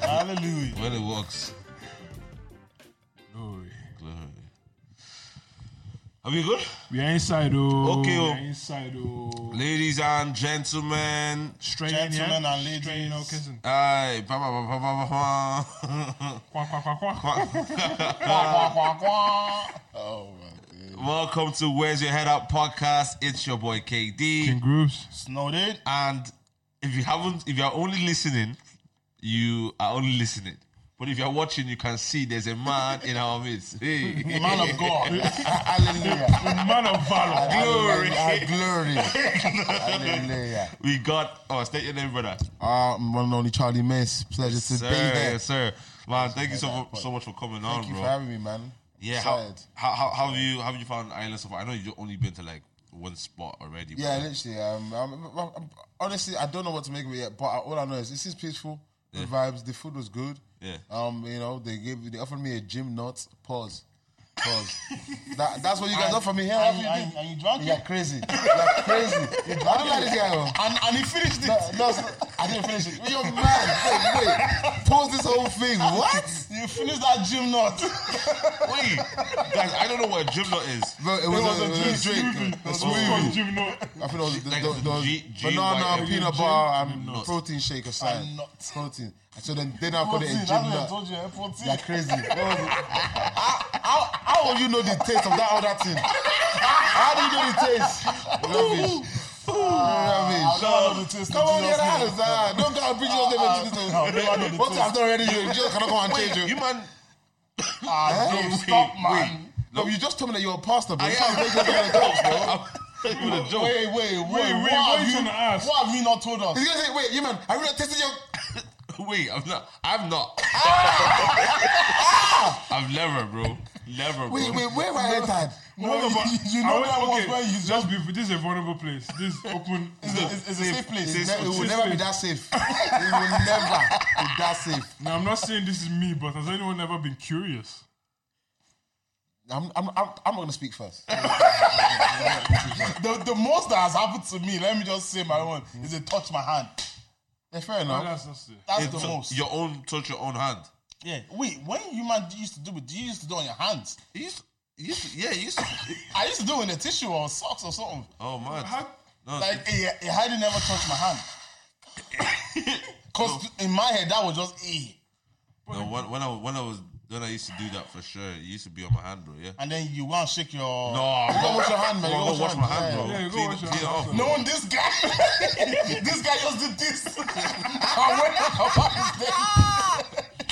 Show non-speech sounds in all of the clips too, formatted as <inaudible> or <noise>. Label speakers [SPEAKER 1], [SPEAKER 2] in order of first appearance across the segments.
[SPEAKER 1] Hallelujah.
[SPEAKER 2] Well, it works.
[SPEAKER 1] Glory.
[SPEAKER 2] Glory. Are we good?
[SPEAKER 1] We are inside, oh. We
[SPEAKER 2] Okay, oh.
[SPEAKER 1] are inside, oh.
[SPEAKER 2] Ladies and gentlemen.
[SPEAKER 1] Straight in,
[SPEAKER 3] Gentlemen
[SPEAKER 1] yeah?
[SPEAKER 3] and ladies.
[SPEAKER 1] Straight in, no kissing.
[SPEAKER 2] Aye. pa, pa, pa, pa, pa,
[SPEAKER 1] Quack, quack, quack, quack.
[SPEAKER 3] Quack, quack, quack. Oh my god.
[SPEAKER 2] pa. <laughs> Welcome to Where's Your Head Up podcast. It's your boy KD.
[SPEAKER 1] In groups.
[SPEAKER 3] Snowed.
[SPEAKER 2] And if you haven't, if you're only listening, you are only listening. But if you're watching, you can see there's a man in our midst. <laughs> Hey.
[SPEAKER 3] Man of
[SPEAKER 2] <laughs>
[SPEAKER 3] God. Hallelujah.
[SPEAKER 1] Man of valor.
[SPEAKER 2] Glory.
[SPEAKER 3] Hallelujah. Glory. Hallelujah.
[SPEAKER 2] We got, oh, state your name, brother.
[SPEAKER 3] Uh, one and only Charlie Mace. Pleasure to
[SPEAKER 2] sir,
[SPEAKER 3] be here.
[SPEAKER 2] yes, sir. Man, thank you so,
[SPEAKER 3] that, but-
[SPEAKER 2] so much for coming on,
[SPEAKER 3] Thank you
[SPEAKER 2] bro.
[SPEAKER 3] for having me, man.
[SPEAKER 2] Yeah, how,
[SPEAKER 3] Excited.
[SPEAKER 2] how, how, how have you how have you found Island so far? I know you've only been to like one spot already. but-
[SPEAKER 3] Yeah, literally. Um, I'm, I'm- I'm- honestly, I don't know what to make of it yet, but all I know is this is peaceful. The vibes. The food was good.
[SPEAKER 2] Yeah.
[SPEAKER 3] Um, you know, they gave they offered me a gym nut. Pause. Pause.
[SPEAKER 2] <laughs>
[SPEAKER 3] that, that's what you guys offer me here. Have you been?
[SPEAKER 4] and you drank
[SPEAKER 3] You're crazy. You're crazy. You don't like this guy. oh.
[SPEAKER 4] And, and he finished it.
[SPEAKER 3] No, no, it's not- I didn't finish it. You're mad. Wait, wait. Pause this whole thing. <laughs> What?
[SPEAKER 4] You finished that gym nut.
[SPEAKER 2] <laughs> Wait, guys, I don't know what a gym nut is.
[SPEAKER 3] Bro, it was, a, it was a drink. A
[SPEAKER 1] Fuck,
[SPEAKER 3] smoothie.
[SPEAKER 1] you know.
[SPEAKER 3] I think it was,
[SPEAKER 2] Like
[SPEAKER 3] the, the, the
[SPEAKER 2] G- G-
[SPEAKER 3] banana,
[SPEAKER 2] Y-
[SPEAKER 3] peanut
[SPEAKER 1] G-
[SPEAKER 3] bar, and
[SPEAKER 2] Nuts.
[SPEAKER 3] protein shake or something.
[SPEAKER 4] nut.
[SPEAKER 3] Protein. So then, then I called it a
[SPEAKER 4] That's
[SPEAKER 3] gym
[SPEAKER 4] what I
[SPEAKER 3] nut.
[SPEAKER 4] told you. eh, 14.
[SPEAKER 3] You're crazy. What was it? How, how, how will you know the taste of that other thing? How do you know the taste? Rubbish. Rubbish.
[SPEAKER 4] I don't know the taste
[SPEAKER 3] Come
[SPEAKER 4] of
[SPEAKER 3] on,
[SPEAKER 4] Jesus'
[SPEAKER 3] get
[SPEAKER 4] name.
[SPEAKER 3] out! Ah, don't come and preach your name into this. one. What I've done already, you just cannot come and change
[SPEAKER 2] You
[SPEAKER 3] it.
[SPEAKER 2] man,
[SPEAKER 4] Ah,
[SPEAKER 2] Wait,
[SPEAKER 4] no, stop,
[SPEAKER 2] wait.
[SPEAKER 4] man.
[SPEAKER 3] No, you just told me that you're a pastor, bro.
[SPEAKER 2] I
[SPEAKER 3] You
[SPEAKER 2] am.
[SPEAKER 3] can't make this
[SPEAKER 2] <laughs>
[SPEAKER 3] <laughs> kind
[SPEAKER 2] with a
[SPEAKER 3] of jokes, bro.
[SPEAKER 2] joke.
[SPEAKER 4] Wait, wait, wait.
[SPEAKER 1] wait,
[SPEAKER 4] what,
[SPEAKER 1] what
[SPEAKER 4] have
[SPEAKER 1] you
[SPEAKER 4] you,
[SPEAKER 1] trying to ask?
[SPEAKER 4] what have you not told us?
[SPEAKER 3] <laughs> He's gonna say, "Wait, you man, I really tested your."
[SPEAKER 2] Wait, I'm not. I'm not. <laughs> I've never, bro. Never, bro.
[SPEAKER 3] Ah! Wait, wait, where were I entered?
[SPEAKER 4] No,
[SPEAKER 1] What
[SPEAKER 4] <laughs> you-
[SPEAKER 1] about-
[SPEAKER 4] you know
[SPEAKER 1] I went-
[SPEAKER 4] that was
[SPEAKER 1] okay,
[SPEAKER 4] when you
[SPEAKER 1] let's be- This is a vulnerable place. This is open.
[SPEAKER 4] It's, it's a safe place.
[SPEAKER 2] Safe.
[SPEAKER 3] It ne- it will
[SPEAKER 1] it's
[SPEAKER 3] never
[SPEAKER 1] safe.
[SPEAKER 3] be that safe. It will never be that safe.
[SPEAKER 1] Now, I'm not saying this is me, but has anyone ever been curious?
[SPEAKER 3] I'm, I'm, I'm, I'm not gonna speak first.
[SPEAKER 4] The, the most that has happened to me, let me just say my own, is they touch my hand.
[SPEAKER 3] Mm-hmm. Yeah, fair enough.
[SPEAKER 1] That's that's it.
[SPEAKER 4] That's
[SPEAKER 2] It's
[SPEAKER 4] the
[SPEAKER 2] t-
[SPEAKER 4] most.
[SPEAKER 2] Your own touch, your own hand.
[SPEAKER 4] Yeah. Wait, when you man used to do it, you used to do it on your hands.
[SPEAKER 2] You used, you used to, yeah, you
[SPEAKER 3] <laughs>
[SPEAKER 2] used to.
[SPEAKER 4] I used to do it in a tissue or socks or something.
[SPEAKER 2] Oh man.
[SPEAKER 1] How-
[SPEAKER 2] No,
[SPEAKER 4] Like eh, it, it had never touched my hand. Cause in my head that was just eh.
[SPEAKER 2] no. When, when I when I was when I used to do that for sure, it used to be on my hand, bro. Yeah.
[SPEAKER 4] And then you want to shake your
[SPEAKER 2] No,
[SPEAKER 3] You gotta wash your hand, man. You
[SPEAKER 2] Bro,
[SPEAKER 3] gotta
[SPEAKER 2] go wash my hand,
[SPEAKER 3] Yeah,
[SPEAKER 2] bro.
[SPEAKER 1] Yeah, go
[SPEAKER 2] clean
[SPEAKER 1] wash your
[SPEAKER 2] clean it
[SPEAKER 1] hand.
[SPEAKER 2] off.
[SPEAKER 4] No, and this guy, <laughs> this guy just did this. I went out of his day.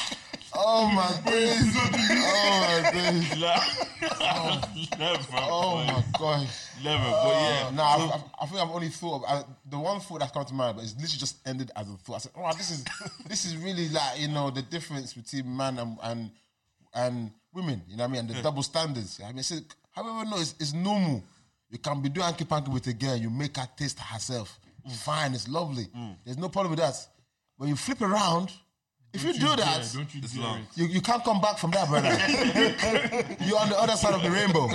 [SPEAKER 3] Oh my days. Oh my days.
[SPEAKER 2] <laughs>
[SPEAKER 3] <laughs>
[SPEAKER 2] never,
[SPEAKER 3] Oh
[SPEAKER 2] boy.
[SPEAKER 3] my god.
[SPEAKER 2] never. But yeah,
[SPEAKER 3] No, I, I, I think I've only thought of I, the one thought that's come to mind, but it's literally just ended as a thought. I said, "Oh, this is
[SPEAKER 1] <laughs>
[SPEAKER 3] this is really like you know the difference between man and and, and women. You know what I mean? And the double standards. I mean, it's, however, no, it's, it's normal. You can be doing hanky panky with a girl, you make her taste herself.
[SPEAKER 1] Mm.
[SPEAKER 3] Fine, it's lovely. There's no problem with that. When you flip around, if you, do that,
[SPEAKER 1] Yeah, don't you
[SPEAKER 2] It's
[SPEAKER 1] dare
[SPEAKER 2] long.
[SPEAKER 1] it.
[SPEAKER 3] you, you can't come back from
[SPEAKER 2] <laughs>
[SPEAKER 3] that, brother. You're on the other side of the rainbow.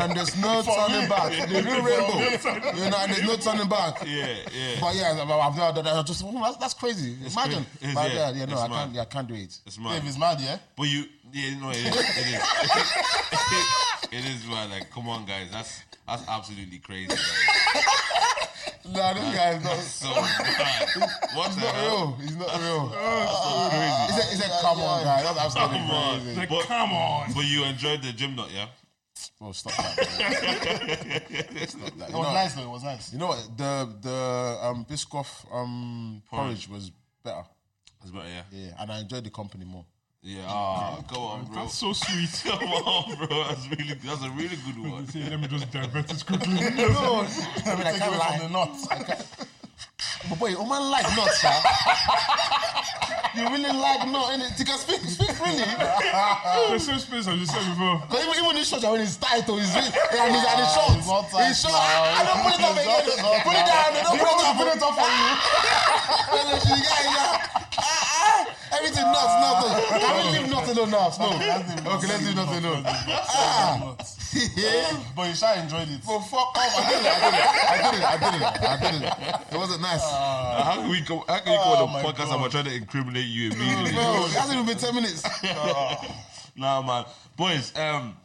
[SPEAKER 3] And there's no turning back. The real rainbow. You know, and there's no turning back.
[SPEAKER 2] yeah, yeah.
[SPEAKER 3] But yeah, I've- I've never done that. I just, oh, that's, that's crazy. Imagine.
[SPEAKER 2] crazy. It's-
[SPEAKER 3] But
[SPEAKER 2] yeah,
[SPEAKER 3] yeah, yeah, no,
[SPEAKER 2] it's
[SPEAKER 3] I
[SPEAKER 2] mad.
[SPEAKER 3] can't, yeah, I can't do it.
[SPEAKER 2] It's mad.
[SPEAKER 4] Dave is mad, yeah.
[SPEAKER 2] But you, yeah, no, it is. It is. <laughs> it is mad. Like, come on, guys. That's that's absolutely crazy. Like,
[SPEAKER 3] No, this guy is not, <laughs>
[SPEAKER 2] so bad. What the
[SPEAKER 3] not
[SPEAKER 2] hell?
[SPEAKER 3] real. He's not real.
[SPEAKER 2] <laughs> Oh,
[SPEAKER 3] He said, he said, come on, guy. That's absolutely
[SPEAKER 2] Come on.
[SPEAKER 3] crazy.
[SPEAKER 1] Like,
[SPEAKER 2] But-
[SPEAKER 1] come <laughs> on.
[SPEAKER 2] But you enjoyed the gym, not yeah?
[SPEAKER 3] Bro, stop that. bro. stop that.
[SPEAKER 4] It
[SPEAKER 3] You
[SPEAKER 4] was
[SPEAKER 3] know,
[SPEAKER 4] nice though. It was nice.
[SPEAKER 3] you know what? The, the um, Biscoff um,
[SPEAKER 2] Porridge.
[SPEAKER 3] porridge was better.
[SPEAKER 2] That's better, yeah.
[SPEAKER 3] Yeah, and I enjoyed the company more.
[SPEAKER 2] Yeah. Ah, come on, bro.
[SPEAKER 1] That's so sweet. <laughs>
[SPEAKER 2] Come on, bro. That's really that's a really good one.
[SPEAKER 1] Say, let me just divert this quickly. <laughs>
[SPEAKER 4] <laughs>
[SPEAKER 3] No, I mean I
[SPEAKER 4] Take
[SPEAKER 3] can't
[SPEAKER 4] away
[SPEAKER 3] lie.
[SPEAKER 4] from the nuts.
[SPEAKER 3] But boy, oh man, like nuts, sir. you really like nuts, innit? You can speak, speak freely.
[SPEAKER 1] There's some space, as you said before.
[SPEAKER 3] Because even, even in shorts, when he's tight, or he's really, and he's at the shorts.
[SPEAKER 4] it's not tight
[SPEAKER 3] He's short.
[SPEAKER 4] now.
[SPEAKER 3] I don't put it up
[SPEAKER 4] <laughs>
[SPEAKER 3] again.
[SPEAKER 4] It's not-
[SPEAKER 3] Put it down. Don't put it up. Put it up for you. Ah, Everything nuts, nuts. Can we leave nuts alone now? No. Okay, let's leave nuts alone. <laughs>
[SPEAKER 4] Nuts.
[SPEAKER 3] but you sure enjoyed it.
[SPEAKER 4] But fuck off.
[SPEAKER 3] Ah. Oh, I did it. I did it. I did it. I did it. It wasn't nice.
[SPEAKER 2] How can we go? How can you go
[SPEAKER 4] Oh
[SPEAKER 2] on
[SPEAKER 4] my
[SPEAKER 2] a podcast about trying to incriminate
[SPEAKER 4] <laughs>
[SPEAKER 2] you immediately?
[SPEAKER 3] Bro, it hasn't even been ten minutes.
[SPEAKER 2] Nah, man, boys. Um,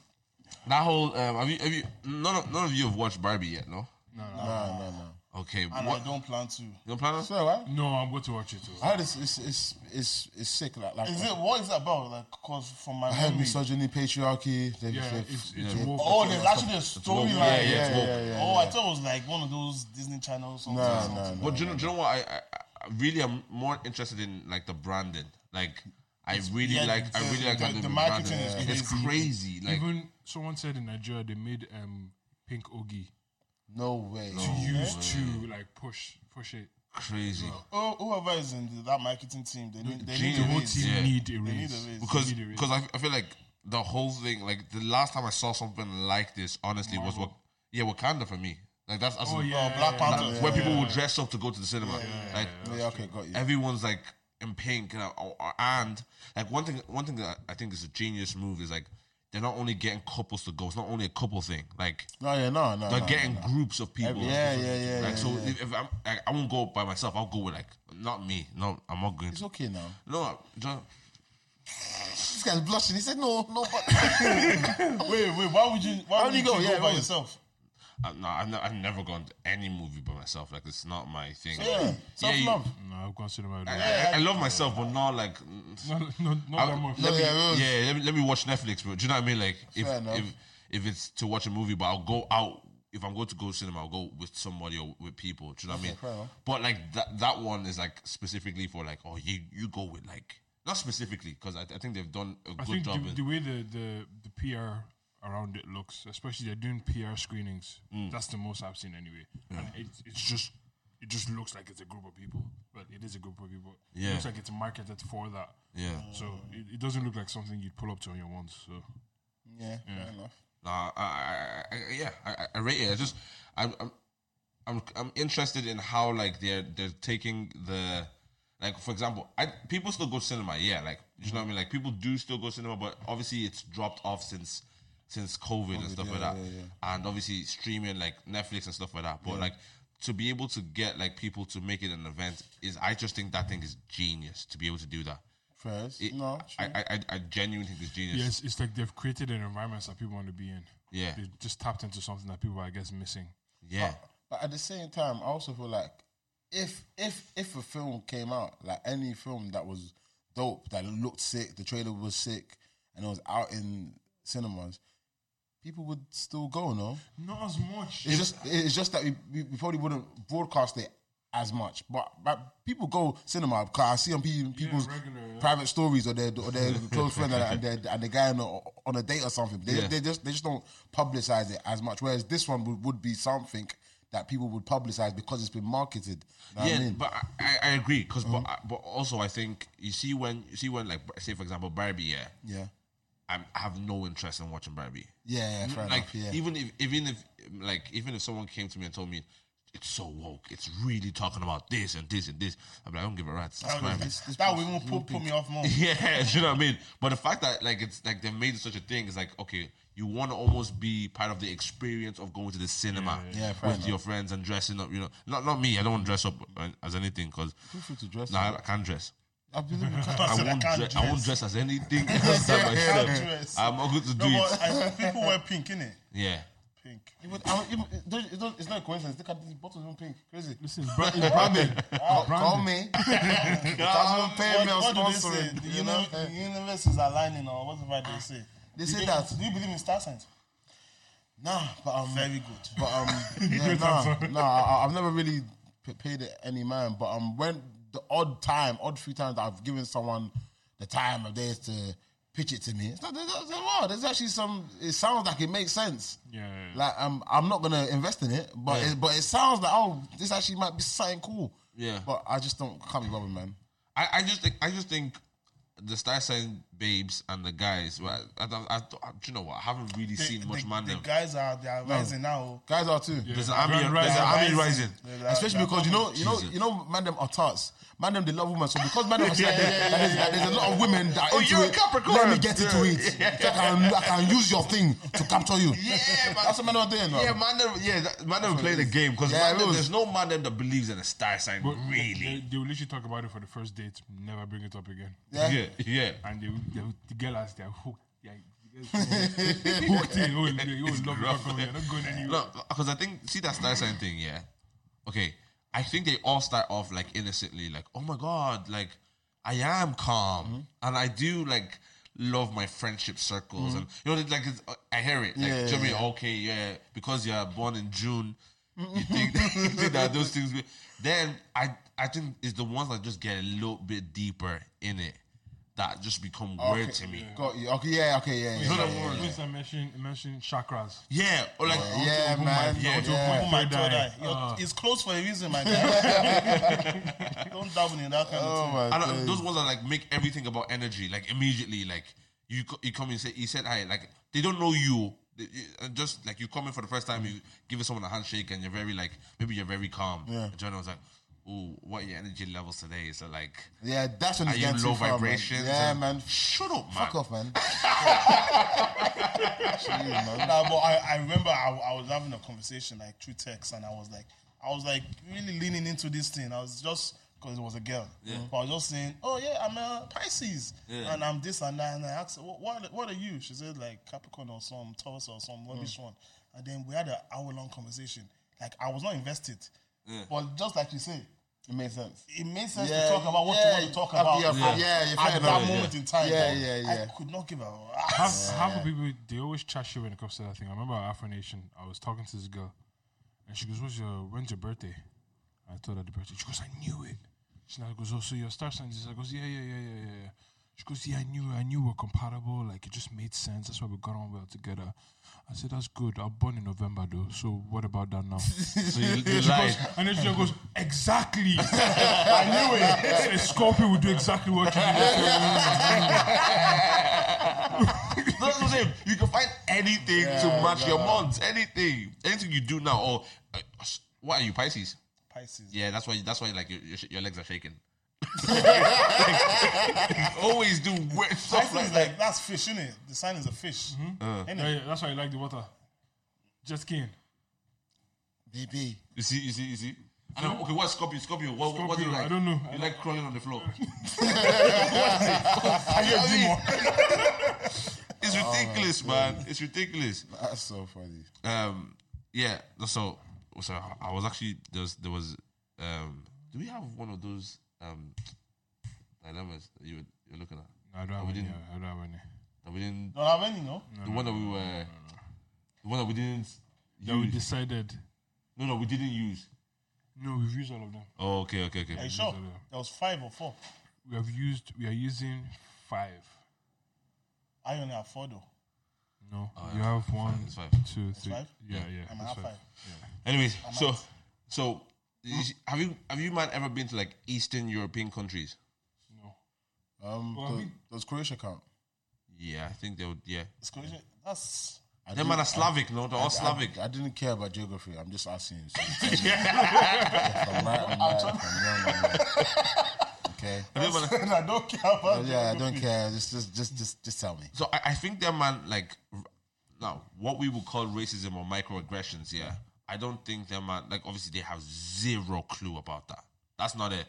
[SPEAKER 2] that whole um, have you have you none of none of you have watched Barbie yet? No.
[SPEAKER 3] No, no, no.
[SPEAKER 2] Okay.
[SPEAKER 4] And
[SPEAKER 2] what
[SPEAKER 4] I don't plan to.
[SPEAKER 2] you plan on?
[SPEAKER 3] <laughs> So what?
[SPEAKER 1] No, I'm going to watch it too.
[SPEAKER 3] I heard it's it's it's it's, it's sick. Like, like
[SPEAKER 4] Is it what is it about? Like, cause from my
[SPEAKER 3] I heard
[SPEAKER 4] memory,
[SPEAKER 3] misogyny, patriarchy. They've,
[SPEAKER 1] Yeah,
[SPEAKER 3] they've-
[SPEAKER 1] it's,
[SPEAKER 3] yeah.
[SPEAKER 1] it's woke.
[SPEAKER 4] oh, there's actually a
[SPEAKER 2] woke.
[SPEAKER 4] storyline.
[SPEAKER 2] Yeah, yeah,
[SPEAKER 3] yeah,
[SPEAKER 2] it's woke.
[SPEAKER 3] yeah, yeah.
[SPEAKER 4] Oh, I thought it was like one of those Disney Channel or something.
[SPEAKER 3] No,
[SPEAKER 4] something.
[SPEAKER 3] no, no.
[SPEAKER 2] But do you know, do you know what? I, I, I really am more interested in like the branding. Like I really
[SPEAKER 4] yeah,
[SPEAKER 2] like I
[SPEAKER 4] the-
[SPEAKER 2] really like
[SPEAKER 4] the-
[SPEAKER 2] how they've
[SPEAKER 4] the
[SPEAKER 2] been
[SPEAKER 4] marketing
[SPEAKER 2] branded.
[SPEAKER 4] is
[SPEAKER 2] It's crazy. Like
[SPEAKER 1] Even someone said in Nigeria they made um pink ogi
[SPEAKER 3] No way.
[SPEAKER 1] to use to like push push it.
[SPEAKER 2] crazy.
[SPEAKER 4] Oh, whoever is in the, that marketing team, they need, they need
[SPEAKER 1] The
[SPEAKER 2] Genius.
[SPEAKER 4] a
[SPEAKER 1] whole
[SPEAKER 4] raise.
[SPEAKER 1] team
[SPEAKER 2] Yeah.
[SPEAKER 1] need a
[SPEAKER 4] They need
[SPEAKER 1] raise.
[SPEAKER 4] a raise.
[SPEAKER 2] Because
[SPEAKER 1] Need a raise.
[SPEAKER 2] because I, I feel like the whole thing. Like the last time I saw something like this, honestly, was what yeah Wakanda for me. Like that's, that's
[SPEAKER 1] Oh,
[SPEAKER 2] in-
[SPEAKER 1] yeah,
[SPEAKER 4] Oh, Black
[SPEAKER 1] yeah,
[SPEAKER 2] that-
[SPEAKER 4] Panther.
[SPEAKER 2] where people would dress up to go to the cinema. Like
[SPEAKER 3] Yeah, okay, got you.
[SPEAKER 2] everyone's like in pink and, or- or- and like one thing one thing that I think is a genius move is like they're not only getting couples to go. It's not only a couple thing. Like
[SPEAKER 3] No, yeah, no, no.
[SPEAKER 2] They're
[SPEAKER 3] no,
[SPEAKER 2] getting
[SPEAKER 3] no.
[SPEAKER 2] groups of people.
[SPEAKER 3] yeah, yeah, yeah,
[SPEAKER 2] Like
[SPEAKER 3] yeah,
[SPEAKER 2] so,
[SPEAKER 3] yeah.
[SPEAKER 2] If, if I'm, like, I won't go by myself. I'll go with like not me. No, I'm not going.
[SPEAKER 3] It's
[SPEAKER 2] To.
[SPEAKER 3] okay now.
[SPEAKER 2] No, I- just,
[SPEAKER 3] This guy's blushing. He said, "No, no." But
[SPEAKER 4] Wait, wait. Why would you? Why would
[SPEAKER 3] do
[SPEAKER 4] you
[SPEAKER 3] you
[SPEAKER 4] go,
[SPEAKER 3] go? Yeah,
[SPEAKER 4] by
[SPEAKER 3] wait.
[SPEAKER 4] yourself?
[SPEAKER 2] I, no, I've, ne- I've never gone to any movie by myself. Like it's not my thing.
[SPEAKER 3] yeah,
[SPEAKER 2] Yeah,
[SPEAKER 3] self
[SPEAKER 2] you-
[SPEAKER 3] love.
[SPEAKER 1] no, I've gone cinema. <laughs>
[SPEAKER 2] I, I, I love myself, but not like.
[SPEAKER 1] No, no, not that much.
[SPEAKER 3] No, yeah, yeah.
[SPEAKER 2] Yeah, let me, let me watch Netflix, bro. Do you know what I mean? Like if
[SPEAKER 3] Fair enough.
[SPEAKER 2] if if it's to watch a movie, but I'll go out. If I'm going to go cinema, I'll go with somebody or with people. Do you know what I mean?
[SPEAKER 3] fair enough.
[SPEAKER 2] But like that that one is like specifically for like oh you you go with like not specifically because I, I think they've done a
[SPEAKER 1] I
[SPEAKER 2] good
[SPEAKER 1] think
[SPEAKER 2] job.
[SPEAKER 1] the,
[SPEAKER 2] in,
[SPEAKER 1] the way the, the the PR around it looks, especially they're doing PR screenings.
[SPEAKER 2] Mm.
[SPEAKER 1] That's the most I've seen anyway, and it, it's just it just looks like it's a group of people. But it is a group of people.
[SPEAKER 2] Yeah.
[SPEAKER 1] It looks like it's marketed for that.
[SPEAKER 2] yeah.
[SPEAKER 1] So it, it doesn't look like something you'd pull up to on your own. So
[SPEAKER 3] Yeah, fair enough.
[SPEAKER 2] Nah, I, I, I, I- yeah, I, I- I rate it. I just, I'm, I'm, I'm, I'm interested in how like they're they're taking the, like for example, I people still go cinema. Yeah, like you know what I mean. Like people do still go cinema, but obviously it's dropped off since since COVID, and stuff like that, and obviously streaming like Netflix and stuff like that. But like to be able to get like people to make it an event is, I just think that thing is genius to be able to do that.
[SPEAKER 3] First,
[SPEAKER 2] It-
[SPEAKER 3] no,
[SPEAKER 2] I,
[SPEAKER 3] true.
[SPEAKER 2] I, I, I genuinely think it's genius.
[SPEAKER 1] yes, it's like they've created an environment that people want to be in.
[SPEAKER 2] Yeah.
[SPEAKER 1] They just tapped into something that people are, I guess, missing.
[SPEAKER 3] Uh,
[SPEAKER 2] Yeah.
[SPEAKER 3] But at the same time, I also feel like if if if a film came out, like any film that was dope, that looked sick, the trailer was sick, and it was out in cinemas, people would still go. No,
[SPEAKER 1] Not as much.
[SPEAKER 3] it's just it's just that we, we, we probably wouldn't broadcast it as much. But but people go cinema because I see on pe- people's
[SPEAKER 1] regular, yeah.
[SPEAKER 3] private stories or their
[SPEAKER 2] <laughs>
[SPEAKER 3] or their close friend and, and, their, and the guy on a, on a date or something. They,
[SPEAKER 2] Yeah.
[SPEAKER 3] they just they just don't publicize it as much. Whereas this one would, would be something that people would publicize because it's been marketed. You know what
[SPEAKER 2] yeah,
[SPEAKER 3] I mean? Mm.
[SPEAKER 2] but I, I- I agree because but I- but also I think you see when you see when like say for example Barbie, yeah,
[SPEAKER 3] yeah,
[SPEAKER 2] I'm, I have no interest in watching Barbie.
[SPEAKER 3] yeah, yeah, fair
[SPEAKER 2] like
[SPEAKER 3] enough. Yeah.
[SPEAKER 2] even if even if like even if someone came to me and told me it's so woke, it's really talking about this and this and this, I'm like I don't give a rat's. It's Barbie.
[SPEAKER 4] that would even put, put me off
[SPEAKER 3] <laughs>
[SPEAKER 4] more.
[SPEAKER 2] <laughs> Yeah, do you know what I mean? But the fact that like it's like they made it such a thing is like okay, you want to almost be part of the experience of going to the cinema
[SPEAKER 3] yeah. Yeah, fair
[SPEAKER 2] with
[SPEAKER 3] enough.
[SPEAKER 2] your friends and dressing up. You know, not not me. I don't want to dress up uh, as anything because
[SPEAKER 3] Feel free to dress
[SPEAKER 2] nah,
[SPEAKER 3] up.
[SPEAKER 2] I can't dress.
[SPEAKER 3] I believe you can-
[SPEAKER 2] I
[SPEAKER 4] said I
[SPEAKER 2] won't.
[SPEAKER 4] can't
[SPEAKER 2] dre- I won't dress as anything <laughs>
[SPEAKER 4] <laughs>
[SPEAKER 2] else than
[SPEAKER 4] I
[SPEAKER 2] myself.
[SPEAKER 4] can't dress.
[SPEAKER 2] I'm not good to do
[SPEAKER 4] No,
[SPEAKER 2] it.
[SPEAKER 4] but I, people wear pink, innit?
[SPEAKER 2] yeah.
[SPEAKER 4] Pink.
[SPEAKER 3] Even- I mean, even- it don't- it don't- It's not a coincidence. Look at this bottle's even pink. Crazy.
[SPEAKER 1] Listen, Brad,
[SPEAKER 3] It's branded. Call- Call me. Thousand pay me.
[SPEAKER 4] What, what
[SPEAKER 3] I'm
[SPEAKER 4] do they say?
[SPEAKER 3] sponsoring.
[SPEAKER 4] The,
[SPEAKER 3] You know. Ah.
[SPEAKER 4] uni- the universe is aligning, or whatever they say.
[SPEAKER 3] They
[SPEAKER 4] Do
[SPEAKER 3] say
[SPEAKER 4] you-
[SPEAKER 3] that.
[SPEAKER 4] Do you believe in star signs?
[SPEAKER 3] Nah, but um,
[SPEAKER 4] Very good.
[SPEAKER 3] but
[SPEAKER 1] <laughs>
[SPEAKER 3] um, yeah, nah, nah. I, I've never really p- paid it any man. But um, when the odd time, odd few times that I've given someone the time of days to pitch it to me, it's not, there's, there's, wow, there's actually some. It sounds like it makes sense.
[SPEAKER 1] Yeah, yeah, yeah.
[SPEAKER 3] Like um, I'm not gonna invest in it, but it, but it sounds like oh, this actually might be something cool.
[SPEAKER 2] Yeah.
[SPEAKER 3] But I just don't can't be bothered, man.
[SPEAKER 2] I, I just think I just think the star sign babes and the guys. Well, I, I, I, I, do you know what? I haven't really seen much
[SPEAKER 4] the,
[SPEAKER 2] man.
[SPEAKER 4] the
[SPEAKER 2] them.
[SPEAKER 4] guys are they are rising now.
[SPEAKER 3] Guys are too.
[SPEAKER 2] There's an army.
[SPEAKER 1] Grand
[SPEAKER 2] There's an
[SPEAKER 1] Rising.
[SPEAKER 2] army rising.
[SPEAKER 4] They're like-
[SPEAKER 3] Especially
[SPEAKER 4] they're
[SPEAKER 3] because you know, you know,
[SPEAKER 2] Jesus.
[SPEAKER 3] you know, madam are tarts. Madam, they love women. So
[SPEAKER 2] <laughs>
[SPEAKER 3] because madam has said that there's, that there's a lot of women that are
[SPEAKER 2] Oh,
[SPEAKER 3] into
[SPEAKER 2] you're a
[SPEAKER 3] it,
[SPEAKER 2] Capricorn.
[SPEAKER 3] let me get into
[SPEAKER 2] Yeah.
[SPEAKER 3] it. So I, can, I can use your thing to capture you. <laughs>
[SPEAKER 2] Yeah, man.
[SPEAKER 3] That's what madam are doing. Man.
[SPEAKER 2] Yeah, man. them- Yeah, that, man. Them play the game because
[SPEAKER 3] Yeah, it was-
[SPEAKER 2] there's no man them that believes in a star sign.
[SPEAKER 1] They,
[SPEAKER 2] really?
[SPEAKER 1] they will literally talk about it for the first date, never bring it up again.
[SPEAKER 2] Yeah, yeah.
[SPEAKER 1] And they, they, the girl has their hook. Yeah, the girl's hooked <laughs> in. Oh, yeah, you
[SPEAKER 2] It's
[SPEAKER 1] will love
[SPEAKER 2] rough,
[SPEAKER 1] it. You're
[SPEAKER 2] yeah.
[SPEAKER 1] not going anywhere.
[SPEAKER 2] No, because I think see that star sign thing. Yeah. Okay, I think they all start off like innocently, like oh my god, like I am calm
[SPEAKER 3] Mm-hmm.
[SPEAKER 2] and I do like love my friendship circles and you know like it's, I hear it. Like, do
[SPEAKER 3] Yeah,
[SPEAKER 2] you know what I mean?
[SPEAKER 3] yeah.
[SPEAKER 2] okay, yeah, because you're born in June, you think, <laughs> you think
[SPEAKER 3] <laughs>
[SPEAKER 2] that those things. Will, then I I think it's the ones that just get a little bit deeper in it that just become weird to me.
[SPEAKER 3] Got you. Okay, yeah, okay, yeah, yeah.
[SPEAKER 2] No,
[SPEAKER 3] yeah,
[SPEAKER 2] no,
[SPEAKER 3] yeah,
[SPEAKER 2] no,
[SPEAKER 3] yeah.
[SPEAKER 1] Once I mentioned, mentioned chakras.
[SPEAKER 2] Yeah, or like
[SPEAKER 3] Yeah,
[SPEAKER 1] open
[SPEAKER 3] man.
[SPEAKER 1] my-
[SPEAKER 2] yeah,
[SPEAKER 3] Yeah,
[SPEAKER 2] open
[SPEAKER 1] Oh my
[SPEAKER 4] Third eye.
[SPEAKER 1] god.
[SPEAKER 4] You're-
[SPEAKER 3] Uh.
[SPEAKER 4] it's closed for a reason, my guy. <laughs> Don't dabble in that kind of
[SPEAKER 3] Oh
[SPEAKER 4] thing.
[SPEAKER 3] my
[SPEAKER 2] I don't,
[SPEAKER 3] days.
[SPEAKER 2] those ones that like make everything about energy, like immediately, like you co- you come and say, he said hi, like they don't know you. They- you- and Just like you come in for the first time, you give someone a handshake, and you're very like maybe you're very calm.
[SPEAKER 3] Yeah.
[SPEAKER 2] And Johnny was like, "Ooh, what are your energy levels today?" So like,
[SPEAKER 3] Yeah, that's when
[SPEAKER 2] are
[SPEAKER 3] it's
[SPEAKER 2] you
[SPEAKER 3] getting
[SPEAKER 2] low
[SPEAKER 3] too far, man.
[SPEAKER 2] vibrations?
[SPEAKER 3] Yeah,
[SPEAKER 2] And-
[SPEAKER 3] man.
[SPEAKER 2] Shut up, man.
[SPEAKER 3] Fuck off, man. Jeez, man.
[SPEAKER 4] Nah, but I, I remember I, I was having a conversation like through text, and I was like, I was like really leaning into this thing. I was just because it was a girl, but I was just saying, oh yeah, I'm a Pisces, and I'm this and that. And I asked, her, "Wha- what are- what are you? She said like Capricorn or some Taurus or some
[SPEAKER 3] Mm.
[SPEAKER 4] rubbish one. And then we had an hour long conversation. Like I was not invested, but just like you say,
[SPEAKER 3] It makes sense.
[SPEAKER 4] it made sense
[SPEAKER 3] Yeah,
[SPEAKER 4] to talk about what
[SPEAKER 3] yeah,
[SPEAKER 4] you want to talk
[SPEAKER 3] at
[SPEAKER 4] about
[SPEAKER 3] the- yeah, yeah, yeah, fair
[SPEAKER 4] at that
[SPEAKER 3] enough, yeah.
[SPEAKER 4] moment in time.
[SPEAKER 3] Yeah,
[SPEAKER 4] but
[SPEAKER 3] yeah, yeah.
[SPEAKER 4] I could not give a.
[SPEAKER 1] half, half of people they always trash you when it comes to that thing. I remember at Afro Nation, I was talking to this girl, and she goes, "What's your when's your birthday?" I told her the birthday. She goes, "I knew it." She now goes, "Oh, so your star sign?" is this?" I goes, "Yeah, yeah, yeah, yeah, yeah." yeah." She goes, "Yeah, I knew it. I knew we we're compatible. Like it just made sense. That's why we got on well together." I said, "That's good. I'm born in November though. So what about that now?"
[SPEAKER 3] <laughs>
[SPEAKER 2] So <laughs> you, you
[SPEAKER 1] She
[SPEAKER 2] lied.
[SPEAKER 1] goes- and then she just goes, exactly. <laughs> I knew it. A scorpion would do exactly what you did.
[SPEAKER 2] <laughs> That's what I'm saying. You can find anything to
[SPEAKER 3] Yeah,
[SPEAKER 2] match your months. Anything, anything you do now. Or uh, what are you Pisces?
[SPEAKER 4] Pisces.
[SPEAKER 2] Yeah, that's why. That's why like your, your, sh- your legs are
[SPEAKER 1] <laughs>
[SPEAKER 2] shaking. Like, always do weird stuff
[SPEAKER 4] Pisces
[SPEAKER 2] like
[SPEAKER 4] is
[SPEAKER 2] that.
[SPEAKER 4] like that's fish, isn't it? The sign is a fish. Innit?
[SPEAKER 1] Yeah, yeah, that's why I like the water. Just kidding.
[SPEAKER 3] Baby.
[SPEAKER 2] You see, you see, you see. I know. Okay, what's Scorpio? Scorpio. What, what do
[SPEAKER 1] Scorpio,
[SPEAKER 2] you like?
[SPEAKER 1] I don't know.
[SPEAKER 2] You like crawling on
[SPEAKER 1] <laughs>
[SPEAKER 2] the floor. <laughs>
[SPEAKER 4] Are you a demon?
[SPEAKER 2] <laughs> It's
[SPEAKER 1] Oh,
[SPEAKER 2] ridiculous, man. It's ridiculous.
[SPEAKER 3] That's so funny.
[SPEAKER 2] Um, yeah. So, so I was actually there was there was. Um, do we have one of those um dilemmas that you were you're looking at?
[SPEAKER 1] I don't have
[SPEAKER 2] Oh, we
[SPEAKER 1] any.
[SPEAKER 2] didn't.
[SPEAKER 1] I don't have any.
[SPEAKER 2] That we didn't.
[SPEAKER 4] Don't have any, no?
[SPEAKER 2] the one that we were. The one that we didn't.
[SPEAKER 1] That we
[SPEAKER 2] use.
[SPEAKER 1] decided.
[SPEAKER 2] no, no, we didn't use.
[SPEAKER 1] No, we've used all of them.
[SPEAKER 2] Oh, okay, okay, okay.
[SPEAKER 4] Are you sure? There was five or four.
[SPEAKER 1] We have used. We are using five.
[SPEAKER 4] I only have four though.
[SPEAKER 1] No, you have one,
[SPEAKER 2] Oh, It's five.
[SPEAKER 1] two, three.
[SPEAKER 4] five?
[SPEAKER 1] Yeah, yeah.
[SPEAKER 4] I'm
[SPEAKER 1] that's
[SPEAKER 4] half
[SPEAKER 1] five.
[SPEAKER 4] five.
[SPEAKER 2] Anyways, so so you see- have you have you man ever been to like Eastern European countries?
[SPEAKER 1] No.
[SPEAKER 3] Um,
[SPEAKER 1] Well, I
[SPEAKER 3] does,
[SPEAKER 1] mean-
[SPEAKER 3] does Croatia count?
[SPEAKER 2] Yeah, I think they would. Yeah,
[SPEAKER 4] It's crazy. That's
[SPEAKER 3] I
[SPEAKER 2] them
[SPEAKER 3] didn't-
[SPEAKER 2] man are Slavic, no? They're all
[SPEAKER 3] I-
[SPEAKER 2] Slavic.
[SPEAKER 3] I, didn't care about geography. I'm just
[SPEAKER 2] <laughs>
[SPEAKER 3] asking you. So you tell me. If I'm right, I'm right. If I'm wrong, I'm wrong. Okay.
[SPEAKER 2] Them man are-
[SPEAKER 4] <laughs> I don't care about
[SPEAKER 3] Yeah, I don't care. Just, just, just, just, just tell me.
[SPEAKER 2] so I, I think that man like r- now what we would call racism or microaggressions. Yeah, I don't think that man like obviously they have zero clue about that. That's not a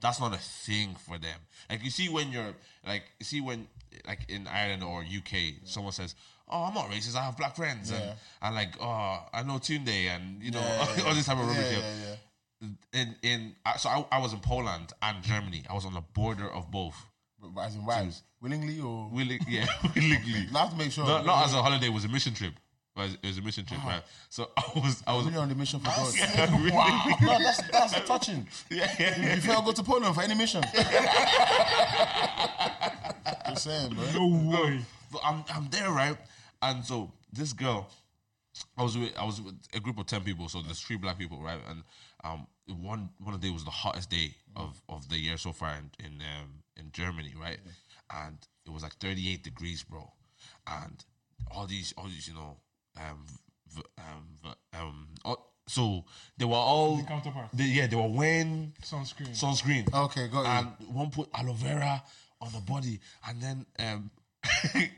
[SPEAKER 2] that's not a thing for them. Like you see when you're like you see when like in Ireland or UK, someone says, "Oh, I'm not racist. I have black friends," and and like, "Oh, I know Tunde," and you know <laughs> all this type of rubbish.
[SPEAKER 3] Yeah,
[SPEAKER 2] yeah. in in I- so I, I was in Poland and Germany. I was on the border of both.
[SPEAKER 3] But, but as in why? Willingly or?
[SPEAKER 2] Willing, yeah, <laughs> willingly.
[SPEAKER 3] I have to make sure.
[SPEAKER 2] Not, not as a holiday. It was a mission trip. It was, it was a mission trip, right? So <laughs> I was, I was.
[SPEAKER 3] Really on the mission for God.
[SPEAKER 2] Wow.
[SPEAKER 3] <laughs> No, that's that's touching.
[SPEAKER 2] <laughs> yeah, yeah, yeah.
[SPEAKER 3] You think I'll go to Poland for any
[SPEAKER 2] <laughs>
[SPEAKER 3] mission? just saying, bro.
[SPEAKER 1] No way.
[SPEAKER 2] But I'm, I'm there, right? And so this girl, I was with, I was with a group of ten people. So there's three black people, right? And um, one one of the day was the hottest day of of the year so far in in um, in Germany, right? And it was like 38 degrees, bro. And all these, all these, you know, um, v- um, v- um, all, so they were all
[SPEAKER 1] The counterparts.
[SPEAKER 2] they- yeah, they were wearing
[SPEAKER 1] Sunscreen.
[SPEAKER 2] sunscreen.
[SPEAKER 3] Okay, got you.
[SPEAKER 1] Mm.
[SPEAKER 2] And one put aloe vera on the body, and then um, <laughs> the,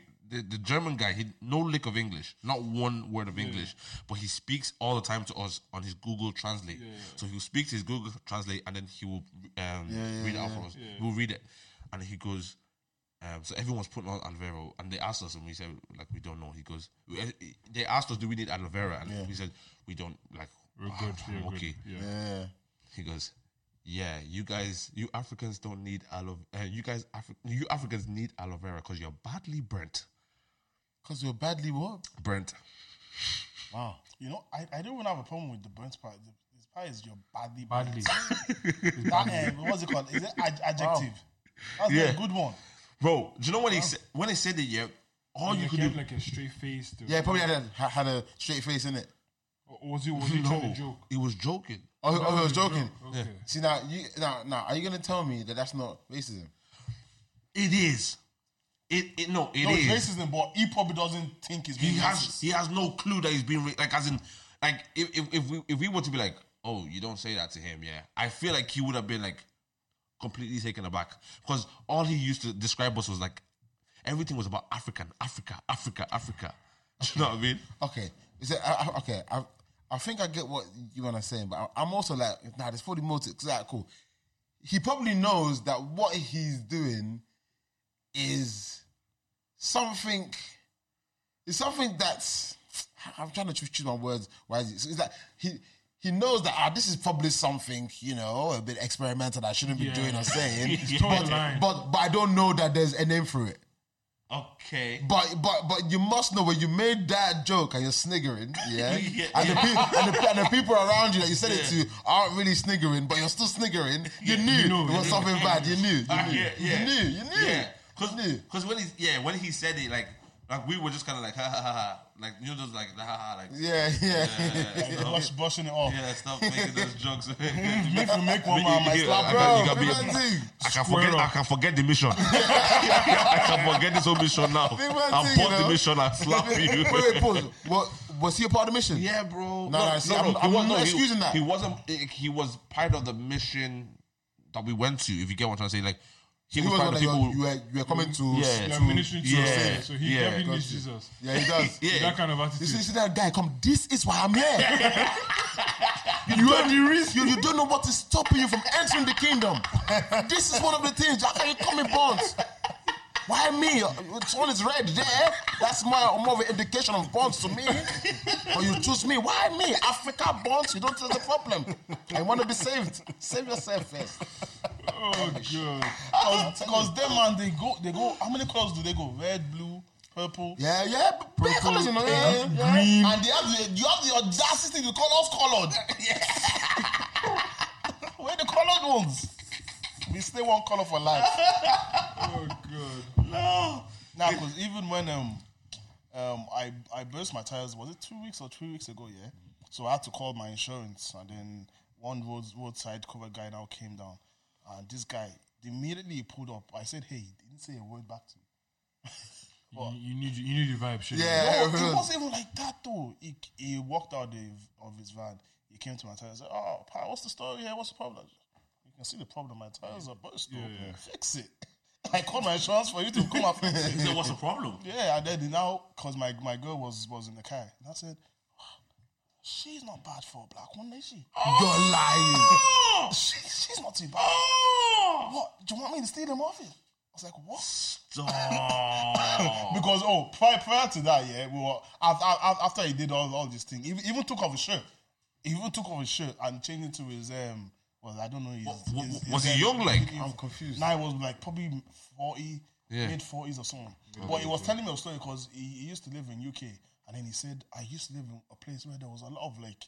[SPEAKER 2] the German guy, he no lick of English, not one word of English, but he speaks all the time to us on his Google Translate. So he'll speak to his Google Translate, and then he will um, read it out for us. We'll read it, and he goes. Um, so everyone's putting on aloe vera, and they asked us, and we said like we don't know. He goes, we- eh, eh, they asked us, do we need aloe vera? And we said we don't. Like
[SPEAKER 1] We're
[SPEAKER 2] <sighs>
[SPEAKER 1] good.
[SPEAKER 2] I'm
[SPEAKER 1] You're
[SPEAKER 2] Ah, okay.
[SPEAKER 1] good. Yeah.
[SPEAKER 3] Yeah.
[SPEAKER 2] He goes, "Yeah, you guys, you Africans don't need aloe. Uh, you guys, Afri- you Africans need aloe vera because you're badly burnt.
[SPEAKER 3] Because you're badly what?
[SPEAKER 2] Burnt.
[SPEAKER 3] Wow.
[SPEAKER 4] You know, I, I don't even have a problem with the burnt part. The, this part is your badly burnt.
[SPEAKER 1] Badly.
[SPEAKER 4] <laughs> That, um, what's it called? Is it ad- adjective? That's
[SPEAKER 2] Yeah.
[SPEAKER 4] a good one.
[SPEAKER 2] Bro, do you know when he said when he said it? Yeah, all you
[SPEAKER 1] Like,
[SPEAKER 2] could
[SPEAKER 1] he
[SPEAKER 2] do.
[SPEAKER 1] had like a straight face. To
[SPEAKER 3] Yeah, he probably had a, ha- had a straight face in it.
[SPEAKER 1] Or was he was he trying to
[SPEAKER 2] <laughs> no,
[SPEAKER 1] joke?
[SPEAKER 2] he was joking.
[SPEAKER 3] Oh, oh, he was joking.
[SPEAKER 1] Okay.
[SPEAKER 3] See now, you now, now, are you gonna tell me that that's not racism?
[SPEAKER 2] It is. It, it no, it is.
[SPEAKER 4] No, it's racism, but he probably doesn't think it's being
[SPEAKER 2] He has
[SPEAKER 4] racist.
[SPEAKER 2] he has no clue that he's being ra- like as in like if, if if we if we were to be like oh you don't say that to him yeah I feel like he would have been like completely taken aback because all he used to describe us was like everything was about African Africa Africa Africa. <laughs> Do you know what I mean?
[SPEAKER 3] Okay, is it I, I- okay? I, I think I get what you and are saying, but I, am also like, nah, there's probably more to it. 'Cause, like, cool. He probably knows that what he's doing is something. It's something that's. I'm trying to choo- choose my words wisely. So it's like he. He knows that ah, this is probably something you know a bit experimental that I shouldn't be
[SPEAKER 1] Yeah.
[SPEAKER 3] doing or
[SPEAKER 1] <laughs>
[SPEAKER 3] saying,
[SPEAKER 1] He's
[SPEAKER 3] but,
[SPEAKER 1] towing the line.
[SPEAKER 3] but but I don't know that there's a name for it.
[SPEAKER 2] Okay.
[SPEAKER 3] But but but you must know when you made that joke and you're sniggering, yeah,
[SPEAKER 2] <laughs> Yeah.
[SPEAKER 3] and, the pe- and, the, and the people around you that you said it to aren't really sniggering, but you're still sniggering. You knew
[SPEAKER 1] know,
[SPEAKER 3] it
[SPEAKER 1] you knew.
[SPEAKER 3] was something bad. You knew. You knew.
[SPEAKER 2] Ah, yeah, yeah.
[SPEAKER 3] You knew. You knew.
[SPEAKER 2] Yeah. Cause,
[SPEAKER 3] You knew.
[SPEAKER 2] Cause when he yeah when he said it like like we were just kind of like ha ha ha ha like you know just like ha ha ha like
[SPEAKER 3] Yeah, yeah.
[SPEAKER 2] <laughs> yeah,
[SPEAKER 4] Like, brush, brushing it off.
[SPEAKER 2] yeah stop making those jokes.
[SPEAKER 4] If you make one man, I might
[SPEAKER 2] Yeah.
[SPEAKER 4] slap
[SPEAKER 2] I
[SPEAKER 4] you.
[SPEAKER 2] thought you
[SPEAKER 3] Bro,
[SPEAKER 2] got me- <laughs>
[SPEAKER 3] people think.
[SPEAKER 2] I
[SPEAKER 1] Square
[SPEAKER 2] can forget.
[SPEAKER 1] up.
[SPEAKER 2] I can forget the mission. I can forget this whole mission now.
[SPEAKER 3] Big man
[SPEAKER 2] I
[SPEAKER 3] thing,
[SPEAKER 2] bought
[SPEAKER 3] you
[SPEAKER 2] the
[SPEAKER 3] know?
[SPEAKER 2] mission. I
[SPEAKER 3] <laughs>
[SPEAKER 2] slap you.
[SPEAKER 3] Wait, wait, pause. What was he a part of the mission?
[SPEAKER 2] Yeah, bro.
[SPEAKER 3] No, no, see, I'm-
[SPEAKER 2] he
[SPEAKER 3] I'm
[SPEAKER 2] wasn't-
[SPEAKER 3] not
[SPEAKER 2] he-
[SPEAKER 3] excusing that.
[SPEAKER 2] He wasn't. eh, He was part of the mission that we went to. If you get what I'm trying to say, like he,
[SPEAKER 3] He
[SPEAKER 2] was
[SPEAKER 3] was
[SPEAKER 2] part of
[SPEAKER 3] one that
[SPEAKER 2] the
[SPEAKER 3] you
[SPEAKER 2] people.
[SPEAKER 3] were, you were you were coming to.
[SPEAKER 2] Yeah.
[SPEAKER 1] They are
[SPEAKER 2] Two-
[SPEAKER 1] ministering to
[SPEAKER 2] yeah,
[SPEAKER 1] us, yeah. so he
[SPEAKER 2] yeah,
[SPEAKER 1] definitely
[SPEAKER 2] got
[SPEAKER 1] needs
[SPEAKER 3] you.
[SPEAKER 1] Jesus.
[SPEAKER 3] Yeah, he
[SPEAKER 2] <laughs>
[SPEAKER 3] does.
[SPEAKER 2] Yeah.
[SPEAKER 1] That kind of
[SPEAKER 3] You see, you
[SPEAKER 1] attitude.
[SPEAKER 3] see that guy come. This is why I'm <laughs> here. you, don't, you, you don't know what is stopping you from entering the kingdom. This is one of the things. How can you come in bonds? Why me? Someone is red there. That's my more of an indication of bonds to me. But you choose me. Why me? Africa bonds. You don't see the problem. I want to be saved. Save yourself first.
[SPEAKER 1] Oh god.
[SPEAKER 4] Because them man, they go, they go. How many colors do they go? Red, blue, purple.
[SPEAKER 3] Yeah, yeah. Purple, colors, you know. Yeah, yeah, yeah. And they have the, you have the audacity to call us
[SPEAKER 1] <laughs>
[SPEAKER 3] colored.
[SPEAKER 4] Where the colored ones?
[SPEAKER 3] We stay one color for life.
[SPEAKER 1] Oh god.
[SPEAKER 4] No. Nah, because even when um um I I burst my tires, was it two weeks or three weeks ago? Yeah. So I had to call my insurance, and then one road roadside cover guy now came down, and this guy immediately he pulled up. I said, "Hey," he didn't say a word back to me.
[SPEAKER 1] You, you need you need your vibe, shit.
[SPEAKER 3] Yeah.
[SPEAKER 4] No,
[SPEAKER 3] it
[SPEAKER 4] it
[SPEAKER 3] was.
[SPEAKER 4] wasn't even like that though. He, he walked out the, of his van. He came to my tires. Said, "Oh, pa, what's the story here? What's the problem?" You can see the problem. My tires are burst. though.
[SPEAKER 1] yeah.
[SPEAKER 4] Fix it. <laughs> I called my insurance for you to come and fix
[SPEAKER 2] <laughs>
[SPEAKER 4] it.
[SPEAKER 2] He said, "What's the problem?"
[SPEAKER 4] Yeah, and then they now because my, my girl was was in the car, and I said, "She's not bad for a black woman, is she?
[SPEAKER 3] You're lying.
[SPEAKER 4] she she's not too bad. What? Do you want me to steal them off you?" I was like, "What?"
[SPEAKER 2] Stop.
[SPEAKER 4] <laughs> Because oh, prior, prior to that, yeah, we were after after, after he did all all these things, he even took off his shirt, he even took off his shirt and changed it to his um. Well, I don't know. His,
[SPEAKER 2] wa-
[SPEAKER 4] his-
[SPEAKER 2] was
[SPEAKER 4] his,
[SPEAKER 2] he
[SPEAKER 4] um,
[SPEAKER 2] young, like?
[SPEAKER 4] his-
[SPEAKER 3] I'm confused.
[SPEAKER 4] Now he was like probably forty,
[SPEAKER 2] Yeah.
[SPEAKER 4] mid forties or something. But he was telling me a story because he, he used to live in UK, and then he said I used to live in a place where there was a lot of like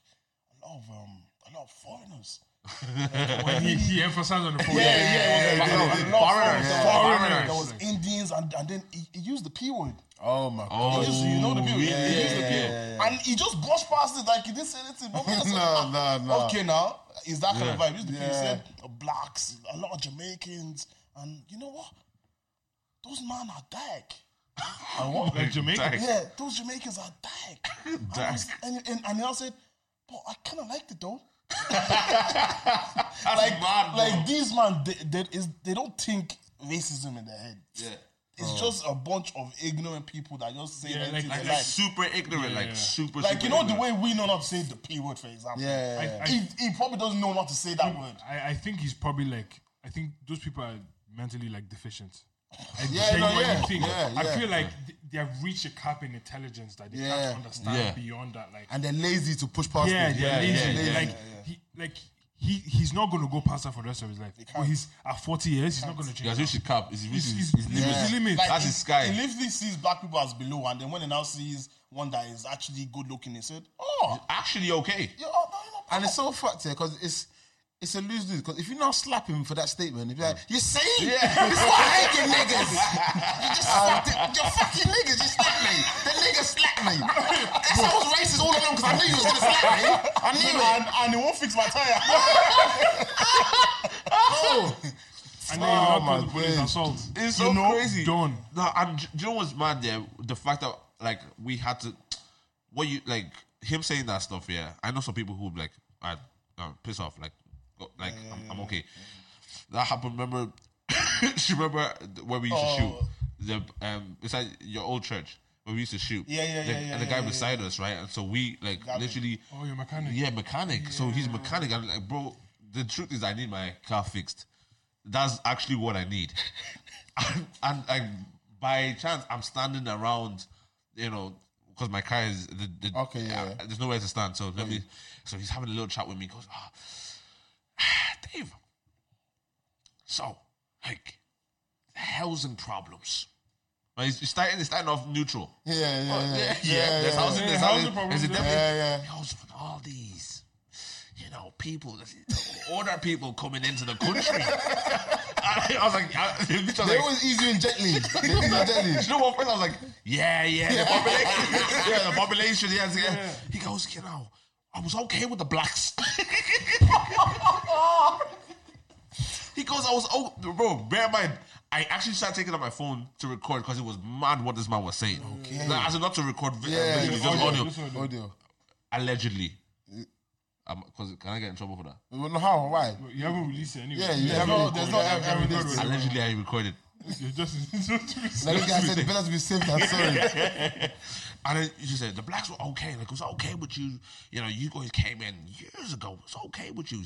[SPEAKER 4] a lot of um a lot of foreigners. Like, when
[SPEAKER 1] He,
[SPEAKER 4] he-
[SPEAKER 1] he emphasized on the point.
[SPEAKER 4] yeah, yeah, yeah, yeah.
[SPEAKER 2] Foreigners,
[SPEAKER 4] There
[SPEAKER 2] foreigners.
[SPEAKER 4] was Indians, and, and then he, he used the P word.
[SPEAKER 3] Oh my god.
[SPEAKER 2] Oh,
[SPEAKER 4] He used, you know the P word.
[SPEAKER 2] yeah,
[SPEAKER 4] he used the P
[SPEAKER 2] yeah,
[SPEAKER 4] word. And he just brushed past it like he didn't say anything. But we just said,
[SPEAKER 3] No,
[SPEAKER 4] "Ah,
[SPEAKER 3] no, no."
[SPEAKER 4] Okay, now, is that kind of
[SPEAKER 2] Yeah.
[SPEAKER 4] "Oh, vibe? He used the P word. He said, blacks, a lot of Jamaicans, And you know what? Those man are dyke.
[SPEAKER 1] I want like Jamaica.
[SPEAKER 2] Dyke.
[SPEAKER 4] Yeah, those Jamaicans are dyke. And I was- <laughs> And, and, and I said, but I kind of liked it though.
[SPEAKER 2] That's like, mad, bro.
[SPEAKER 4] Like these man, they, they, is, they don't think racism in their head.
[SPEAKER 2] yeah.
[SPEAKER 4] It's just a bunch of ignorant people that just say
[SPEAKER 1] Yeah,
[SPEAKER 4] anything
[SPEAKER 1] like-
[SPEAKER 2] Like,
[SPEAKER 4] they Oh. like,
[SPEAKER 2] like super ignorant,
[SPEAKER 1] Yeah,
[SPEAKER 2] like
[SPEAKER 1] yeah.
[SPEAKER 2] super.
[SPEAKER 4] Like,
[SPEAKER 2] super
[SPEAKER 4] you know the
[SPEAKER 2] ignorant.
[SPEAKER 4] way we know not to say the p word, for example.
[SPEAKER 3] Yeah,
[SPEAKER 1] I,
[SPEAKER 3] yeah, yeah.
[SPEAKER 1] I,
[SPEAKER 4] He, he probably doesn't know not to say that word.
[SPEAKER 1] I, I think he's probably like I think those people are mentally like deficient. I
[SPEAKER 3] Yeah, no, yeah, yeah,
[SPEAKER 1] I
[SPEAKER 3] yeah.
[SPEAKER 1] feel like th- they have reached a cap in intelligence that they
[SPEAKER 3] Yeah.
[SPEAKER 1] can't understand
[SPEAKER 2] Yeah.
[SPEAKER 1] beyond that. Like,
[SPEAKER 3] and they're lazy to push past
[SPEAKER 1] yeah,
[SPEAKER 3] it.
[SPEAKER 1] they're
[SPEAKER 2] yeah,
[SPEAKER 1] lazy.
[SPEAKER 2] yeah,
[SPEAKER 1] like, He, like he, he's not gonna go past that for the rest of his life. But he's at forty years, he's not gonna
[SPEAKER 2] He
[SPEAKER 1] change.
[SPEAKER 2] has
[SPEAKER 1] that.
[SPEAKER 2] reached cap. He's
[SPEAKER 1] He's,
[SPEAKER 2] reached
[SPEAKER 1] he's, he's,
[SPEAKER 2] his his limit.
[SPEAKER 1] his limit.
[SPEAKER 4] Like,
[SPEAKER 2] That's
[SPEAKER 4] he-
[SPEAKER 2] his sky.
[SPEAKER 4] He literally sees black people as below, and then when he now sees one that is actually good looking, he said, "Oh,
[SPEAKER 2] Actually, okay.
[SPEAKER 4] you're, oh, no, you're not
[SPEAKER 3] And it's so fucked here because it's it's a lose lose. Because if you now slap him for that statement, if you're like, you see, <laughs> this is why I hate you niggas. You just slapped it. You're fucking niggas. You slapped me. The nigga slapped me. That's I was racist all along because I knew you was gonna slap me. I knew
[SPEAKER 4] and,
[SPEAKER 3] it.
[SPEAKER 4] and it won't fix my <laughs> tire.
[SPEAKER 3] Oh,
[SPEAKER 1] and then you're
[SPEAKER 3] Oh,
[SPEAKER 1] not called
[SPEAKER 3] my
[SPEAKER 1] the police
[SPEAKER 3] days.
[SPEAKER 1] assault.
[SPEAKER 2] It's so
[SPEAKER 1] you know?
[SPEAKER 2] crazy.
[SPEAKER 1] Done.
[SPEAKER 2] No, I'm. do you know what's mad there? The fact that like we had to, what you like him saying that stuff. Yeah, I know some people who would be like, I um, piss off. Like, go, like I'm, I'm okay. That happened. Remember, <laughs> she remember when we used
[SPEAKER 4] Oh.
[SPEAKER 2] to shoot the um beside your old church when we used to shoot.
[SPEAKER 4] Yeah, yeah,
[SPEAKER 2] the,
[SPEAKER 4] yeah, yeah,
[SPEAKER 2] And the
[SPEAKER 4] yeah,
[SPEAKER 2] guy
[SPEAKER 4] yeah,
[SPEAKER 2] beside us, right? And so we like literally.
[SPEAKER 1] Oh, you're mechanic.
[SPEAKER 2] Yeah, mechanic. So he's mechanic. I'm like, bro, the truth is, I need my car fixed. That's actually what I need. and, and like by chance, I'm standing around, you know, because my car is the, the
[SPEAKER 3] Okay, yeah, yeah.
[SPEAKER 2] uh, there's nowhere to stand. So let me. So he's having a little chat with me. He goes, ah, <sighs> Dave. So, like, the housing problems. But he's he's starting, he's starting off neutral. <laughs>
[SPEAKER 3] yeah, yeah,
[SPEAKER 2] Oh,
[SPEAKER 3] yeah, yeah,
[SPEAKER 2] there's
[SPEAKER 3] yeah,
[SPEAKER 2] housing,
[SPEAKER 1] Yeah, housing
[SPEAKER 2] there's housing,
[SPEAKER 1] problems,
[SPEAKER 2] there's
[SPEAKER 1] yeah.
[SPEAKER 2] indemnity.
[SPEAKER 3] Yeah, yeah.
[SPEAKER 2] He also from all these, you know, people, <laughs> older people coming into the country. <laughs> I was like, I, <laughs> I was
[SPEAKER 3] They
[SPEAKER 2] like,
[SPEAKER 3] always ease you in gently. They ease you in gently.
[SPEAKER 2] <laughs> you know what? First I was like, yeah, yeah, the population, yeah, the population, yeah, yeah. He goes, you know, I was okay with the blacks. <laughs> he goes, I was oh, bro. Bear in mind, I actually started taking out my phone to record because it was mad what this man was saying. Okay. Like, as in not to record vi-
[SPEAKER 3] Yeah,
[SPEAKER 2] video,
[SPEAKER 3] just
[SPEAKER 2] just
[SPEAKER 3] audio.
[SPEAKER 2] audio,
[SPEAKER 1] This one, though.
[SPEAKER 3] Audio.
[SPEAKER 2] allegedly. Because can I get in trouble for that?
[SPEAKER 3] Well, no, how? Why?
[SPEAKER 1] You haven't released it anyway.
[SPEAKER 3] Yeah, you
[SPEAKER 1] haven't
[SPEAKER 3] haven't-
[SPEAKER 1] recorded
[SPEAKER 3] there's no
[SPEAKER 1] it. You haven't
[SPEAKER 3] evidence.
[SPEAKER 1] recorded
[SPEAKER 2] Allegedly, I recorded.
[SPEAKER 1] it. You're just- <laughs>
[SPEAKER 3] That guy said better to be safe than sorry.
[SPEAKER 2] And then she said, the blacks were okay. Like, it was okay with you. You know, you guys came in years ago. It was okay with you.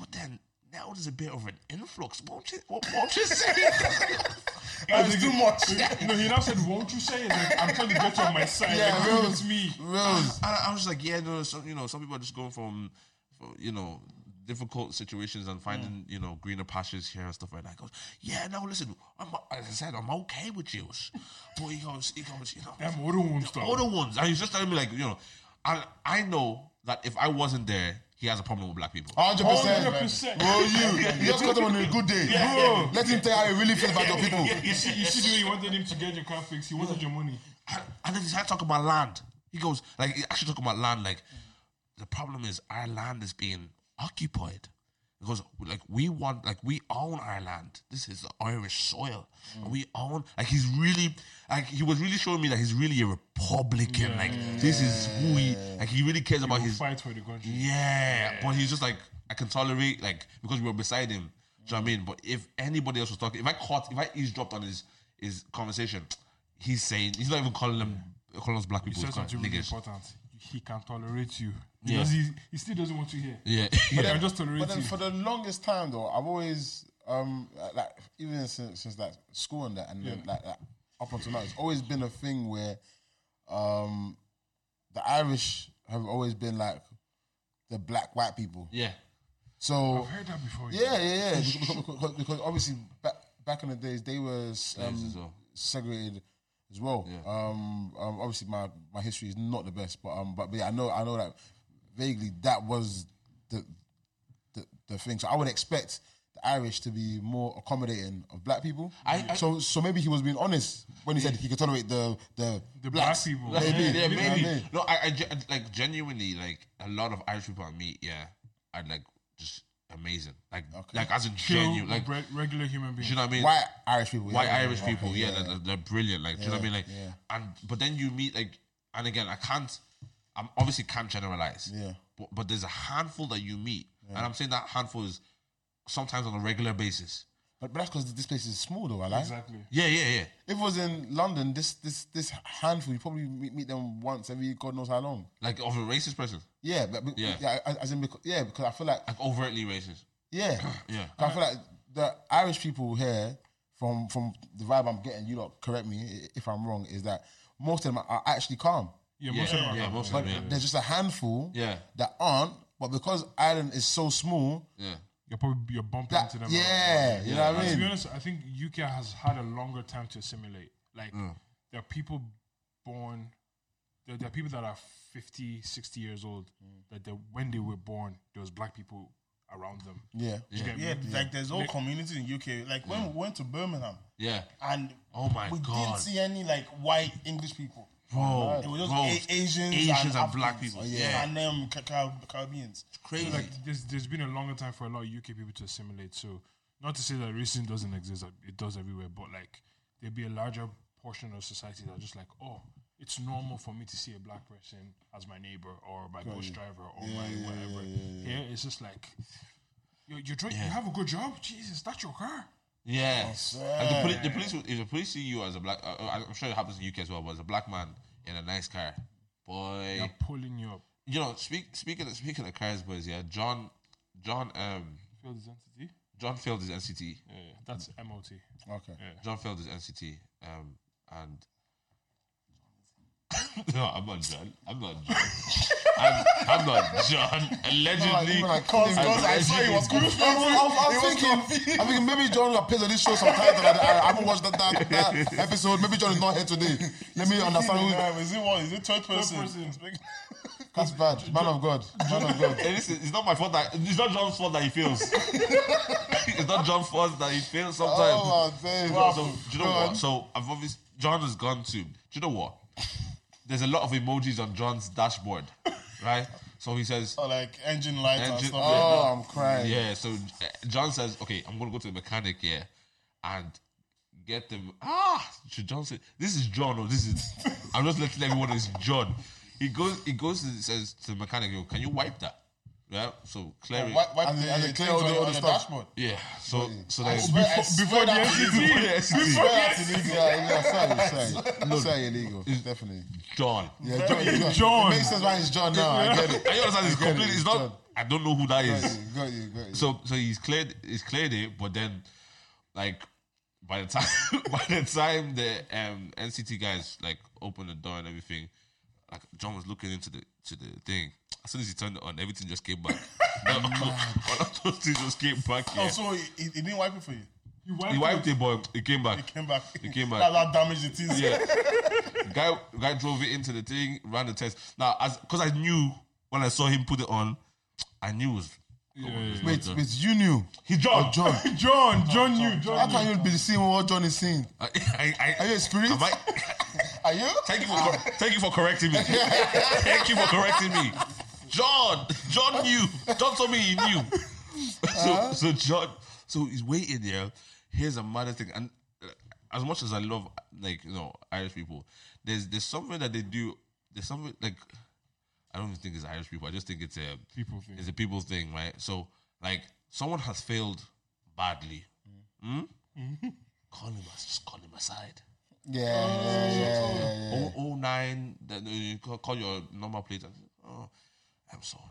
[SPEAKER 2] But then now there's a bit of an influx. Won't you, won't, won't you say?
[SPEAKER 4] It's too much."
[SPEAKER 1] No, he now said, "Won't you say it?" Like, I'm trying to get you on my side.
[SPEAKER 3] Yeah,
[SPEAKER 1] like,
[SPEAKER 3] bro.
[SPEAKER 1] It's me.
[SPEAKER 3] Rose.
[SPEAKER 2] and I, I was just like, yeah, no, some, you know, some people are just going from, from, you know, difficult situations and finding, you know, greener pastures here and stuff like that. He goes, yeah, no, listen, I'm, as I said, I'm okay with you. But he goes, he goes, you know.
[SPEAKER 1] Them other ones,
[SPEAKER 2] The
[SPEAKER 1] though.
[SPEAKER 2] other ones. And he's just telling me, like, you know, I, I know that if I wasn't there, he has a problem with black people.
[SPEAKER 3] Hundred
[SPEAKER 1] 100%.
[SPEAKER 3] percent. Bro, you
[SPEAKER 1] <laughs>
[SPEAKER 3] you just got him on a good day.
[SPEAKER 1] yeah.
[SPEAKER 3] Let him tell you how he really feels about your people.
[SPEAKER 1] You see, you see the way you wanted him to get your car fixed. He wanted your money.
[SPEAKER 2] And, <coughs> and then he started talking about land. He goes, like, he actually talking about land. Like, the problem is our land is being occupied. Because, like, we want, like, we own our land. This is Irish soil. We own, like, he's really, like, he was really showing me that he's really a Republican. like, this is who he, like, he really cares about
[SPEAKER 1] He
[SPEAKER 2] his
[SPEAKER 1] fight for the country.
[SPEAKER 2] Yeah, but he's just like I can tolerate like because we were beside him. Do you know what I mean? But if anybody else was talking, if I caught, if I eavesdropped on his his conversation, he's saying he's not even calling them calling us black
[SPEAKER 1] He
[SPEAKER 2] people
[SPEAKER 1] said
[SPEAKER 2] he's calling
[SPEAKER 1] something
[SPEAKER 2] them
[SPEAKER 1] really
[SPEAKER 2] niggas.
[SPEAKER 1] important. He can tolerate you
[SPEAKER 2] Yeah.
[SPEAKER 1] because he he still doesn't want you here.
[SPEAKER 2] Yeah,
[SPEAKER 1] But
[SPEAKER 2] yeah.
[SPEAKER 1] I'm just
[SPEAKER 3] But
[SPEAKER 1] tolerating
[SPEAKER 3] then
[SPEAKER 1] you.
[SPEAKER 3] for the longest time though, I've always um like even since since like school and that and then like, like up until now, it's always been a thing where um the Irish have always been like the black white people.
[SPEAKER 2] yeah.
[SPEAKER 3] So
[SPEAKER 1] I've heard that before.
[SPEAKER 3] yeah, yeah, yeah. Because,
[SPEAKER 2] <laughs>
[SPEAKER 3] because, because obviously back back in the days they were um,
[SPEAKER 2] as well.
[SPEAKER 3] segregated as well.
[SPEAKER 2] Yeah.
[SPEAKER 3] Um, um, obviously my, my history is not the best, but um, but, but yeah, I know I know that vaguely that was the, the the thing. So I would expect the Irish to be more accommodating of black people.
[SPEAKER 2] I- I-
[SPEAKER 3] so so maybe he was being honest when he said he could tolerate the the,
[SPEAKER 1] The
[SPEAKER 3] blacks.
[SPEAKER 1] black people.
[SPEAKER 2] Maybe,
[SPEAKER 3] Maybe,
[SPEAKER 2] yeah,
[SPEAKER 3] you know what I
[SPEAKER 2] maybe.
[SPEAKER 3] mean?
[SPEAKER 2] No, I, I ge- like genuinely like a lot of Irish people I meet, yeah, are like just amazing. Like, like as a genuine, like, do
[SPEAKER 1] re- regular human being.
[SPEAKER 2] you know what I mean?
[SPEAKER 3] White Irish people.
[SPEAKER 2] white
[SPEAKER 3] yeah,
[SPEAKER 2] Irish
[SPEAKER 3] yeah,
[SPEAKER 2] people.
[SPEAKER 3] okay,
[SPEAKER 2] yeah, They're, they're brilliant. Like, do you know what I mean? Like,
[SPEAKER 3] yeah.
[SPEAKER 2] and but then you meet like, and again, I can't. I'm obviously can't generalize.
[SPEAKER 3] Yeah.
[SPEAKER 2] But, but there's a handful that you meet, and I'm saying that handful is sometimes on a regular basis.
[SPEAKER 3] But, but that's because this place is small, though. I like.
[SPEAKER 1] Exactly.
[SPEAKER 2] Yeah, yeah, yeah.
[SPEAKER 3] If it was in London, this this this handful, you probably meet, meet them once every God knows how long.
[SPEAKER 2] Like of a racist person,
[SPEAKER 3] Yeah, but but-
[SPEAKER 2] Yeah.
[SPEAKER 3] yeah, as- as in because, yeah, because I feel like
[SPEAKER 2] like overtly racist.
[SPEAKER 3] yeah,
[SPEAKER 2] <clears throat> Yeah.
[SPEAKER 3] 'Cause I feel like the Irish people here, from from the vibe I'm getting, you lot correct me i- if I'm wrong, is that most of them are actually calm.
[SPEAKER 1] Yeah,
[SPEAKER 2] Yeah,
[SPEAKER 1] most of them are.
[SPEAKER 2] yeah,
[SPEAKER 1] like
[SPEAKER 2] most
[SPEAKER 1] that.
[SPEAKER 2] of them. Yeah.
[SPEAKER 3] There's just a handful
[SPEAKER 2] Yeah.
[SPEAKER 3] that aren't, but because Ireland is so small,
[SPEAKER 2] Yeah.
[SPEAKER 1] You're probably you're bumping
[SPEAKER 3] that
[SPEAKER 1] into them.
[SPEAKER 3] yeah, you know what I
[SPEAKER 1] To be
[SPEAKER 3] mean.
[SPEAKER 1] honest, I think UK has had a longer time to assimilate. Like,
[SPEAKER 3] Mm.
[SPEAKER 1] there are people born, there, there are people that are 50, 60 years old, that they, when they were born, there was black people around them.
[SPEAKER 3] Yeah,
[SPEAKER 1] Do you get me?
[SPEAKER 4] <laughs> Yeah, like there's whole community in UK. Like when we went to Birmingham
[SPEAKER 2] Yeah.
[SPEAKER 4] and
[SPEAKER 2] Oh my
[SPEAKER 4] we
[SPEAKER 2] God.
[SPEAKER 4] didn't see any like white English people.
[SPEAKER 2] Bro,
[SPEAKER 4] It was just
[SPEAKER 2] bro,
[SPEAKER 4] A- Asians,
[SPEAKER 2] Asians and
[SPEAKER 4] Africans.
[SPEAKER 2] black people.
[SPEAKER 4] Oh,
[SPEAKER 2] Yeah.
[SPEAKER 4] and um, Ca- Ca- Caribbeans.
[SPEAKER 2] crazy.
[SPEAKER 1] Like, there's, there's been a longer time for a lot of UK people to assimilate. So, not to say that racism doesn't exist, like, it does everywhere, but like, there'd be a larger portion of society that are just like, oh, it's normal for me to see a black person as my neighbor or my bus driver or my whatever. Here, it's just like, you you drink, you have a good job. Jesus, that's your car.
[SPEAKER 2] Yes. And the, poli- the police, will- if the police see you as a black, uh, uh, I'm sure it happens in UK as well, but as a black man in a nice car, boy,
[SPEAKER 1] They're pulling you up.
[SPEAKER 2] you know. Speak, speaking, of, speaking of cars, boys. Yeah, John, John, um,
[SPEAKER 1] Field identity.
[SPEAKER 2] John failed his NCT.
[SPEAKER 1] Yeah, that's MOT.
[SPEAKER 3] okay.
[SPEAKER 2] John failed his NCT, um, and <laughs> no, I'm not John. I'm not John. <laughs> I'm, I'm not John.
[SPEAKER 3] Like,
[SPEAKER 2] Allegedly,
[SPEAKER 3] even like, cause,
[SPEAKER 4] Because I saw he was confused.
[SPEAKER 3] I was, I was
[SPEAKER 4] He was
[SPEAKER 3] thinking, I think maybe John appears on this show sometimes, and I, I haven't watched that, that, that episode. Maybe John is not here today. Let me understand who.
[SPEAKER 4] Yeah, Is it one? Is it third person?
[SPEAKER 3] That's bad. Man of God. Man of God.
[SPEAKER 2] Hey, listen, it's not my fault that it's not John's fault that he fails. <laughs> it's not John's fault that he fails sometimes.
[SPEAKER 3] Oh my days.
[SPEAKER 2] so, do you know what? So I've obviously John has gone to. Do you know what? There's a lot of emojis on John's dashboard, <laughs> right? So he says,
[SPEAKER 4] Or Oh, like engine lights and
[SPEAKER 2] Engine-
[SPEAKER 4] stuff.
[SPEAKER 2] Oh.
[SPEAKER 4] like that.
[SPEAKER 3] Oh, I'm crying.
[SPEAKER 2] yeah. So uh, John says, okay, I'm gonna go to the mechanic here, and get them. Ah, so John said, this is John. Or this is. <laughs> I'm just letting everyone know it's John. He goes. He goes and says to the mechanic, yo, can you wipe that? Yeah. So clear it.
[SPEAKER 4] Wipe- wipe
[SPEAKER 3] And they-
[SPEAKER 4] the
[SPEAKER 3] and they
[SPEAKER 4] things
[SPEAKER 3] clear all
[SPEAKER 4] on
[SPEAKER 3] the-
[SPEAKER 4] your-
[SPEAKER 3] all
[SPEAKER 4] on
[SPEAKER 3] the
[SPEAKER 4] your
[SPEAKER 3] stuff.
[SPEAKER 4] dashboard.
[SPEAKER 2] Yeah. So so <laughs> then
[SPEAKER 3] swear- I
[SPEAKER 1] Before,
[SPEAKER 3] swear
[SPEAKER 1] the
[SPEAKER 2] <laughs>
[SPEAKER 3] that-
[SPEAKER 1] NCT.
[SPEAKER 3] Sorry, yeah, sorry, sorry. Sorry, illegal. Definitely. <laughs>
[SPEAKER 2] John.
[SPEAKER 3] Yeah, John. John.
[SPEAKER 1] John.
[SPEAKER 3] It makes sense why he's John now. I get it.
[SPEAKER 2] I understand it's
[SPEAKER 3] I get it,
[SPEAKER 2] completely. It's
[SPEAKER 3] it's
[SPEAKER 2] not.
[SPEAKER 3] John.
[SPEAKER 2] I don't know who that
[SPEAKER 3] Got
[SPEAKER 2] is.
[SPEAKER 3] you, got you, got you.
[SPEAKER 2] So so he's cleared. He's cleared it, but then, like, by the <laughs> time by the time the um, NCT guys like opened the door and everything, like John was looking into the to the thing. As soon as he turned it on, everything just came
[SPEAKER 3] <laughs>
[SPEAKER 2] back. All of those things just came back.
[SPEAKER 4] Oh,
[SPEAKER 2] Yeah.
[SPEAKER 4] so he, he he didn't wipe it for you.
[SPEAKER 1] You
[SPEAKER 2] He
[SPEAKER 1] wiped
[SPEAKER 2] wiped it, boy. It came back.
[SPEAKER 4] He
[SPEAKER 3] <laughs>
[SPEAKER 4] came back.
[SPEAKER 2] He came back.
[SPEAKER 4] That's how damaged it is.
[SPEAKER 2] Yeah. guy guy drove it into the thing, ran the test. Now, as because I knew when I saw him put it on, I knew it was.
[SPEAKER 1] yeah.
[SPEAKER 3] Wait, wait, you knew.
[SPEAKER 2] He John.
[SPEAKER 3] Oh, John.
[SPEAKER 1] John, John, you,
[SPEAKER 3] How
[SPEAKER 1] John. you.
[SPEAKER 3] can you be seeing what John is seeing?
[SPEAKER 2] <laughs> I, I, I,
[SPEAKER 3] Are you a spirit?
[SPEAKER 2] am I-
[SPEAKER 3] Are you?
[SPEAKER 2] thank you for cor- thank you for correcting me. thank you for correcting me. John. John knew. John told me he knew. <laughs> so so John. So he's waiting there. Here's a mother thing, and uh, as much as I love like you know Irish people, there's there's something that they do. There's something like I don't even think it's Irish people. I just think it's a
[SPEAKER 1] People thing.
[SPEAKER 2] It's a people thing, right? So like someone has failed badly. Hmm? Call him as- just call him aside.
[SPEAKER 3] Yeah, yeah, yeah, yeah, yeah.
[SPEAKER 2] Oh oh nine. Then you ca- call your number plate. And, oh, I'm sorry.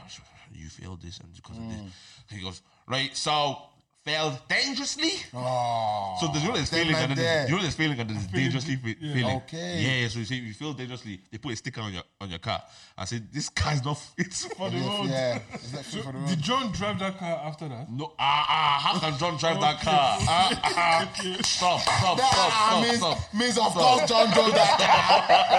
[SPEAKER 2] I'm sorry, You failed this, and because of this,
[SPEAKER 3] Mm.
[SPEAKER 2] he goes right. So failed dangerously.
[SPEAKER 3] Oh,
[SPEAKER 2] So there's one that's
[SPEAKER 3] Then
[SPEAKER 2] failing,
[SPEAKER 3] like
[SPEAKER 2] and then there's,
[SPEAKER 3] that.
[SPEAKER 2] you know there's failing,
[SPEAKER 3] <laughs>
[SPEAKER 2] and then there's dangerously fa- failing.
[SPEAKER 3] Okay.
[SPEAKER 2] Yeah, yeah. So you say you fail dangerously. They put a sticker on your on your car. I say this car is not fit <laughs> for the road.
[SPEAKER 1] <laughs>
[SPEAKER 3] yeah. Is that fit for the
[SPEAKER 1] Did
[SPEAKER 3] road?
[SPEAKER 1] John drive that car after that?
[SPEAKER 2] No, ah, ah, how can John drive that car? Ah, ah,
[SPEAKER 3] <laughs>
[SPEAKER 2] ah. Stop, stop, stop,
[SPEAKER 3] Ah,
[SPEAKER 2] stop,
[SPEAKER 3] means,
[SPEAKER 2] stop.
[SPEAKER 3] means of course John do
[SPEAKER 2] <laughs>
[SPEAKER 3] that.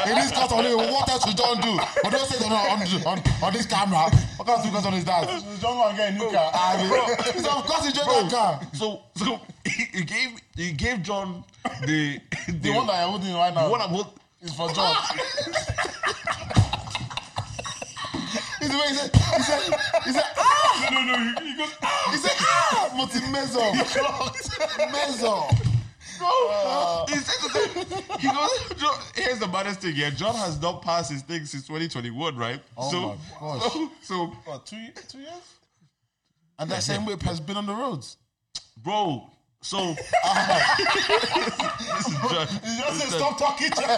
[SPEAKER 3] In this case, only what else should John do? But don't say that on, on, on, on this camera. What kind of question is that? <laughs>
[SPEAKER 4] So John go and get a
[SPEAKER 3] Oh.
[SPEAKER 4] new car.
[SPEAKER 3] I mean, means Ah, of course he ah, drove that car.
[SPEAKER 2] So, so <laughs> he gave he gave John the <laughs> the,
[SPEAKER 4] The one that I'm holding right now
[SPEAKER 2] one I'm holding.
[SPEAKER 4] is for
[SPEAKER 2] <laughs>
[SPEAKER 3] <laughs>
[SPEAKER 4] John.
[SPEAKER 3] He's the way he said, he said, he said, ah!
[SPEAKER 2] no, no, he, he goes, ah!
[SPEAKER 3] He said, ah, multi-mezo. Mezo.
[SPEAKER 2] He said to them, he goes, John, here's the baddest thing, yeah. John has not passed his thing since 2021, right?
[SPEAKER 3] Oh
[SPEAKER 2] so,
[SPEAKER 3] my gosh.
[SPEAKER 2] so, so,
[SPEAKER 4] What, two, ye- two years?
[SPEAKER 3] And that same whip has been on the roads.
[SPEAKER 2] bro, so. <laughs> this is John.
[SPEAKER 4] Just say, stop talking. John."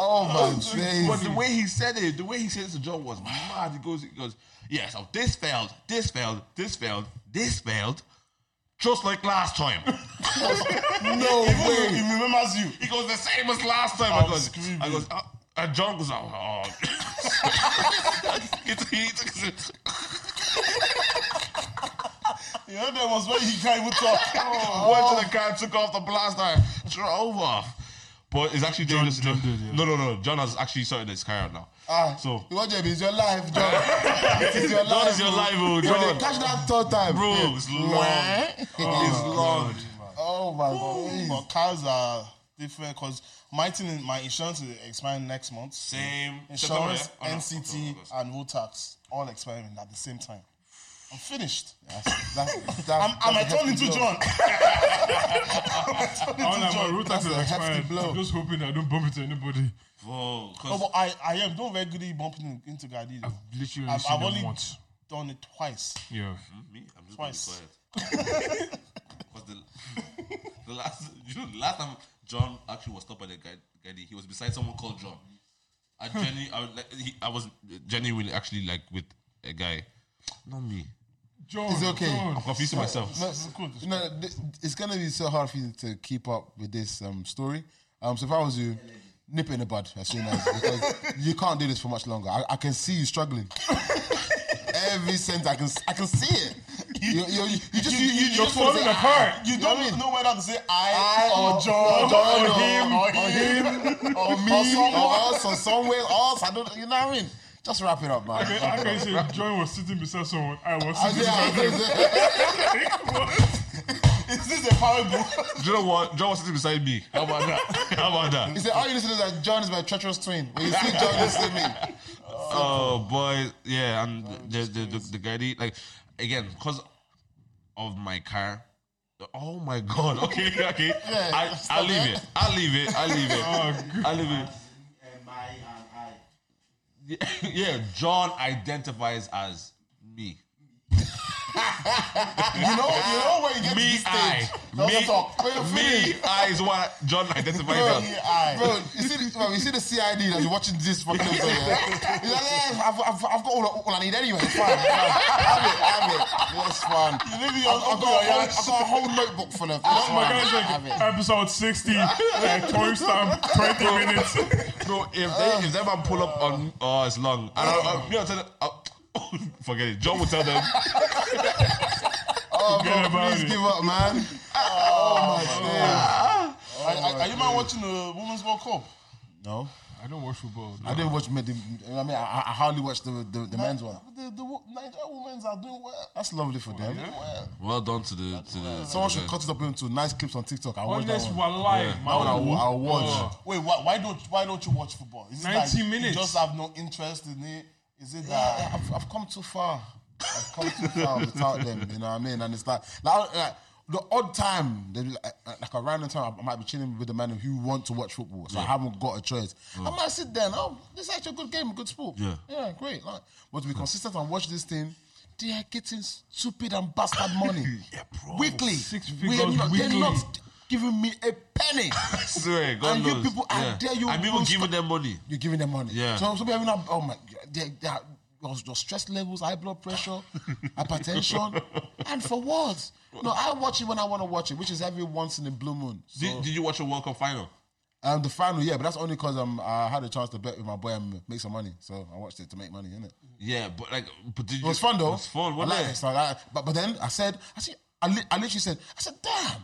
[SPEAKER 3] Oh my
[SPEAKER 2] But
[SPEAKER 3] days.
[SPEAKER 2] the way he said it, the way he said it to John was mad. He goes, he goes, yeah, so this failed, this failed, this failed, this failed, just like last time.
[SPEAKER 3] No
[SPEAKER 4] Even
[SPEAKER 3] way.
[SPEAKER 4] He remembers you.
[SPEAKER 2] he goes, the same as last time.
[SPEAKER 4] I'm
[SPEAKER 2] I goes,
[SPEAKER 4] screaming.
[SPEAKER 2] I goes, uh, and John goes, oh. <laughs> he took- he took-
[SPEAKER 4] You know, there was when he can't
[SPEAKER 2] <laughs>
[SPEAKER 4] even talk.
[SPEAKER 3] Ah,
[SPEAKER 2] Went to the car, took off the blaster, drove off. But it's actually
[SPEAKER 1] John-
[SPEAKER 2] dangerous.
[SPEAKER 1] John did, yeah.
[SPEAKER 2] No, no, no. John has actually sorted his car out now.
[SPEAKER 3] Ah,
[SPEAKER 2] So-
[SPEAKER 3] What, Jamie? It's your life,
[SPEAKER 2] <laughs>
[SPEAKER 3] John. It's your
[SPEAKER 2] John is your
[SPEAKER 3] bro.
[SPEAKER 2] life, oh,
[SPEAKER 3] When they
[SPEAKER 2] John.
[SPEAKER 3] catch that third time.
[SPEAKER 2] Bro,
[SPEAKER 3] eh,
[SPEAKER 2] it's long. It's long.
[SPEAKER 3] Oh my days.
[SPEAKER 4] But cars are different because my thing, my insurance is expiring next month.
[SPEAKER 2] Same. September,
[SPEAKER 4] Insurance,
[SPEAKER 2] yeah? Oh, no,
[SPEAKER 4] NCT,
[SPEAKER 2] October, August.
[SPEAKER 4] and road tax all expiring at the same time. I'm finished.
[SPEAKER 3] That's- that's- that's-
[SPEAKER 4] I'm, I'm I
[SPEAKER 3] that's a
[SPEAKER 4] turn
[SPEAKER 3] hefty
[SPEAKER 4] into
[SPEAKER 3] blow.
[SPEAKER 4] John.
[SPEAKER 1] All like my route
[SPEAKER 3] That's
[SPEAKER 1] tax
[SPEAKER 3] a
[SPEAKER 1] is
[SPEAKER 3] hefty
[SPEAKER 1] expired.
[SPEAKER 3] blow.
[SPEAKER 1] I'm just hoping I don't bump into anybody.
[SPEAKER 2] Whoa, 'cause-
[SPEAKER 4] No, but I, I am don't regularly bump in- into Gadi.
[SPEAKER 1] I've
[SPEAKER 4] I've
[SPEAKER 1] literally
[SPEAKER 4] I've-
[SPEAKER 1] seen
[SPEAKER 4] I've
[SPEAKER 1] them
[SPEAKER 4] only-
[SPEAKER 1] once.
[SPEAKER 4] done it twice.
[SPEAKER 1] Yeah.
[SPEAKER 2] Me? I'm just
[SPEAKER 4] Twice.
[SPEAKER 2] gonna be quiet. 'Cause the, the last, you know, the last time John actually was stopped by the guy, guy, he was beside someone called John. I genuinely, I was, like, he, I was genuinely actually like with a guy, not me.
[SPEAKER 1] John,
[SPEAKER 3] It's okay.
[SPEAKER 2] I'm
[SPEAKER 1] John.
[SPEAKER 2] confusing myself.
[SPEAKER 3] No, you know, th- it's gonna be so hard for you to keep up with this um, story. Um, so if I was you, nip it in the bud as soon as <laughs> because you can't do this for much longer. I, I can see you struggling. <laughs> Every sentence, I can s- I can see it. You, you, you, you just you, you,
[SPEAKER 4] You're
[SPEAKER 3] just wanna
[SPEAKER 4] falling
[SPEAKER 3] say,
[SPEAKER 4] apart.
[SPEAKER 3] "Ah."
[SPEAKER 4] You
[SPEAKER 3] know
[SPEAKER 4] don't
[SPEAKER 3] what I mean?
[SPEAKER 4] know whether to say I,
[SPEAKER 3] I
[SPEAKER 4] or John or, him or him.
[SPEAKER 3] him or <laughs> me
[SPEAKER 4] or
[SPEAKER 3] or,
[SPEAKER 4] someone.
[SPEAKER 3] us or somewhere else. I don't. You know what I mean? Just wrap it up, man.
[SPEAKER 1] I can't- I can't say John was sitting beside someone. I was
[SPEAKER 3] I
[SPEAKER 1] sitting beside them.
[SPEAKER 4] Is this a parable?
[SPEAKER 2] Do you know what? John was sitting beside me. How about that? <laughs> How about
[SPEAKER 3] He
[SPEAKER 2] that?
[SPEAKER 3] said, "All you listen to is that John is my treacherous twin. When you see John, listen to me."
[SPEAKER 2] Oh boy, yeah. And the the the, the guy, did- like again, because of my car. Oh my god. <laughs> Okay, okay.
[SPEAKER 3] Yeah,
[SPEAKER 2] I I
[SPEAKER 3] stop Oh,
[SPEAKER 2] leave it. I leave it. I leave
[SPEAKER 3] <laughs>
[SPEAKER 2] it. I leave it. <laughs>
[SPEAKER 5] my and I.
[SPEAKER 2] yeah, John identifies as me.
[SPEAKER 3] You know, you know when you get to
[SPEAKER 2] Me,
[SPEAKER 3] this
[SPEAKER 2] I.
[SPEAKER 3] stage.
[SPEAKER 2] Me,
[SPEAKER 3] That's what I'm talking- when
[SPEAKER 2] me,
[SPEAKER 3] you finish,
[SPEAKER 2] I is what John
[SPEAKER 3] <laughs>
[SPEAKER 2] identifies
[SPEAKER 3] Bro,
[SPEAKER 2] as.
[SPEAKER 3] bro, you see, the, bro, you see the CID that's watching this fucking episode. <laughs> Yeah? He's like, yeah, I've, I've, I've got all, all I need anyway. It's fine. It's fine. Have it, have it. It's fine. I've,
[SPEAKER 4] Maybe you're
[SPEAKER 3] I've, got a
[SPEAKER 4] your
[SPEAKER 3] whole,
[SPEAKER 4] yard.
[SPEAKER 3] I've got a whole notebook full of.
[SPEAKER 1] Oh my god, it's
[SPEAKER 3] have
[SPEAKER 1] like
[SPEAKER 3] it.
[SPEAKER 1] episode eh, 60,
[SPEAKER 3] <laughs>
[SPEAKER 1] like timestamp 20 minutes.
[SPEAKER 2] Bro, if
[SPEAKER 3] Uh.
[SPEAKER 2] they if they man pull up on oh it's long. And I, I, me, I'll tell them, oh, <laughs> forget it. John will tell them.
[SPEAKER 3] Oh,
[SPEAKER 1] Forget
[SPEAKER 3] bro,
[SPEAKER 1] about
[SPEAKER 3] please
[SPEAKER 1] it.
[SPEAKER 3] give up, man. Oh my days.
[SPEAKER 4] Are, are, are you man watching the Women's World Cup?
[SPEAKER 3] No,
[SPEAKER 1] I don't watch football.
[SPEAKER 3] I didn't watch. med- I mean, I, I hardly watched the the, the men's one.
[SPEAKER 4] The, the, wo- Nigerian women's are doing well.
[SPEAKER 3] That's lovely for them.
[SPEAKER 2] Well done to the to the
[SPEAKER 3] Someone should cut it up into nice clips on TikTok. I watch that
[SPEAKER 1] Honest,
[SPEAKER 3] one.
[SPEAKER 1] we're live,
[SPEAKER 2] Yeah.
[SPEAKER 3] That one
[SPEAKER 1] man.
[SPEAKER 3] I'll, I'll watch.
[SPEAKER 4] Wait, why, why don't why don't you watch football? Is it
[SPEAKER 1] 90
[SPEAKER 4] you
[SPEAKER 1] minutes.
[SPEAKER 4] just have no interest in it. Is it that?
[SPEAKER 3] Yeah, I've, I've come too far. I've come too far without them. You know what I mean? And it's like, like, like the odd time, they be like, like a random time, I might be chilling with the man who want to watch football, so I haven't got a choice. I might sit there. And, oh, this is actually a good game, a good sport.
[SPEAKER 2] Yeah.
[SPEAKER 3] yeah, great. Like, but to be consistent and watch this thing. They are getting stupid and bastard money
[SPEAKER 2] Yeah, bro.
[SPEAKER 3] weekly.
[SPEAKER 1] Six
[SPEAKER 3] We are
[SPEAKER 1] figures
[SPEAKER 3] not, They're
[SPEAKER 1] weekly.
[SPEAKER 3] not giving me a penny.
[SPEAKER 2] swear, God
[SPEAKER 3] And you
[SPEAKER 2] knows.
[SPEAKER 3] people, I dare you
[SPEAKER 2] And people
[SPEAKER 3] won't
[SPEAKER 2] giving
[SPEAKER 3] stop-
[SPEAKER 2] them money.
[SPEAKER 3] you're giving them money.
[SPEAKER 2] Yeah.
[SPEAKER 3] So, so people are not, oh my, they, they are, your, your stress levels, high blood
[SPEAKER 2] <laughs>
[SPEAKER 3] pressure, hypertension, and for what? No, I watch it when I want to watch it, which is every once in a blue moon. So,
[SPEAKER 2] Did, did you watch a World Cup final?
[SPEAKER 3] um, the final, yeah, but that's only because um, I had a chance to bet with my boy and make some money, so I watched it to make money, innit?
[SPEAKER 2] Yeah, but like, but did you?
[SPEAKER 3] It was fun though.
[SPEAKER 2] It was fun.
[SPEAKER 3] I
[SPEAKER 2] What
[SPEAKER 3] like it, so I like it. but but then I said, I see, I, li- I literally said, I said, damn,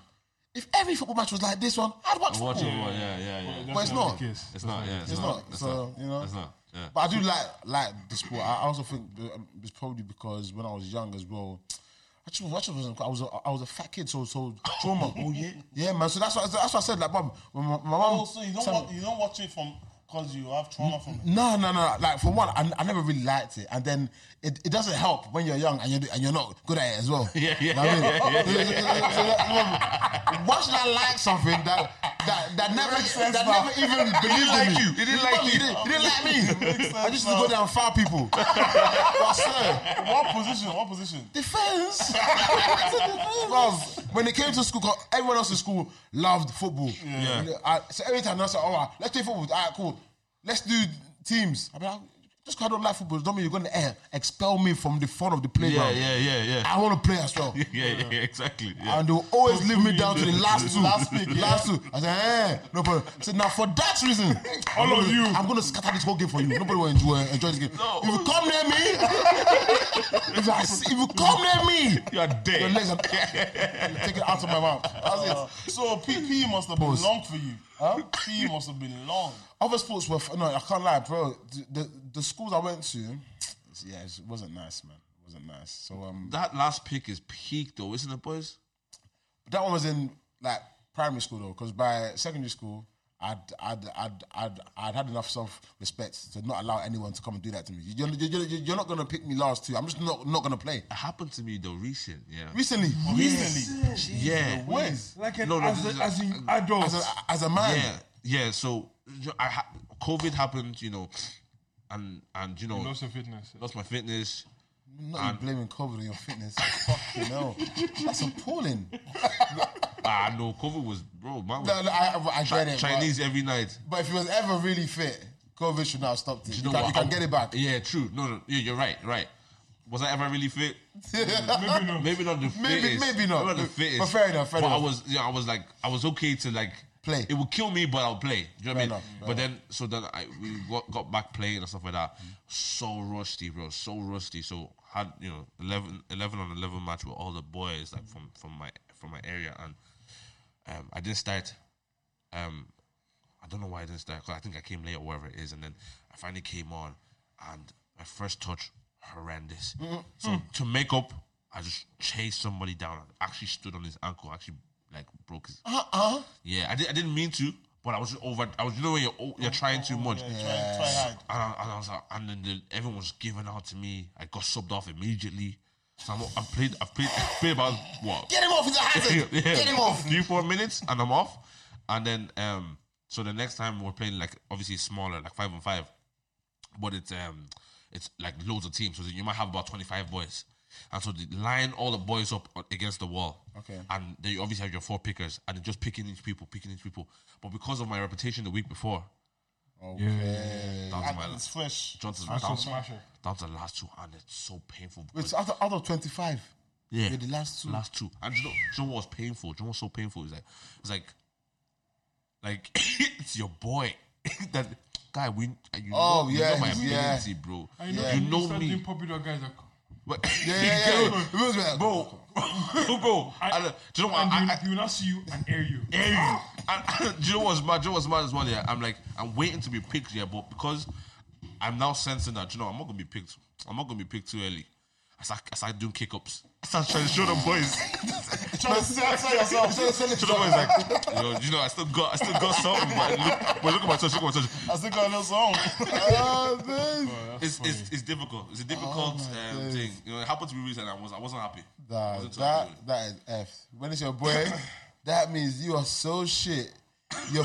[SPEAKER 3] if every football match was like this one, I'd watch
[SPEAKER 2] Watch it.
[SPEAKER 3] football.
[SPEAKER 2] Yeah, yeah, yeah. yeah.
[SPEAKER 1] That's
[SPEAKER 3] But it's not.
[SPEAKER 1] the case.
[SPEAKER 2] It's not. Yeah, it's,
[SPEAKER 3] It's
[SPEAKER 2] not.
[SPEAKER 3] not,
[SPEAKER 2] It's
[SPEAKER 3] so,
[SPEAKER 2] not.
[SPEAKER 3] you know.
[SPEAKER 2] It's not. Yeah.
[SPEAKER 3] But I do like like the sport. I I also think um, it's probably because when I was young as well, I just, I just wasn't. I was a, I was a fat kid, so so trauma. oh yeah, yeah, man. So that's what that's what I said. Like, mom, when my, my mom.
[SPEAKER 4] Oh, so you don't
[SPEAKER 3] tell
[SPEAKER 4] watch,
[SPEAKER 3] me-
[SPEAKER 4] you don't watch it from because you have trauma
[SPEAKER 2] <laughs>
[SPEAKER 4] from it.
[SPEAKER 3] No, no, no. Like for one, I, I never really liked it, and then it, it doesn't help when you're young and you're and you're not good at it as well.
[SPEAKER 2] <laughs> Yeah, yeah,
[SPEAKER 3] You know what I mean?
[SPEAKER 2] yeah, yeah, yeah,
[SPEAKER 3] So that- no, <laughs> Why should I like something that that that never that never even believed
[SPEAKER 2] like
[SPEAKER 3] in me?
[SPEAKER 2] you. He didn't like you.
[SPEAKER 3] He didn't like me. I just used to go down and foul people. <laughs> But sir,
[SPEAKER 4] What position? What position?
[SPEAKER 3] defense. Bruv, when it came to school, 'cause everyone else in school loved football.
[SPEAKER 2] Yeah.
[SPEAKER 3] You know, I- so every time I said, "All right, ah, let's play football. All right, cool. Let's do teams." I mean, I, just 'cause I don't like football, don't mean you're going to eh, expel me from the fun of the
[SPEAKER 2] Yeah,
[SPEAKER 3] playground.
[SPEAKER 2] yeah, yeah, <laughs> yeah.
[SPEAKER 3] I want to play as well.
[SPEAKER 2] Yeah, yeah, yeah, exactly. Yeah.
[SPEAKER 3] And they'll always leave me down to the last two. last week, last two. I said, eh, no problem. So now for that reason, all of you, I'm gonna scatter this whole game for you. Nobody will enjoy, enjoy this game.
[SPEAKER 2] No.
[SPEAKER 3] If you come near me, if, I see- <laughs> if you come near me,
[SPEAKER 2] You're dead.
[SPEAKER 3] your legs are take it out of my mouth. That's
[SPEAKER 4] Oh.
[SPEAKER 3] it.
[SPEAKER 4] So PP must have been long for you. Huh? PE must have been long.
[SPEAKER 3] Other sports were f- no, I can't lie, bro. The the, the schools I went to, yeah, it wasn't nice, man. It wasn't nice. So um,
[SPEAKER 2] That last pick is peak, though, isn't it, boys?
[SPEAKER 3] that one was in like primary school though, because by secondary school, I'd I'd, I'd I'd I'd had enough self respect to not allow anyone to come and do that to me. You're, you're, you're, you're not gonna pick me last two. I'm just not not gonna play.
[SPEAKER 2] It happened to me though recent. Yeah.
[SPEAKER 3] Recently,
[SPEAKER 4] Recently.
[SPEAKER 2] Yeah.
[SPEAKER 3] when
[SPEAKER 6] Like an,
[SPEAKER 2] No, no,
[SPEAKER 6] as,
[SPEAKER 2] this is
[SPEAKER 6] a,
[SPEAKER 2] a-
[SPEAKER 6] as an adult.
[SPEAKER 3] as a as a man,
[SPEAKER 2] Yeah. Yeah. So you know, I ha- COVID happened, you know, and and you know
[SPEAKER 1] Lost of fitness.
[SPEAKER 2] lost my fitness.
[SPEAKER 3] I'm not even blaming COVID on your fitness. Fucking hell, that's appalling.
[SPEAKER 2] Ah, no, COVID was bro. Man was
[SPEAKER 3] No, no, I, I- I get it. but-
[SPEAKER 2] Chinese every night.
[SPEAKER 3] But, if you was ever really fit, COVID should not have stopped it. You,
[SPEAKER 2] know
[SPEAKER 3] can,
[SPEAKER 2] what?
[SPEAKER 3] you can
[SPEAKER 2] I-
[SPEAKER 3] get it back.
[SPEAKER 2] Yeah. True. No. No. Yeah, you're right. Right. Was I ever really fit?
[SPEAKER 1] Maybe not.
[SPEAKER 2] Maybe not the
[SPEAKER 3] Maybe-
[SPEAKER 2] fittest.
[SPEAKER 3] maybe not.
[SPEAKER 2] the
[SPEAKER 3] But-
[SPEAKER 2] fittest.
[SPEAKER 3] but fair enough, fair
[SPEAKER 2] but
[SPEAKER 3] enough.
[SPEAKER 2] I was, yeah, I was like, I was okay to like
[SPEAKER 3] Play.
[SPEAKER 2] It would kill me, but I'll play. Do you know what I
[SPEAKER 3] Fair
[SPEAKER 2] mean?
[SPEAKER 3] enough, Mm. fair
[SPEAKER 2] but then, so then I we got, got back playing and stuff like that. So rusty, bro. So rusty. So had you know 11, 11 on eleven match with all the boys like from from my from my area, and um, I didn't start. Um, I don't know why I didn't start 'cause I think I came late or whatever it is, and then I finally came on, and my first touch horrendous.
[SPEAKER 4] Mm-hmm.
[SPEAKER 2] So to make up, I just chased somebody down and actually stood on his ankle, actually like broke his. Uh uh
[SPEAKER 4] Uh-huh.
[SPEAKER 2] Yeah, I, did, I didn't mean to, but I was just over. I was you know when you're o- you're trying too much.
[SPEAKER 4] Yeah, Try, try hard.
[SPEAKER 2] And I, and I was like, and then the, everyone was giving out to me. I got subbed off immediately. So I'm, I've played, I've played, <laughs> I've played about what
[SPEAKER 3] <laughs> Get him off. He's a hazard.
[SPEAKER 2] <laughs> yeah.
[SPEAKER 3] Get him off.
[SPEAKER 2] Three, four minutes, and I'm off. And then, um, so the next time we're playing, like obviously smaller, like five on five, but it's um, it's like loads of teams. So you might have about twenty five boys, and so they line all the boys up on- against the wall.
[SPEAKER 3] Okay.
[SPEAKER 2] And then you obviously have your four pickers, and they're just picking each people, picking each people. But because of my reputation the week before,
[SPEAKER 1] Yeah.
[SPEAKER 2] down to my
[SPEAKER 4] It's fresh.
[SPEAKER 2] Johnson's
[SPEAKER 1] That's
[SPEAKER 2] down,
[SPEAKER 1] a smasher.
[SPEAKER 2] down to the last two, and it's so painful.
[SPEAKER 3] Wait,
[SPEAKER 2] because-
[SPEAKER 3] so out of, out of 25,
[SPEAKER 2] yeah,
[SPEAKER 3] you're the last two.
[SPEAKER 2] last two. And you know, do you know what was painful? Do you know what's so painful? It's like, it's like, like <coughs> it's your boy. <laughs> that guy, we, you know,
[SPEAKER 3] Oh,
[SPEAKER 2] you
[SPEAKER 3] yeah,
[SPEAKER 2] know my
[SPEAKER 3] he's- yeah.
[SPEAKER 2] ability, bro.
[SPEAKER 1] I know
[SPEAKER 2] You know
[SPEAKER 1] start
[SPEAKER 2] me,
[SPEAKER 1] doing popular guys that
[SPEAKER 2] But- <laughs>
[SPEAKER 3] Yeah, yeah, yeah. It was like,
[SPEAKER 2] bro, <laughs> bro. I, do you know what?
[SPEAKER 1] and
[SPEAKER 2] I,
[SPEAKER 1] he,
[SPEAKER 2] I-
[SPEAKER 1] he will not see you and air you.
[SPEAKER 2] Hey, <coughs> and, do you know what's mad? Do you know what's mad as well? Yeah, I'm like, I'm waiting to be picked here, but because I'm now sensing that, you know, I'm not gonna be picked. I'm not gonna be picked too early. I start, I start doing kick ups. I start trying to show the boys.
[SPEAKER 3] Trying to sell sell yourself. Trying to sell
[SPEAKER 2] So the boys
[SPEAKER 3] yourself.
[SPEAKER 2] like, you know, you know, I still got, I still got something, but look, but look at my touch, look at my touch.
[SPEAKER 4] I still got a
[SPEAKER 2] <laughs>
[SPEAKER 4] little song.
[SPEAKER 3] Oh, man.
[SPEAKER 2] It's, it's, it's difficult. It's a difficult
[SPEAKER 4] Oh
[SPEAKER 2] um, thing. You know, it happened to me recently. and I was, I wasn't happy. I
[SPEAKER 3] Nah,
[SPEAKER 2] wasn't
[SPEAKER 3] that,
[SPEAKER 2] happy.
[SPEAKER 3] that is F. When it's your boy, that means you are so shit. Your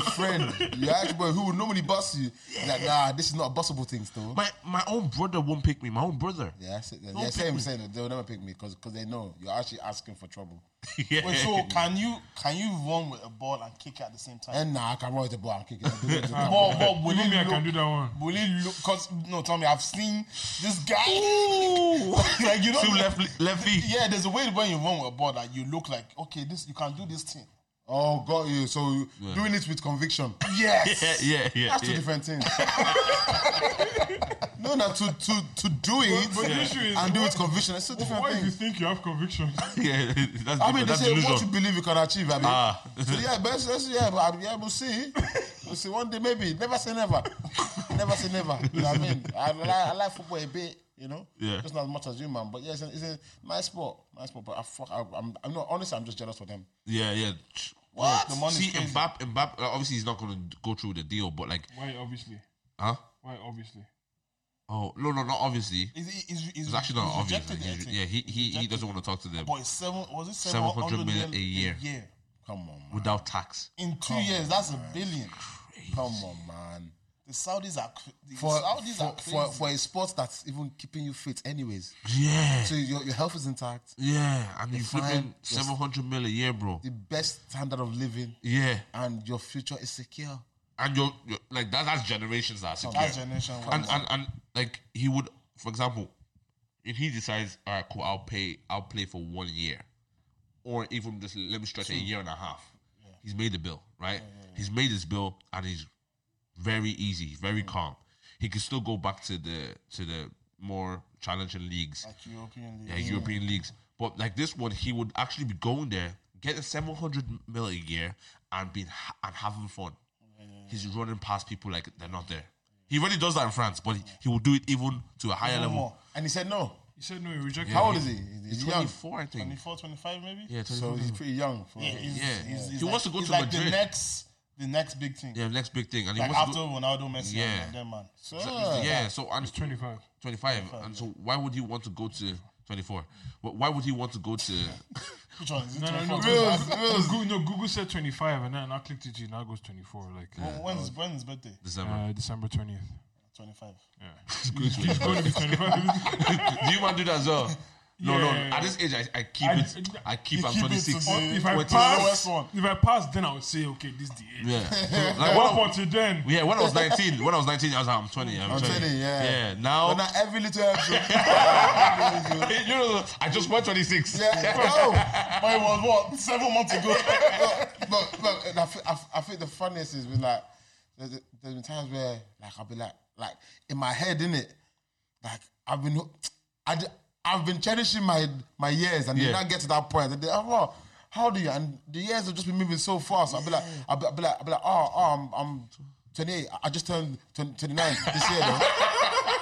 [SPEAKER 2] <laughs>
[SPEAKER 3] friend, your actual boy who would normally bust you, is like, nah, this is not a bustable thing still.
[SPEAKER 2] My, my own brother won't pick me. My own brother. <laughs>
[SPEAKER 3] Yeah, that's it.
[SPEAKER 2] Don't
[SPEAKER 3] yeah,
[SPEAKER 2] pick
[SPEAKER 3] same,
[SPEAKER 2] me.
[SPEAKER 3] same. They'll never pick me because they know you're actually asking for trouble.
[SPEAKER 2] Yeah.
[SPEAKER 4] Wait, so can you can you run with a ball and kick it at the same time?
[SPEAKER 3] And nah, I can roll the ball and kick
[SPEAKER 1] <laughs>
[SPEAKER 3] it.
[SPEAKER 2] <laughs>
[SPEAKER 4] But, but will
[SPEAKER 1] Even me, I
[SPEAKER 4] it
[SPEAKER 1] can do
[SPEAKER 4] look?
[SPEAKER 1] that one.
[SPEAKER 4] Will it look? Cause no, Tommy, I've seen this guy.
[SPEAKER 3] <laughs>
[SPEAKER 2] Ooh.
[SPEAKER 4] like you know,
[SPEAKER 2] Two left, left feet.
[SPEAKER 4] Yeah, there's a way when you run with a ball that you look like okay, this you can do this thing.
[SPEAKER 3] Oh, got you. So doing it with conviction.
[SPEAKER 4] Yes. <laughs>
[SPEAKER 2] <laughs> Yeah, yeah, yeah.
[SPEAKER 3] That's two
[SPEAKER 2] yeah.
[SPEAKER 1] <laughs>
[SPEAKER 3] different things. no, no, to to to do it
[SPEAKER 1] But the issue is,
[SPEAKER 3] and do it
[SPEAKER 1] what-
[SPEAKER 3] conviction. It's two different
[SPEAKER 1] why do you
[SPEAKER 3] things.
[SPEAKER 1] think you have conviction? <laughs>
[SPEAKER 2] Yeah, that's
[SPEAKER 3] I mean, they
[SPEAKER 2] that's
[SPEAKER 3] say what you
[SPEAKER 2] delusion.
[SPEAKER 3] believe you can achieve. I mean,
[SPEAKER 2] Ah.
[SPEAKER 3] so yeah, best, best, yeah, but yeah, we'll see. We'll see one day, maybe. Never say never. never say never. You know what I mean? I, li- I like football a bit, you know.
[SPEAKER 2] Yeah.
[SPEAKER 3] Just not as much as you, man. But yeah, it's a, it's a nice sport, nice sport. But I fuck, I, I'm, I'm not honestly, I'm just jealous for them.
[SPEAKER 2] <laughs> Yeah, yeah.
[SPEAKER 4] What? The money's
[SPEAKER 2] See, uh,
[SPEAKER 4] crazy.
[SPEAKER 2] Mbappe, Mbappe. Obviously, he's not going to go through the deal, but like,
[SPEAKER 1] Why, obviously.
[SPEAKER 2] Huh?
[SPEAKER 1] Why, obviously.
[SPEAKER 2] Oh no no not obviously.
[SPEAKER 4] He's, he's, he's,
[SPEAKER 2] It's actually not
[SPEAKER 4] he's
[SPEAKER 2] obvious.
[SPEAKER 4] rejected
[SPEAKER 2] He's-
[SPEAKER 4] it, I
[SPEAKER 2] yeah,
[SPEAKER 4] think.
[SPEAKER 2] he he, he
[SPEAKER 4] Rejected
[SPEAKER 2] doesn't
[SPEAKER 4] it.
[SPEAKER 2] want to talk to them
[SPEAKER 4] But it's seven was it
[SPEAKER 2] 700
[SPEAKER 4] 700
[SPEAKER 2] million a year.
[SPEAKER 4] Yeah.
[SPEAKER 3] Come on, man.
[SPEAKER 2] without tax.
[SPEAKER 4] In two years, that's a billion.
[SPEAKER 3] Come on, man.
[SPEAKER 4] The Saudis are cr- the
[SPEAKER 3] For,
[SPEAKER 4] Saudis
[SPEAKER 3] for,
[SPEAKER 4] are crazy.
[SPEAKER 3] for, for a sport that's even keeping you fit, anyways.
[SPEAKER 2] Yeah,
[SPEAKER 3] So your, your health is intact,
[SPEAKER 2] yeah, and you flipping
[SPEAKER 3] fine. Yes.
[SPEAKER 2] seven hundred mil a year, bro.
[SPEAKER 3] the best standard of living,
[SPEAKER 2] Yeah,
[SPEAKER 3] and your future is secure.
[SPEAKER 2] and you're, you're like that. That's generations that are secure.
[SPEAKER 4] that generation.
[SPEAKER 2] and, and and like he would, for example, if he decides, all right, cool, I'll pay, I'll play for one year, or even just let me stretch a year and a half. He's made the bill, right? He's made his bill, and he's very easy, very calm. He can still go back to the to the more challenging leagues,
[SPEAKER 4] like European League.
[SPEAKER 2] yeah, European leagues. But like this one, he would actually be going there, getting seven hundred mil a year, and being ha- and having fun. He's running past people like they're not there. He already does that in France, but he, he will do it even to a higher level.
[SPEAKER 4] More.
[SPEAKER 3] And he said no.
[SPEAKER 1] He said no, he rejected
[SPEAKER 3] How
[SPEAKER 1] it.
[SPEAKER 3] old is he? He's
[SPEAKER 2] He's
[SPEAKER 3] young.
[SPEAKER 2] 24, I think.
[SPEAKER 4] 24, 25 maybe?
[SPEAKER 2] Yeah, 24.
[SPEAKER 3] So he's pretty young. For,
[SPEAKER 4] Yeah, he's,
[SPEAKER 2] Yeah.
[SPEAKER 4] He's, he's
[SPEAKER 2] He
[SPEAKER 4] like,
[SPEAKER 2] wants to go
[SPEAKER 4] he's
[SPEAKER 2] to
[SPEAKER 4] like the
[SPEAKER 2] Madrid.
[SPEAKER 4] next, the next big thing.
[SPEAKER 2] yeah, next big thing. And he
[SPEAKER 4] Like
[SPEAKER 2] wants
[SPEAKER 4] after
[SPEAKER 2] to go,
[SPEAKER 4] Ronaldo, Messi,
[SPEAKER 2] Yeah.
[SPEAKER 4] and them man. So,
[SPEAKER 3] Yeah.
[SPEAKER 2] Yeah, so and
[SPEAKER 1] He's 25.
[SPEAKER 2] 25. And so why would he want to go to 24? Wh- Why would he want to go to
[SPEAKER 4] which one is it?
[SPEAKER 1] No, no,
[SPEAKER 4] 24?
[SPEAKER 1] no. Google, Google, no, Google said 25, and then I clicked it, now it goes 24. Like,
[SPEAKER 4] When's his, when's his birthday?
[SPEAKER 2] December?
[SPEAKER 1] uh, December 20th.
[SPEAKER 4] 25.
[SPEAKER 1] Yeah. He's going to be <laughs> 25.
[SPEAKER 2] <laughs> do you want to do that as well? No,
[SPEAKER 1] Yeah.
[SPEAKER 2] no. At this age, I, I keep
[SPEAKER 1] I-
[SPEAKER 2] it. I keep.
[SPEAKER 4] You
[SPEAKER 2] I'm
[SPEAKER 4] keep it
[SPEAKER 2] 26.
[SPEAKER 4] to the-
[SPEAKER 1] if I
[SPEAKER 2] 26.
[SPEAKER 1] pass,
[SPEAKER 4] lowest one.
[SPEAKER 1] if I pass, then I would say, okay, this is the age.
[SPEAKER 2] Yeah. <laughs> So,
[SPEAKER 1] What
[SPEAKER 2] like, when I,
[SPEAKER 1] about you then?
[SPEAKER 2] yeah, when I was 19, when I was 19, I was like, I'm 20. I'm, 20.
[SPEAKER 3] 20, yeah.
[SPEAKER 2] Yeah. Now,
[SPEAKER 3] But now every little <laughs>
[SPEAKER 2] <laughs>
[SPEAKER 3] episode,
[SPEAKER 2] you know, I just went <laughs> 26.
[SPEAKER 3] yeah, no.
[SPEAKER 4] But it was what, seven months ago?
[SPEAKER 3] Look, look, look, and I, thi- I, I think the funniest is when like there's, there's been times where like I'll be like like in my head, in it, like I've been I have been cherishing my my years, and
[SPEAKER 2] Yeah.
[SPEAKER 3] then I get to that point, and then, oh, wow, how do you? And the years have just been moving so fast. I'll be like I'll be, I'll be like I'll be like oh, oh I'm I'm 28. I- I just turned 20, 29 this year. Though.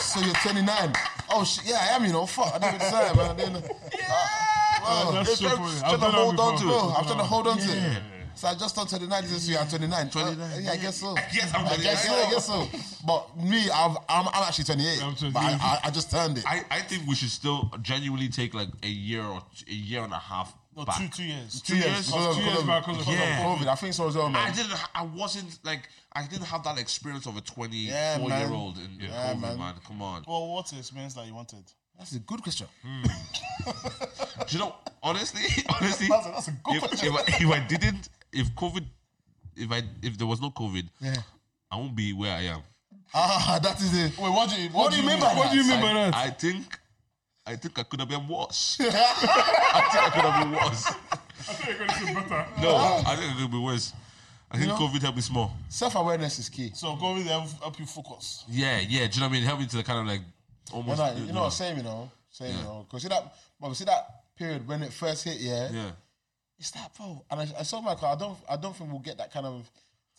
[SPEAKER 3] so you're 29. Oh shit, yeah, I am. You know, fuck, I didn't even say it, man. I didn't, Oh,
[SPEAKER 1] That's so
[SPEAKER 2] trying-
[SPEAKER 1] funny.
[SPEAKER 2] trying
[SPEAKER 1] I've
[SPEAKER 2] to
[SPEAKER 1] done that
[SPEAKER 2] hold on
[SPEAKER 1] before.
[SPEAKER 2] to it.
[SPEAKER 3] Bro, I'm trying to hold on to
[SPEAKER 2] Yeah.
[SPEAKER 3] it. So I just turned 29 this year. I'm 29.
[SPEAKER 2] 29.
[SPEAKER 3] yeah, I guess so.
[SPEAKER 2] I guess I'm
[SPEAKER 3] I guess so. I guess so. <laughs> But me, I've, I'm, I'm actually 28.
[SPEAKER 1] I'm 28.
[SPEAKER 3] But I, I, I just turned it.
[SPEAKER 2] I, I think we should still genuinely take like a year or t- a year and a half
[SPEAKER 4] No,
[SPEAKER 2] back.
[SPEAKER 4] <laughs> two, two years.
[SPEAKER 3] two years. Because
[SPEAKER 1] Two
[SPEAKER 3] of,
[SPEAKER 1] years
[SPEAKER 3] because
[SPEAKER 1] back
[SPEAKER 3] of,
[SPEAKER 1] because of
[SPEAKER 2] Yeah.
[SPEAKER 3] COVID. I think so as well,
[SPEAKER 2] I
[SPEAKER 3] man.
[SPEAKER 2] didn't. ha- I wasn't like. I didn't have that experience of a
[SPEAKER 3] Yeah, man.
[SPEAKER 2] twenty-four-year-old in, in
[SPEAKER 3] Yeah,
[SPEAKER 2] COVID, man.
[SPEAKER 3] man.
[SPEAKER 2] Come on. Do
[SPEAKER 4] Well, what's the experience that you wanted?
[SPEAKER 3] That's a good question. <laughs>
[SPEAKER 2] you know? <laughs> Honestly, honestly,
[SPEAKER 4] That's a- that's a good
[SPEAKER 2] if, if, I, if I didn't, if COVID, if I, if there was no COVID,
[SPEAKER 3] Yeah.
[SPEAKER 2] I won't be where I am.
[SPEAKER 3] Ah, that is it.
[SPEAKER 4] Wait, what do you,
[SPEAKER 3] What do you mean by
[SPEAKER 1] What do you mean by that?
[SPEAKER 2] I think, I think I could have been worse. I think
[SPEAKER 3] <laughs>
[SPEAKER 2] I could have been worse. No, I think it could be worse. I think COVID helped me small.
[SPEAKER 3] Self awareness is key.
[SPEAKER 4] So go with them, help you focus.
[SPEAKER 2] Yeah, yeah. Do you know what I mean? Help me to the kind of like
[SPEAKER 3] You
[SPEAKER 2] almost.
[SPEAKER 3] know, you know what I'm saying, you know? Same, you know? Because see that, but see that period when it first hit, yeah?
[SPEAKER 2] Yeah,
[SPEAKER 3] It's that, bro. And I, I saw Michael. I don't, I don't think we'll get that kind of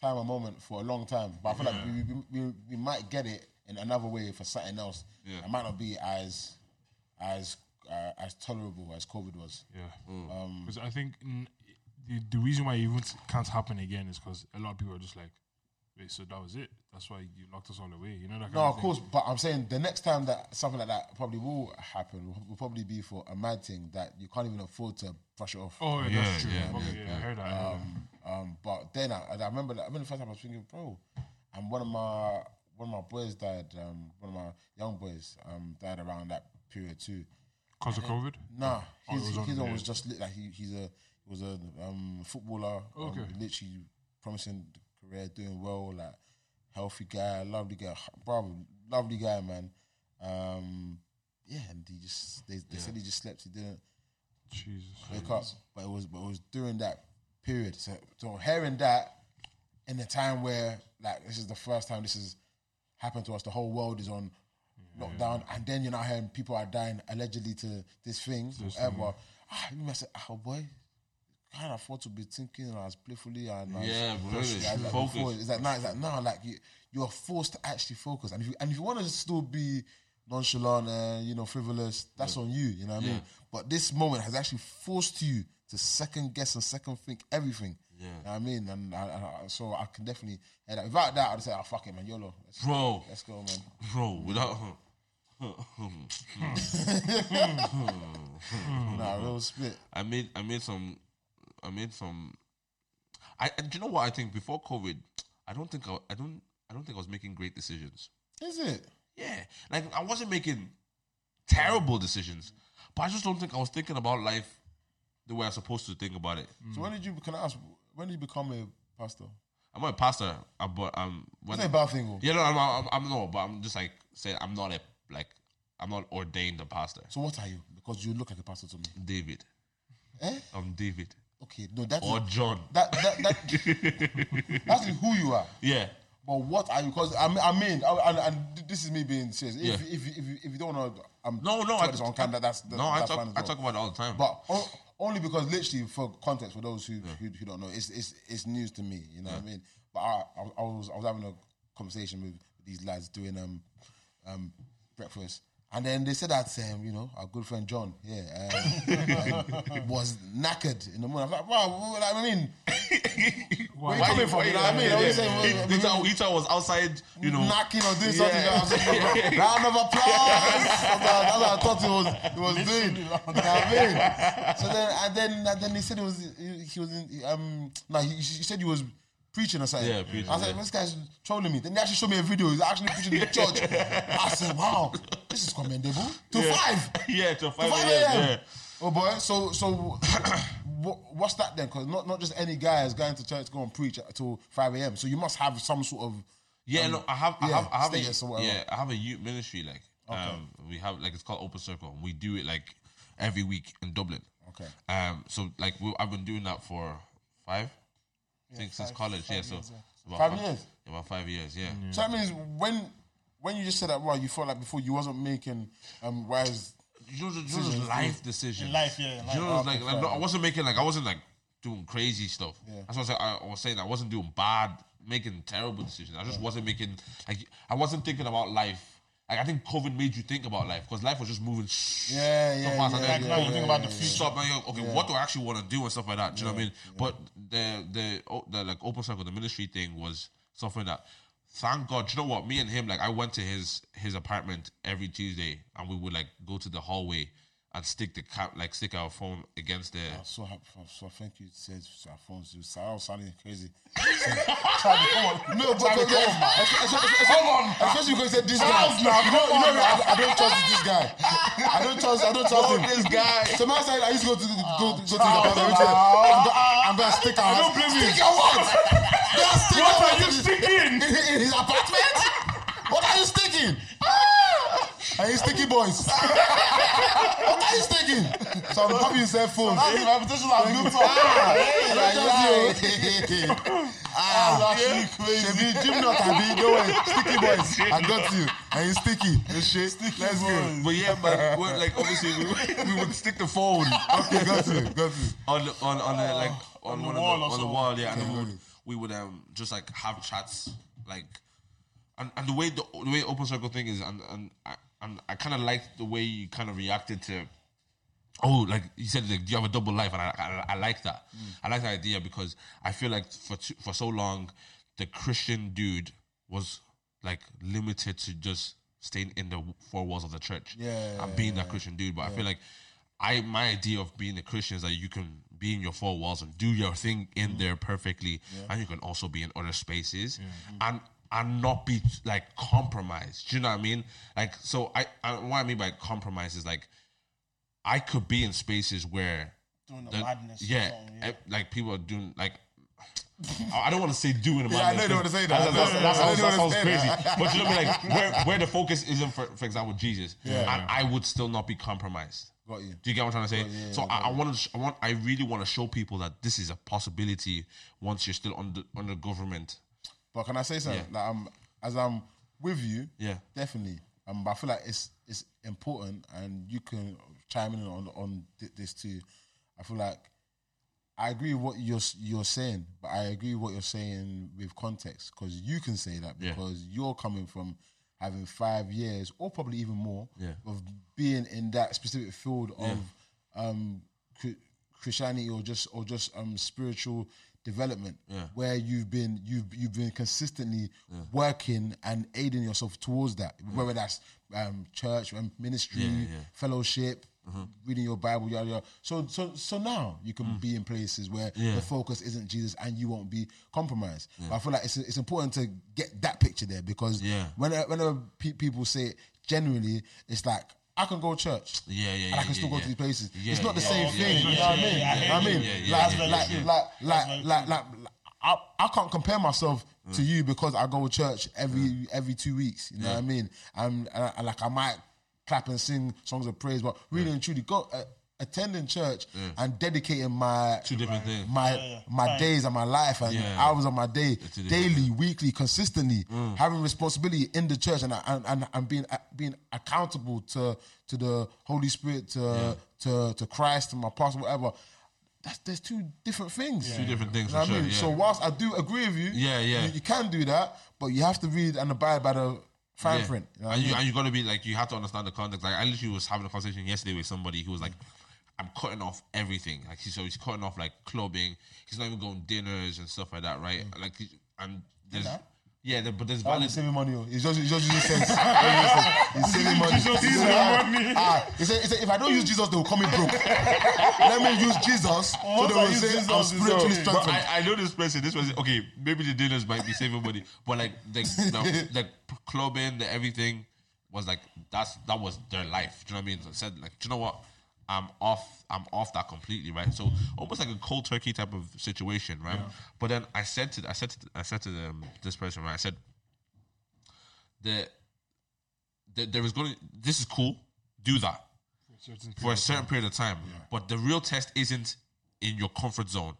[SPEAKER 3] time or moment for a long time. But I feel like we, we, we, we might get it in another way for something else.
[SPEAKER 2] Yeah.
[SPEAKER 3] It might not be as, as, uh, as tolerable as COVID was.
[SPEAKER 1] Yeah. Because I think n- the, the reason why it even can't happen again is because a lot of people are just like, wait, so that was it? That's why you locked us all away. You know that kind
[SPEAKER 3] No,
[SPEAKER 1] of
[SPEAKER 3] of
[SPEAKER 1] thing?
[SPEAKER 3] course. But I'm saying the next time that something like that probably will happen will, will probably be for a mad thing that you can't even afford to brush it off.
[SPEAKER 1] Oh, yeah,
[SPEAKER 2] Yeah,
[SPEAKER 1] that's true.
[SPEAKER 2] yeah,
[SPEAKER 1] Okay,
[SPEAKER 2] yeah,
[SPEAKER 1] Yeah, I heard that. I heard that.
[SPEAKER 3] Um, but then I, I remember that, I remember the first time I was thinking, bro, and one of my one of my boys died, um, one of my young boys um, died around that period too.
[SPEAKER 1] Because of COVID?
[SPEAKER 3] Nah,
[SPEAKER 1] Oh, it
[SPEAKER 3] his,
[SPEAKER 1] was on
[SPEAKER 3] his
[SPEAKER 1] the
[SPEAKER 3] one
[SPEAKER 1] news.
[SPEAKER 3] was just lit, like he, he's a he was a um, footballer,
[SPEAKER 1] Okay.
[SPEAKER 3] um, literally promising career, doing well, like healthy guy, lovely guy, brother, lovely guy, man. Um, yeah, and he just they, they said he just slept, he didn't
[SPEAKER 1] Jesus.
[SPEAKER 3] wake up. But it was but it was during that period. So so hearing that in the time where like this is the first time this has happened to us, the whole world is on lockdown, and then you're not hearing people are dying allegedly to this thing, whatever. Ah, you must say, oh boy. Can't afford to be thinking as playfully and as
[SPEAKER 2] Yeah, bro,
[SPEAKER 3] as-
[SPEAKER 2] it's
[SPEAKER 3] as like
[SPEAKER 2] focused.
[SPEAKER 3] before. It's like now, it's like now, like you, you are forced to actually focus. And if you and if you want to still be nonchalant and you know frivolous, that's on you. You know what I mean? But this moment has actually forced you to second guess and second think everything.
[SPEAKER 2] Yeah.
[SPEAKER 3] You know what I mean, and I, I, I- so I can definitely. And without that, I'd say, oh, fuck it, man, YOLO. Let's,
[SPEAKER 2] Bro,
[SPEAKER 3] let's go, man.
[SPEAKER 2] bro, without. Hmm.
[SPEAKER 3] Nah, real split.
[SPEAKER 2] I made I made some I made some I and do you know what I think before COVID I don't think I, I don't I don't think I was making great decisions.
[SPEAKER 3] Is it?
[SPEAKER 2] Yeah. Like I wasn't making terrible decisions, but I just don't think I was thinking about life the way I was supposed to think about it.
[SPEAKER 3] So when did you? Can I ask? When did you become a pastor?
[SPEAKER 2] I'm not a pastor, uh, but um when
[SPEAKER 3] That's a bad thing, oh. though.
[SPEAKER 2] Yeah, no, I'm, I'm I'm no, but I'm just like saying I'm not a like I'm not ordained a pastor.
[SPEAKER 3] So what are you? Because you look like a pastor to me.
[SPEAKER 2] David.
[SPEAKER 3] Eh?
[SPEAKER 2] I'm David.
[SPEAKER 3] Okay, no, that's
[SPEAKER 2] Or John.
[SPEAKER 3] that, that, that
[SPEAKER 2] <laughs>
[SPEAKER 3] that's who you are.
[SPEAKER 2] Yeah.
[SPEAKER 3] But what are you? Because I mean, I mean, I, and, and this is me being serious. If,
[SPEAKER 2] Yeah.
[SPEAKER 3] if, if, if, you- if you don't know, I'm
[SPEAKER 2] No, no, I,
[SPEAKER 3] sorry, it's on camera. That's, that's
[SPEAKER 2] no, I
[SPEAKER 3] that's
[SPEAKER 2] talk,
[SPEAKER 3] fine as
[SPEAKER 2] I
[SPEAKER 3] well.
[SPEAKER 2] talk about it all the time.
[SPEAKER 3] But o- only because, literally, for context, for those who, who, who don't know, it's, it's it's news to me. You know what I mean? But I, I, was- I was I was having a conversation with these lads doing um um breakfast, and then they said that um, you know our good friend John yeah um, <laughs> um, was knackered in the morning. I was like, wow, what, what, I mean,
[SPEAKER 1] Why?
[SPEAKER 3] Why coming from? You know what I mean? I was saying,
[SPEAKER 2] He- he thought- he thought I was outside, you know.
[SPEAKER 3] knocking or doing something. I
[SPEAKER 2] <laughs>
[SPEAKER 3] was like, round of applause. That's what I- that's what I thought he was he was doing. You know what I mean? So then and then and then he said he was he, he was in um no he, he said he was preaching or something.
[SPEAKER 2] Yeah, preaching,
[SPEAKER 3] I was like,
[SPEAKER 2] yeah.
[SPEAKER 3] this guy's trolling me. Then they actually showed me a video. He's actually preaching in the church. I said, wow, this is commendable. To five.
[SPEAKER 2] <laughs> yeah, till
[SPEAKER 3] To
[SPEAKER 2] five,
[SPEAKER 3] five
[SPEAKER 2] a.m.
[SPEAKER 3] a.m.
[SPEAKER 2] Yeah.
[SPEAKER 3] Oh boy, so so <coughs> what, what's that then? Because not not just any guy is going to church to go and preach until five a.m. So you must have some sort of
[SPEAKER 2] Yeah, no, I have, I
[SPEAKER 3] yeah,
[SPEAKER 2] have, I have,
[SPEAKER 3] status or
[SPEAKER 2] a,
[SPEAKER 3] whatever.
[SPEAKER 2] yeah, I have a youth ministry. Like, um, we have like it's called Open Circle. and We do it like every week in Dublin.
[SPEAKER 3] Okay.
[SPEAKER 2] Um, so like we, I've been doing that for five, I think since
[SPEAKER 4] five-
[SPEAKER 2] college.
[SPEAKER 4] five
[SPEAKER 2] yeah, so
[SPEAKER 4] years, Mm. yeah.
[SPEAKER 2] about
[SPEAKER 3] Five years?
[SPEAKER 2] About five years. Yeah.
[SPEAKER 3] So that means when when you just said that, well, you felt like before you wasn't making um wise.
[SPEAKER 2] You know, those- you know, those life decisions.
[SPEAKER 4] In life, yeah, in
[SPEAKER 2] You know,
[SPEAKER 4] life.
[SPEAKER 2] like, like no, I wasn't making like I wasn't like doing crazy stuff.
[SPEAKER 3] Yeah.
[SPEAKER 2] That's what I, said, I, I was saying. I wasn't doing bad, making terrible decisions. I just wasn't making like I wasn't thinking about life. Like I think COVID made you think about life because life was just moving. so
[SPEAKER 3] Yeah, yeah,
[SPEAKER 2] fast. And
[SPEAKER 3] yeah, yeah,
[SPEAKER 2] then
[SPEAKER 4] Like now you
[SPEAKER 3] yeah,
[SPEAKER 4] think about the
[SPEAKER 3] yeah,
[SPEAKER 4] future.
[SPEAKER 2] stop and you're, okay, what do I actually want to do and stuff like that? Do you know what I mean? But the the oh, the like open circle, the ministry thing was something that thank God. Do you know what? Me and him, like I went to his his apartment every Tuesday and we would like go to the hallway and stick the cap like stick our phone against the
[SPEAKER 3] I'm so happy. I'm so thank you. Said so Alphonse, you sound sounding crazy. Charlie, come on. No, but Charlie, come on, man. Come on, especially because you said this guy.
[SPEAKER 4] Charles, now,
[SPEAKER 3] you know, you know, I, I don't trust this guy. I don't trust. I don't trust him.
[SPEAKER 2] this guy.
[SPEAKER 3] So man said I used to go to go, go to the bathroom. He said, I'm, go, I'm gonna stick out.
[SPEAKER 4] don't blame you.
[SPEAKER 3] Stick your what? <laughs> Don't stick
[SPEAKER 4] What
[SPEAKER 3] out
[SPEAKER 4] are you
[SPEAKER 3] in-
[SPEAKER 4] sticking?
[SPEAKER 3] In, in his apartment? What are you sticking? Are you sticky boys? <laughs> what are you sticking? So I'm happy you said phone.
[SPEAKER 4] That's Ah, the reputation
[SPEAKER 3] Oh,
[SPEAKER 4] that I built up.
[SPEAKER 2] oh.
[SPEAKER 3] <laughs> Ah, yeah. Shebi, <laughs> Jim Knot, Abi, don't worry. Sticky boys. I got you. And you sticky. You shit. Let's go.
[SPEAKER 2] But yeah, man,
[SPEAKER 3] <laughs>
[SPEAKER 2] we're, like obviously we, would- we would stick the phone
[SPEAKER 3] Okay, got you. Got you.
[SPEAKER 2] on the- on on the like on,
[SPEAKER 4] the
[SPEAKER 2] one of the-
[SPEAKER 4] wall or
[SPEAKER 2] on the
[SPEAKER 4] something.
[SPEAKER 2] wall, yeah. And then we
[SPEAKER 3] Yeah.
[SPEAKER 2] would, we would um just like have chats like, and, and the way the, the way open circle thing is, and and I, and I kind of liked the way you kind of reacted to. Oh, like you said, like you have a double life, and I I, I like that. I like that idea because I feel like for too, for so long, the Christian dude was like limited to just staying in the four walls of the church
[SPEAKER 3] Yeah,
[SPEAKER 2] and being that Christian dude. But I feel like I my idea of being a Christian is that you can be in your four walls and do your thing in
[SPEAKER 3] Mm.
[SPEAKER 2] there perfectly, and you can also be in other spaces and and not be like compromised. Do you know what I mean? Like so, I, I what I mean by compromise is like I could be in spaces where
[SPEAKER 4] Doing the
[SPEAKER 2] the-
[SPEAKER 4] madness or
[SPEAKER 2] yeah,
[SPEAKER 4] something, yeah.
[SPEAKER 2] eh, like people are doing like. I I don't want to say doing a
[SPEAKER 3] <laughs> Yeah, I
[SPEAKER 2] madness.
[SPEAKER 3] know you don't wanna say that.
[SPEAKER 2] That, that, that,
[SPEAKER 3] I know you
[SPEAKER 2] sounds, that
[SPEAKER 3] don't wanna
[SPEAKER 2] sounds
[SPEAKER 3] say
[SPEAKER 2] crazy.
[SPEAKER 3] that.
[SPEAKER 2] But you know, what I mean? like where, where the focus isn't, for, for example, Jesus, and I would still not be compromised.
[SPEAKER 3] Got you.
[SPEAKER 2] Do you get what I'm trying to say?
[SPEAKER 3] yeah,
[SPEAKER 2] so I, I want to, I want, I really want to show people that this is a possibility once you're still under under government.
[SPEAKER 3] But can I say something?
[SPEAKER 2] Yeah.
[SPEAKER 3] Like I'm as I'm with you,
[SPEAKER 2] Yeah.
[SPEAKER 3] definitely. Um, but I feel like it's it's important, and you can chime in on on thi- this too. I feel like I agree with what you're s- you're saying, but I agree with what you're saying with context because you can say that
[SPEAKER 2] Yeah.
[SPEAKER 3] because you're coming from having five years or probably even more
[SPEAKER 2] Yeah.
[SPEAKER 3] of being in that specific field of um, cr- Christianity or just or just um, spiritual development
[SPEAKER 2] Yeah.
[SPEAKER 3] where you've been you've you've been consistently working and aiding yourself towards that whether that's um, church um, ministry fellowship
[SPEAKER 2] Mm-hmm.
[SPEAKER 3] reading your bible yada yada so so so now you
[SPEAKER 2] Mm.
[SPEAKER 3] can be in places where the focus isn't jesus and you won't be compromised but i feel like it's, it's important to get that picture there because
[SPEAKER 2] Yeah.
[SPEAKER 3] whenever, whenever uh, pe- people say it generally it's like I can go to church,
[SPEAKER 2] Yeah, yeah,
[SPEAKER 3] and
[SPEAKER 2] yeah,
[SPEAKER 3] I can still
[SPEAKER 2] yeah,
[SPEAKER 3] go
[SPEAKER 2] yeah.
[SPEAKER 3] to these places.
[SPEAKER 2] Yeah,
[SPEAKER 3] it's not the
[SPEAKER 2] yeah,
[SPEAKER 3] same
[SPEAKER 2] yeah,
[SPEAKER 3] thing,
[SPEAKER 2] yeah,
[SPEAKER 3] you know what I
[SPEAKER 4] yeah,
[SPEAKER 3] mean?
[SPEAKER 4] yeah,
[SPEAKER 3] You know what I mean,
[SPEAKER 2] yeah, yeah,
[SPEAKER 3] like,
[SPEAKER 2] yeah,
[SPEAKER 3] like,
[SPEAKER 2] yeah.
[SPEAKER 3] like, like, like, like, like, I, I can't compare myself to
[SPEAKER 2] Mm.
[SPEAKER 3] you because I go to church every every two weeks. You know what I mean? I'm and I- and like I might clap and sing songs of praise, but really and truly, go uh, attending church and dedicating my
[SPEAKER 2] Two different things.
[SPEAKER 3] my
[SPEAKER 4] yeah.
[SPEAKER 3] my
[SPEAKER 4] Time.
[SPEAKER 3] days and my life and
[SPEAKER 2] Yeah.
[SPEAKER 3] hours of my day,
[SPEAKER 2] two different
[SPEAKER 3] daily, weekly, consistently,
[SPEAKER 2] Mm.
[SPEAKER 3] having responsibility in the church and and and, and being uh, being accountable to to the Holy Spirit, to to to Christ, to my pastor, whatever. That's, there's two different things.
[SPEAKER 2] Two different things,
[SPEAKER 3] You know
[SPEAKER 2] for
[SPEAKER 3] what I
[SPEAKER 2] sure,
[SPEAKER 3] mean?
[SPEAKER 2] yeah.
[SPEAKER 3] So whilst I do agree with you,
[SPEAKER 2] Yeah, yeah.
[SPEAKER 3] you, you can do that, but you have to read and abide by the fine
[SPEAKER 2] Yeah.
[SPEAKER 3] print. You know what I
[SPEAKER 2] and you
[SPEAKER 3] mean?
[SPEAKER 2] and you gotta be like you have to understand the context. Like I literally was having a conversation yesterday with somebody who was like, I'm cutting off everything. Like he's so he's cutting off like clubbing. He's not even going dinners and stuff like that, right? Like he- and there's yeah, there, but there's
[SPEAKER 3] Mm. Oh,
[SPEAKER 2] valid.
[SPEAKER 3] he's saving money. oh. He's just, he's just using <laughs> sense. He's just using sense. He's saving money.
[SPEAKER 4] Jesus is
[SPEAKER 3] He's
[SPEAKER 4] saving
[SPEAKER 3] like,
[SPEAKER 4] money.
[SPEAKER 3] Ah, he said, he said, if I don't use Jesus, they will call me broke. <laughs> Let me use Jesus, so
[SPEAKER 4] Once
[SPEAKER 3] they
[SPEAKER 4] I
[SPEAKER 3] will
[SPEAKER 4] use
[SPEAKER 3] say
[SPEAKER 4] Jesus,
[SPEAKER 3] I'm
[SPEAKER 4] it's
[SPEAKER 3] spiritually
[SPEAKER 4] okay.
[SPEAKER 2] But
[SPEAKER 3] strengthened.
[SPEAKER 2] I, I know this person. This was okay. Maybe the dinners might be saving money, but like the, the, the clubbing, the everything was like that's that was their life. Do you know what I mean? So I said like, do you know what? I'm off. I'm off that completely, right? So almost like a cold turkey type of situation, right? But then I said to I said to I said to um, this person, right? I said that that there is going. This is cool. Do that
[SPEAKER 1] Certain
[SPEAKER 2] for a certain period of time. But the real test isn't in your comfort zone,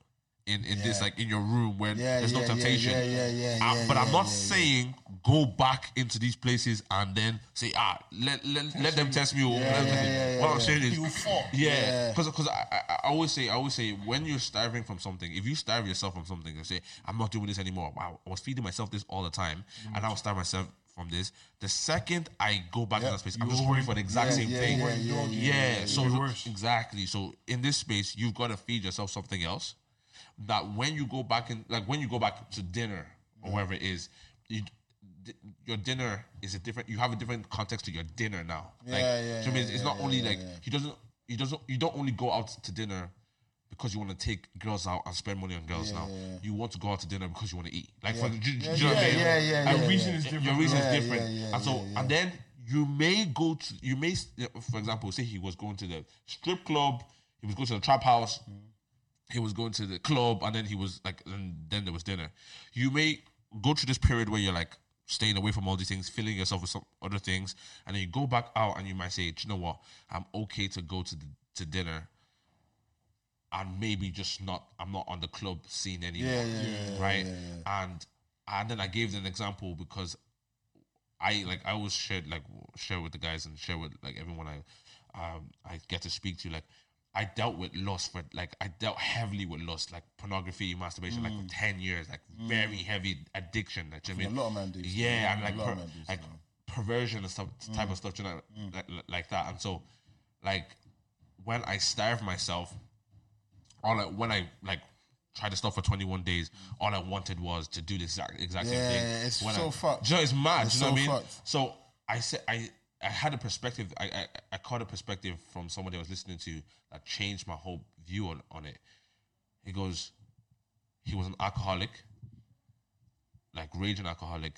[SPEAKER 2] in in this like in your room where
[SPEAKER 3] Yeah,
[SPEAKER 2] there's
[SPEAKER 3] yeah,
[SPEAKER 2] no
[SPEAKER 3] yeah,
[SPEAKER 2] temptation.
[SPEAKER 3] yeah, yeah, yeah,
[SPEAKER 2] Ah,
[SPEAKER 3] yeah,
[SPEAKER 2] but I'm
[SPEAKER 3] yeah,
[SPEAKER 2] not
[SPEAKER 3] yeah, yeah.
[SPEAKER 2] saying go back into these places and then say ah let let, let them test me. or let them
[SPEAKER 3] yeah,
[SPEAKER 2] test me.
[SPEAKER 3] yeah, yeah,
[SPEAKER 2] what I'm
[SPEAKER 3] yeah.
[SPEAKER 2] saying is
[SPEAKER 4] You fall.
[SPEAKER 2] yeah, because I, I I always say I always say when you're starving from something, if you starve yourself from something and say I'm not doing this anymore, wow, I was feeding myself this all the time,
[SPEAKER 3] Mm.
[SPEAKER 2] and now I starve myself from this. The second I go back to that space, I'm just hungry for the exact same
[SPEAKER 3] yeah,
[SPEAKER 2] thing.
[SPEAKER 3] yeah, yeah, yeah,
[SPEAKER 2] Yeah, so
[SPEAKER 1] Even worse.
[SPEAKER 2] exactly. So in this space, you've got to feed yourself something else. That when you go back in, like when you go back to dinner
[SPEAKER 3] Mm-hmm.
[SPEAKER 2] or wherever it is, you, di- your dinner is a different. You have a different context to your dinner now. like,
[SPEAKER 3] Yeah,
[SPEAKER 2] do you know
[SPEAKER 3] yeah,
[SPEAKER 2] what I mean?
[SPEAKER 3] yeah,
[SPEAKER 2] It's
[SPEAKER 3] yeah,
[SPEAKER 2] not only
[SPEAKER 3] yeah,
[SPEAKER 2] like
[SPEAKER 3] yeah.
[SPEAKER 2] he doesn't. He doesn't. You don't only go out to dinner because you want to take girls out and spend money on girls now. You want to go out to dinner because you want to eat. Like for, do, do you know what
[SPEAKER 3] yeah,
[SPEAKER 2] I mean?
[SPEAKER 3] yeah, yeah,
[SPEAKER 2] And
[SPEAKER 3] yeah,
[SPEAKER 2] reason
[SPEAKER 1] yeah.
[SPEAKER 2] is different. Your
[SPEAKER 1] Yeah,
[SPEAKER 2] reason
[SPEAKER 3] yeah,
[SPEAKER 2] is different.
[SPEAKER 3] yeah,
[SPEAKER 2] and so
[SPEAKER 3] yeah, yeah.
[SPEAKER 2] and then you may go to you may for example say he was going to the strip club, he was going to the trap house, he was going to the club and then he was like and then there was dinner you may go through this period where you're like staying away from all these things filling yourself with some other things and then you go back out and you might say Do you know what i'm okay to go to the, to dinner and maybe just not i'm not on the club scene anymore
[SPEAKER 3] Yeah, yeah, yeah, yeah,
[SPEAKER 2] right
[SPEAKER 3] yeah,
[SPEAKER 2] and and then i gave an example because I like I always shared like w- share with the guys and share with like everyone I um I get to speak to like I dealt with loss for like I dealt heavily with loss like pornography masturbation like for ten years like very heavy addiction like do you know what I mean
[SPEAKER 3] Mm. A lot of man do.
[SPEAKER 2] yeah and like
[SPEAKER 3] a lot of
[SPEAKER 2] per-
[SPEAKER 3] men do. Mm.
[SPEAKER 2] like perversion and stuff type of stuff do you know like, like like that and so like when I starve myself all I, when I like tried to stop for 21 days all I wanted was to do this exact, exact
[SPEAKER 3] Yeah,
[SPEAKER 2] same
[SPEAKER 3] Mm. yeah,
[SPEAKER 2] thing
[SPEAKER 3] it's
[SPEAKER 2] When
[SPEAKER 3] so
[SPEAKER 2] I,
[SPEAKER 3] fucked.
[SPEAKER 2] do you know, it's mad.
[SPEAKER 3] It's
[SPEAKER 2] do you know what
[SPEAKER 3] so
[SPEAKER 2] I mean?
[SPEAKER 3] fucked.
[SPEAKER 2] So I said I I had a perspective. I, I I caught a perspective from somebody I was listening to that changed my whole view on on it. He goes, he was an alcoholic, like raging alcoholic,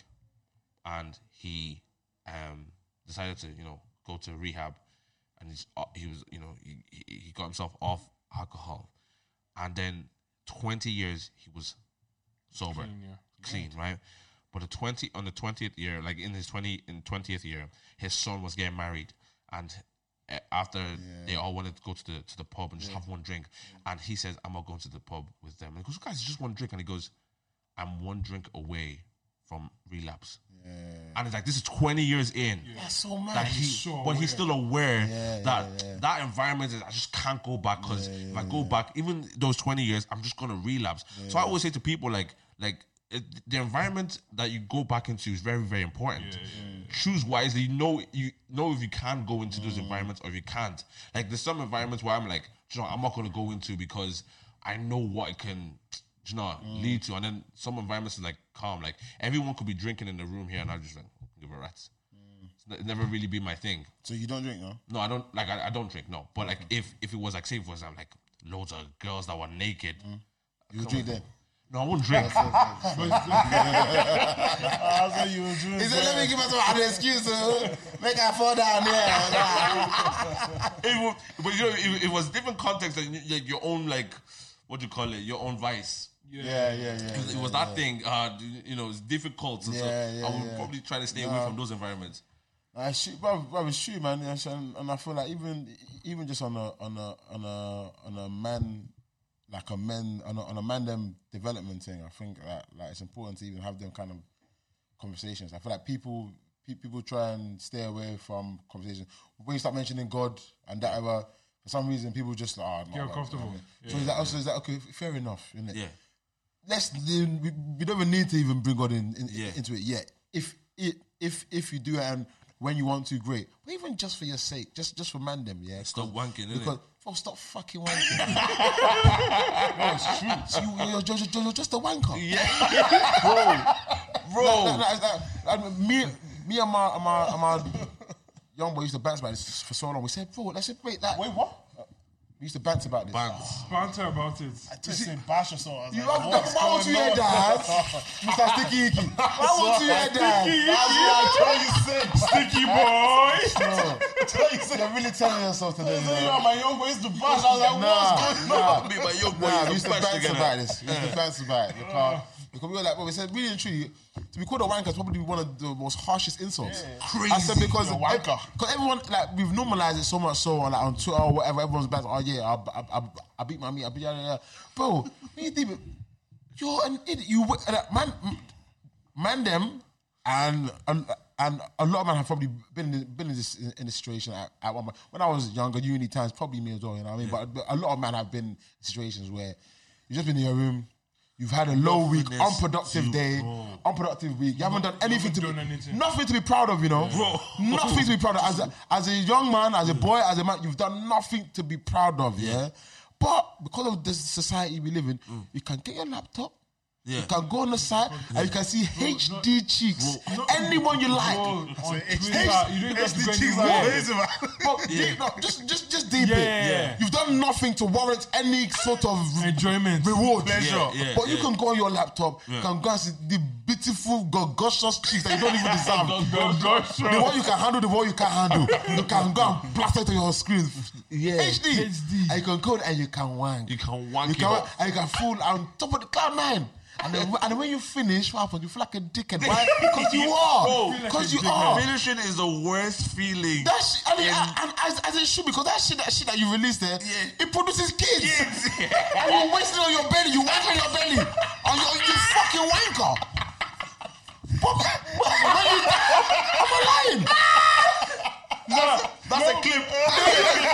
[SPEAKER 2] and he um decided to you know go to rehab, and he's uh, he was you know he, he he got himself off alcohol, and then twenty years he was sober
[SPEAKER 1] Clean, yeah.
[SPEAKER 2] clean, right? But the twenty on the twentieth year, like in his twenty in twentieth year, his son was getting married, and uh, after they all wanted to go to the to the pub and just have one drink, and he says, "I'm not going to the pub with them." And he goes, "Guys, it's just one drink," and he goes, "I'm one drink away from relapse," and it's like this is twenty years in.
[SPEAKER 4] That's so mad.
[SPEAKER 2] That he,
[SPEAKER 1] so
[SPEAKER 2] but he's still aware
[SPEAKER 3] Yeah,
[SPEAKER 2] that
[SPEAKER 3] yeah, yeah.
[SPEAKER 2] that environment is. I just can't go back because if I go back, even those twenty years, I'm just gonna relapse. So I always say to people, like, like it, the environment that you go back into is very, very important. Choose wisely. You know, you know if you can go into those environments or if you can't. Like, there's some environments where I'm like, "Do you know, what? I'm not gonna go into because I know what it can. do you know what?
[SPEAKER 3] Mm.
[SPEAKER 2] Lead to, and then some environments is like calm. Like everyone could be drinking in the room here, and I'm just like give a rat's. It's never really been my thing.
[SPEAKER 3] So you don't drink, no?
[SPEAKER 2] No, I don't like I, I don't drink, no. But like if if it was like say for example like loads of girls that were naked.
[SPEAKER 3] Mm. You drink then.
[SPEAKER 2] No, I won't drink.
[SPEAKER 4] That's what you do.
[SPEAKER 3] He said, let me give myself an excuse to make her fall
[SPEAKER 4] <laughs>
[SPEAKER 3] down there.
[SPEAKER 2] <laughs> it was, but you know, it, it was different context than y- y- your own like what do you call it, your own vice.
[SPEAKER 3] yeah, yeah, yeah.
[SPEAKER 2] Because it was that thing, uh, d- you know, it's difficult. So, so
[SPEAKER 3] Yeah, yeah,
[SPEAKER 2] I would
[SPEAKER 3] yeah.
[SPEAKER 2] probably try to stay away from those environments.
[SPEAKER 3] I shoot, bro, bro, it's true, man. And, so- and I feel like even, even just on a, on a, on a, on a man, like a men, on a, on a man them development thing. I think that like it's important to even have them kind of conversations. I feel like people, pe- people try and stay away from conversations. When you start mentioning God and that, ever, for some reason, people just like, oh,
[SPEAKER 1] Get
[SPEAKER 3] no, well,
[SPEAKER 1] uncomfortable.
[SPEAKER 3] So is that also is that okay? Fair enough, isn't it?
[SPEAKER 2] Yeah.
[SPEAKER 3] let's we, we don't even need to even bring God in, in-
[SPEAKER 2] Yeah.
[SPEAKER 3] into it yet. If it if if you do it and when you want to, great. But even just for your sake, just just for man them, yeah.
[SPEAKER 2] Stop wanking, innit?
[SPEAKER 3] Because bro, stop fucking wanking. <laughs> That's true. You, are just, you're just a wanker.
[SPEAKER 2] Bro,
[SPEAKER 3] Like, like, like, like, me, me and my and my and my young boy used to bounce about this for so long. We said, bro, let's wait that.
[SPEAKER 4] Wait, what?
[SPEAKER 3] We used to bounce about this. <laughs>
[SPEAKER 2] bands.
[SPEAKER 1] Banter about it.
[SPEAKER 4] I just said bash or something. I was
[SPEAKER 3] You
[SPEAKER 4] like,
[SPEAKER 3] have
[SPEAKER 4] what's
[SPEAKER 3] to, why won't
[SPEAKER 4] going
[SPEAKER 3] you hear
[SPEAKER 4] on?
[SPEAKER 3] that? Mr. Sticky Icky. Why won't you hear that? That's what I
[SPEAKER 1] Sticky boy.
[SPEAKER 3] tell you, said. You're really telling yourself today.
[SPEAKER 4] You
[SPEAKER 3] man.
[SPEAKER 4] know, my young boy used to bash. I was like, what's
[SPEAKER 3] Nah,
[SPEAKER 2] Nah, me and my young boy
[SPEAKER 3] nah,
[SPEAKER 2] used to
[SPEAKER 3] we used to
[SPEAKER 2] bash
[SPEAKER 3] bounce
[SPEAKER 2] together.
[SPEAKER 3] about this. We used to bounce about it. Because, because we were like, well, we said, really and truly, to be called a wanker is probably one of the most harshest insults.
[SPEAKER 2] Crazy.
[SPEAKER 3] I said, because
[SPEAKER 4] You're a wanker.
[SPEAKER 3] Because everyone, like, we've normalized it so much so on, like, on Twitter or whatever, everyone's back, oh, yeah, I, I, I, I beat my meat, I beat, yada, yada. Bro, when you think, of it, you're an idiot. You, wa- uh, man, man, them, and, and, and a lot of men have probably been in, been in this in, this situation at, at one point. When I was younger, uni times, probably me as well, you know what I mean? But, but a lot of men have been in situations where you've just been in your room, you've had a low week,
[SPEAKER 2] Goodness
[SPEAKER 3] unproductive
[SPEAKER 2] to
[SPEAKER 3] day, unproductive week. You haven't done anything to
[SPEAKER 1] done
[SPEAKER 3] be,
[SPEAKER 1] anything.
[SPEAKER 3] nothing to be proud of, you know.
[SPEAKER 2] Bro.
[SPEAKER 3] <laughs> Nothing to be proud of. As a, as a young man, as a boy, as a man, you've done nothing to be proud of, yeah. Mm. But because of the society we live in, you can get your laptop,
[SPEAKER 2] Yeah.
[SPEAKER 3] you can go on the site, and you can see HD cheeks,
[SPEAKER 1] No,
[SPEAKER 3] anyone you like.
[SPEAKER 1] Bro, on Twitter,
[SPEAKER 3] It's-
[SPEAKER 1] you don't even have to go
[SPEAKER 3] it's the cheeks
[SPEAKER 1] anywhere.
[SPEAKER 3] are amazing, man.
[SPEAKER 1] <laughs>
[SPEAKER 3] But deep- no, just, just, just deep it.
[SPEAKER 1] Yeah. Yeah.
[SPEAKER 3] You've done nothing to warrant any sort of
[SPEAKER 1] Enjoyment.
[SPEAKER 3] reward.
[SPEAKER 2] Yeah, yeah,
[SPEAKER 3] but you
[SPEAKER 2] yeah.
[SPEAKER 3] can go on your laptop, you can go and see the beautiful, gorgeous cheeks that you don't
[SPEAKER 1] <laughs>
[SPEAKER 3] even deserve.
[SPEAKER 1] God, God,
[SPEAKER 3] the
[SPEAKER 1] sure.
[SPEAKER 3] one you can handle, the one you can handle. You can go and plaster it on your screen. Yeah. HD.
[SPEAKER 1] HD.
[SPEAKER 3] And you can code and you can wank.
[SPEAKER 2] You can wank
[SPEAKER 3] You
[SPEAKER 2] it
[SPEAKER 3] can
[SPEAKER 2] up.
[SPEAKER 3] wank and you can fool on top of the cloud nine. And then, and when you finish, what happens? You feel like a dickhead.
[SPEAKER 1] <laughs>
[SPEAKER 3] Why? <laughs> Because you
[SPEAKER 1] Oh. a dickhead.
[SPEAKER 2] Bro, feel like
[SPEAKER 3] are. Because you are.
[SPEAKER 2] Finishing is the worst feeling. <laughs>
[SPEAKER 3] That shit, I mean, and as, as it should, because that shit, that shit that you released there,
[SPEAKER 2] Yeah.
[SPEAKER 3] it produces kids.
[SPEAKER 2] Kids,
[SPEAKER 3] and you're wasting on your belly. You wank on your belly. And you you fucking wanker. But, but when you, am I
[SPEAKER 1] <laughs>
[SPEAKER 3] lying?
[SPEAKER 2] That's a clip.
[SPEAKER 3] I'm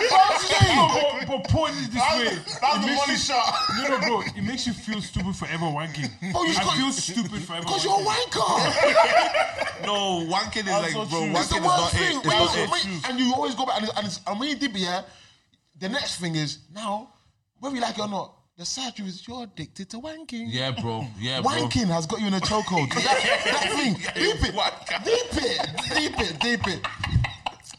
[SPEAKER 1] No,
[SPEAKER 3] saying.
[SPEAKER 1] but, but porn is this way.
[SPEAKER 4] That's
[SPEAKER 1] It
[SPEAKER 4] the
[SPEAKER 1] makes
[SPEAKER 4] money
[SPEAKER 1] you-
[SPEAKER 4] shot.
[SPEAKER 1] No, no, bro. It makes you feel stupid forever wanking.
[SPEAKER 3] Bro, Oh, you
[SPEAKER 1] I
[SPEAKER 3] got-
[SPEAKER 1] feel stupid forever.
[SPEAKER 3] Because you're a
[SPEAKER 1] wanking.
[SPEAKER 3] wanker.
[SPEAKER 2] No, wanking is like, bro,
[SPEAKER 4] so true.
[SPEAKER 2] wanking
[SPEAKER 3] It's
[SPEAKER 2] is
[SPEAKER 3] the worst
[SPEAKER 2] not
[SPEAKER 3] thing.
[SPEAKER 2] it. It's not
[SPEAKER 3] Wait,
[SPEAKER 2] it.
[SPEAKER 3] wait, and you always go back, and, it's- and, it's- and when you dip it, yeah, the next thing is now, whether you like it or not, the sad truth is you're addicted to wanking.
[SPEAKER 2] Yeah, bro. Yeah, bro.
[SPEAKER 3] Wanking has got you in a chokehold. that, that thing, deep it,
[SPEAKER 2] Wanker.
[SPEAKER 3] deep it, deep it, deep it.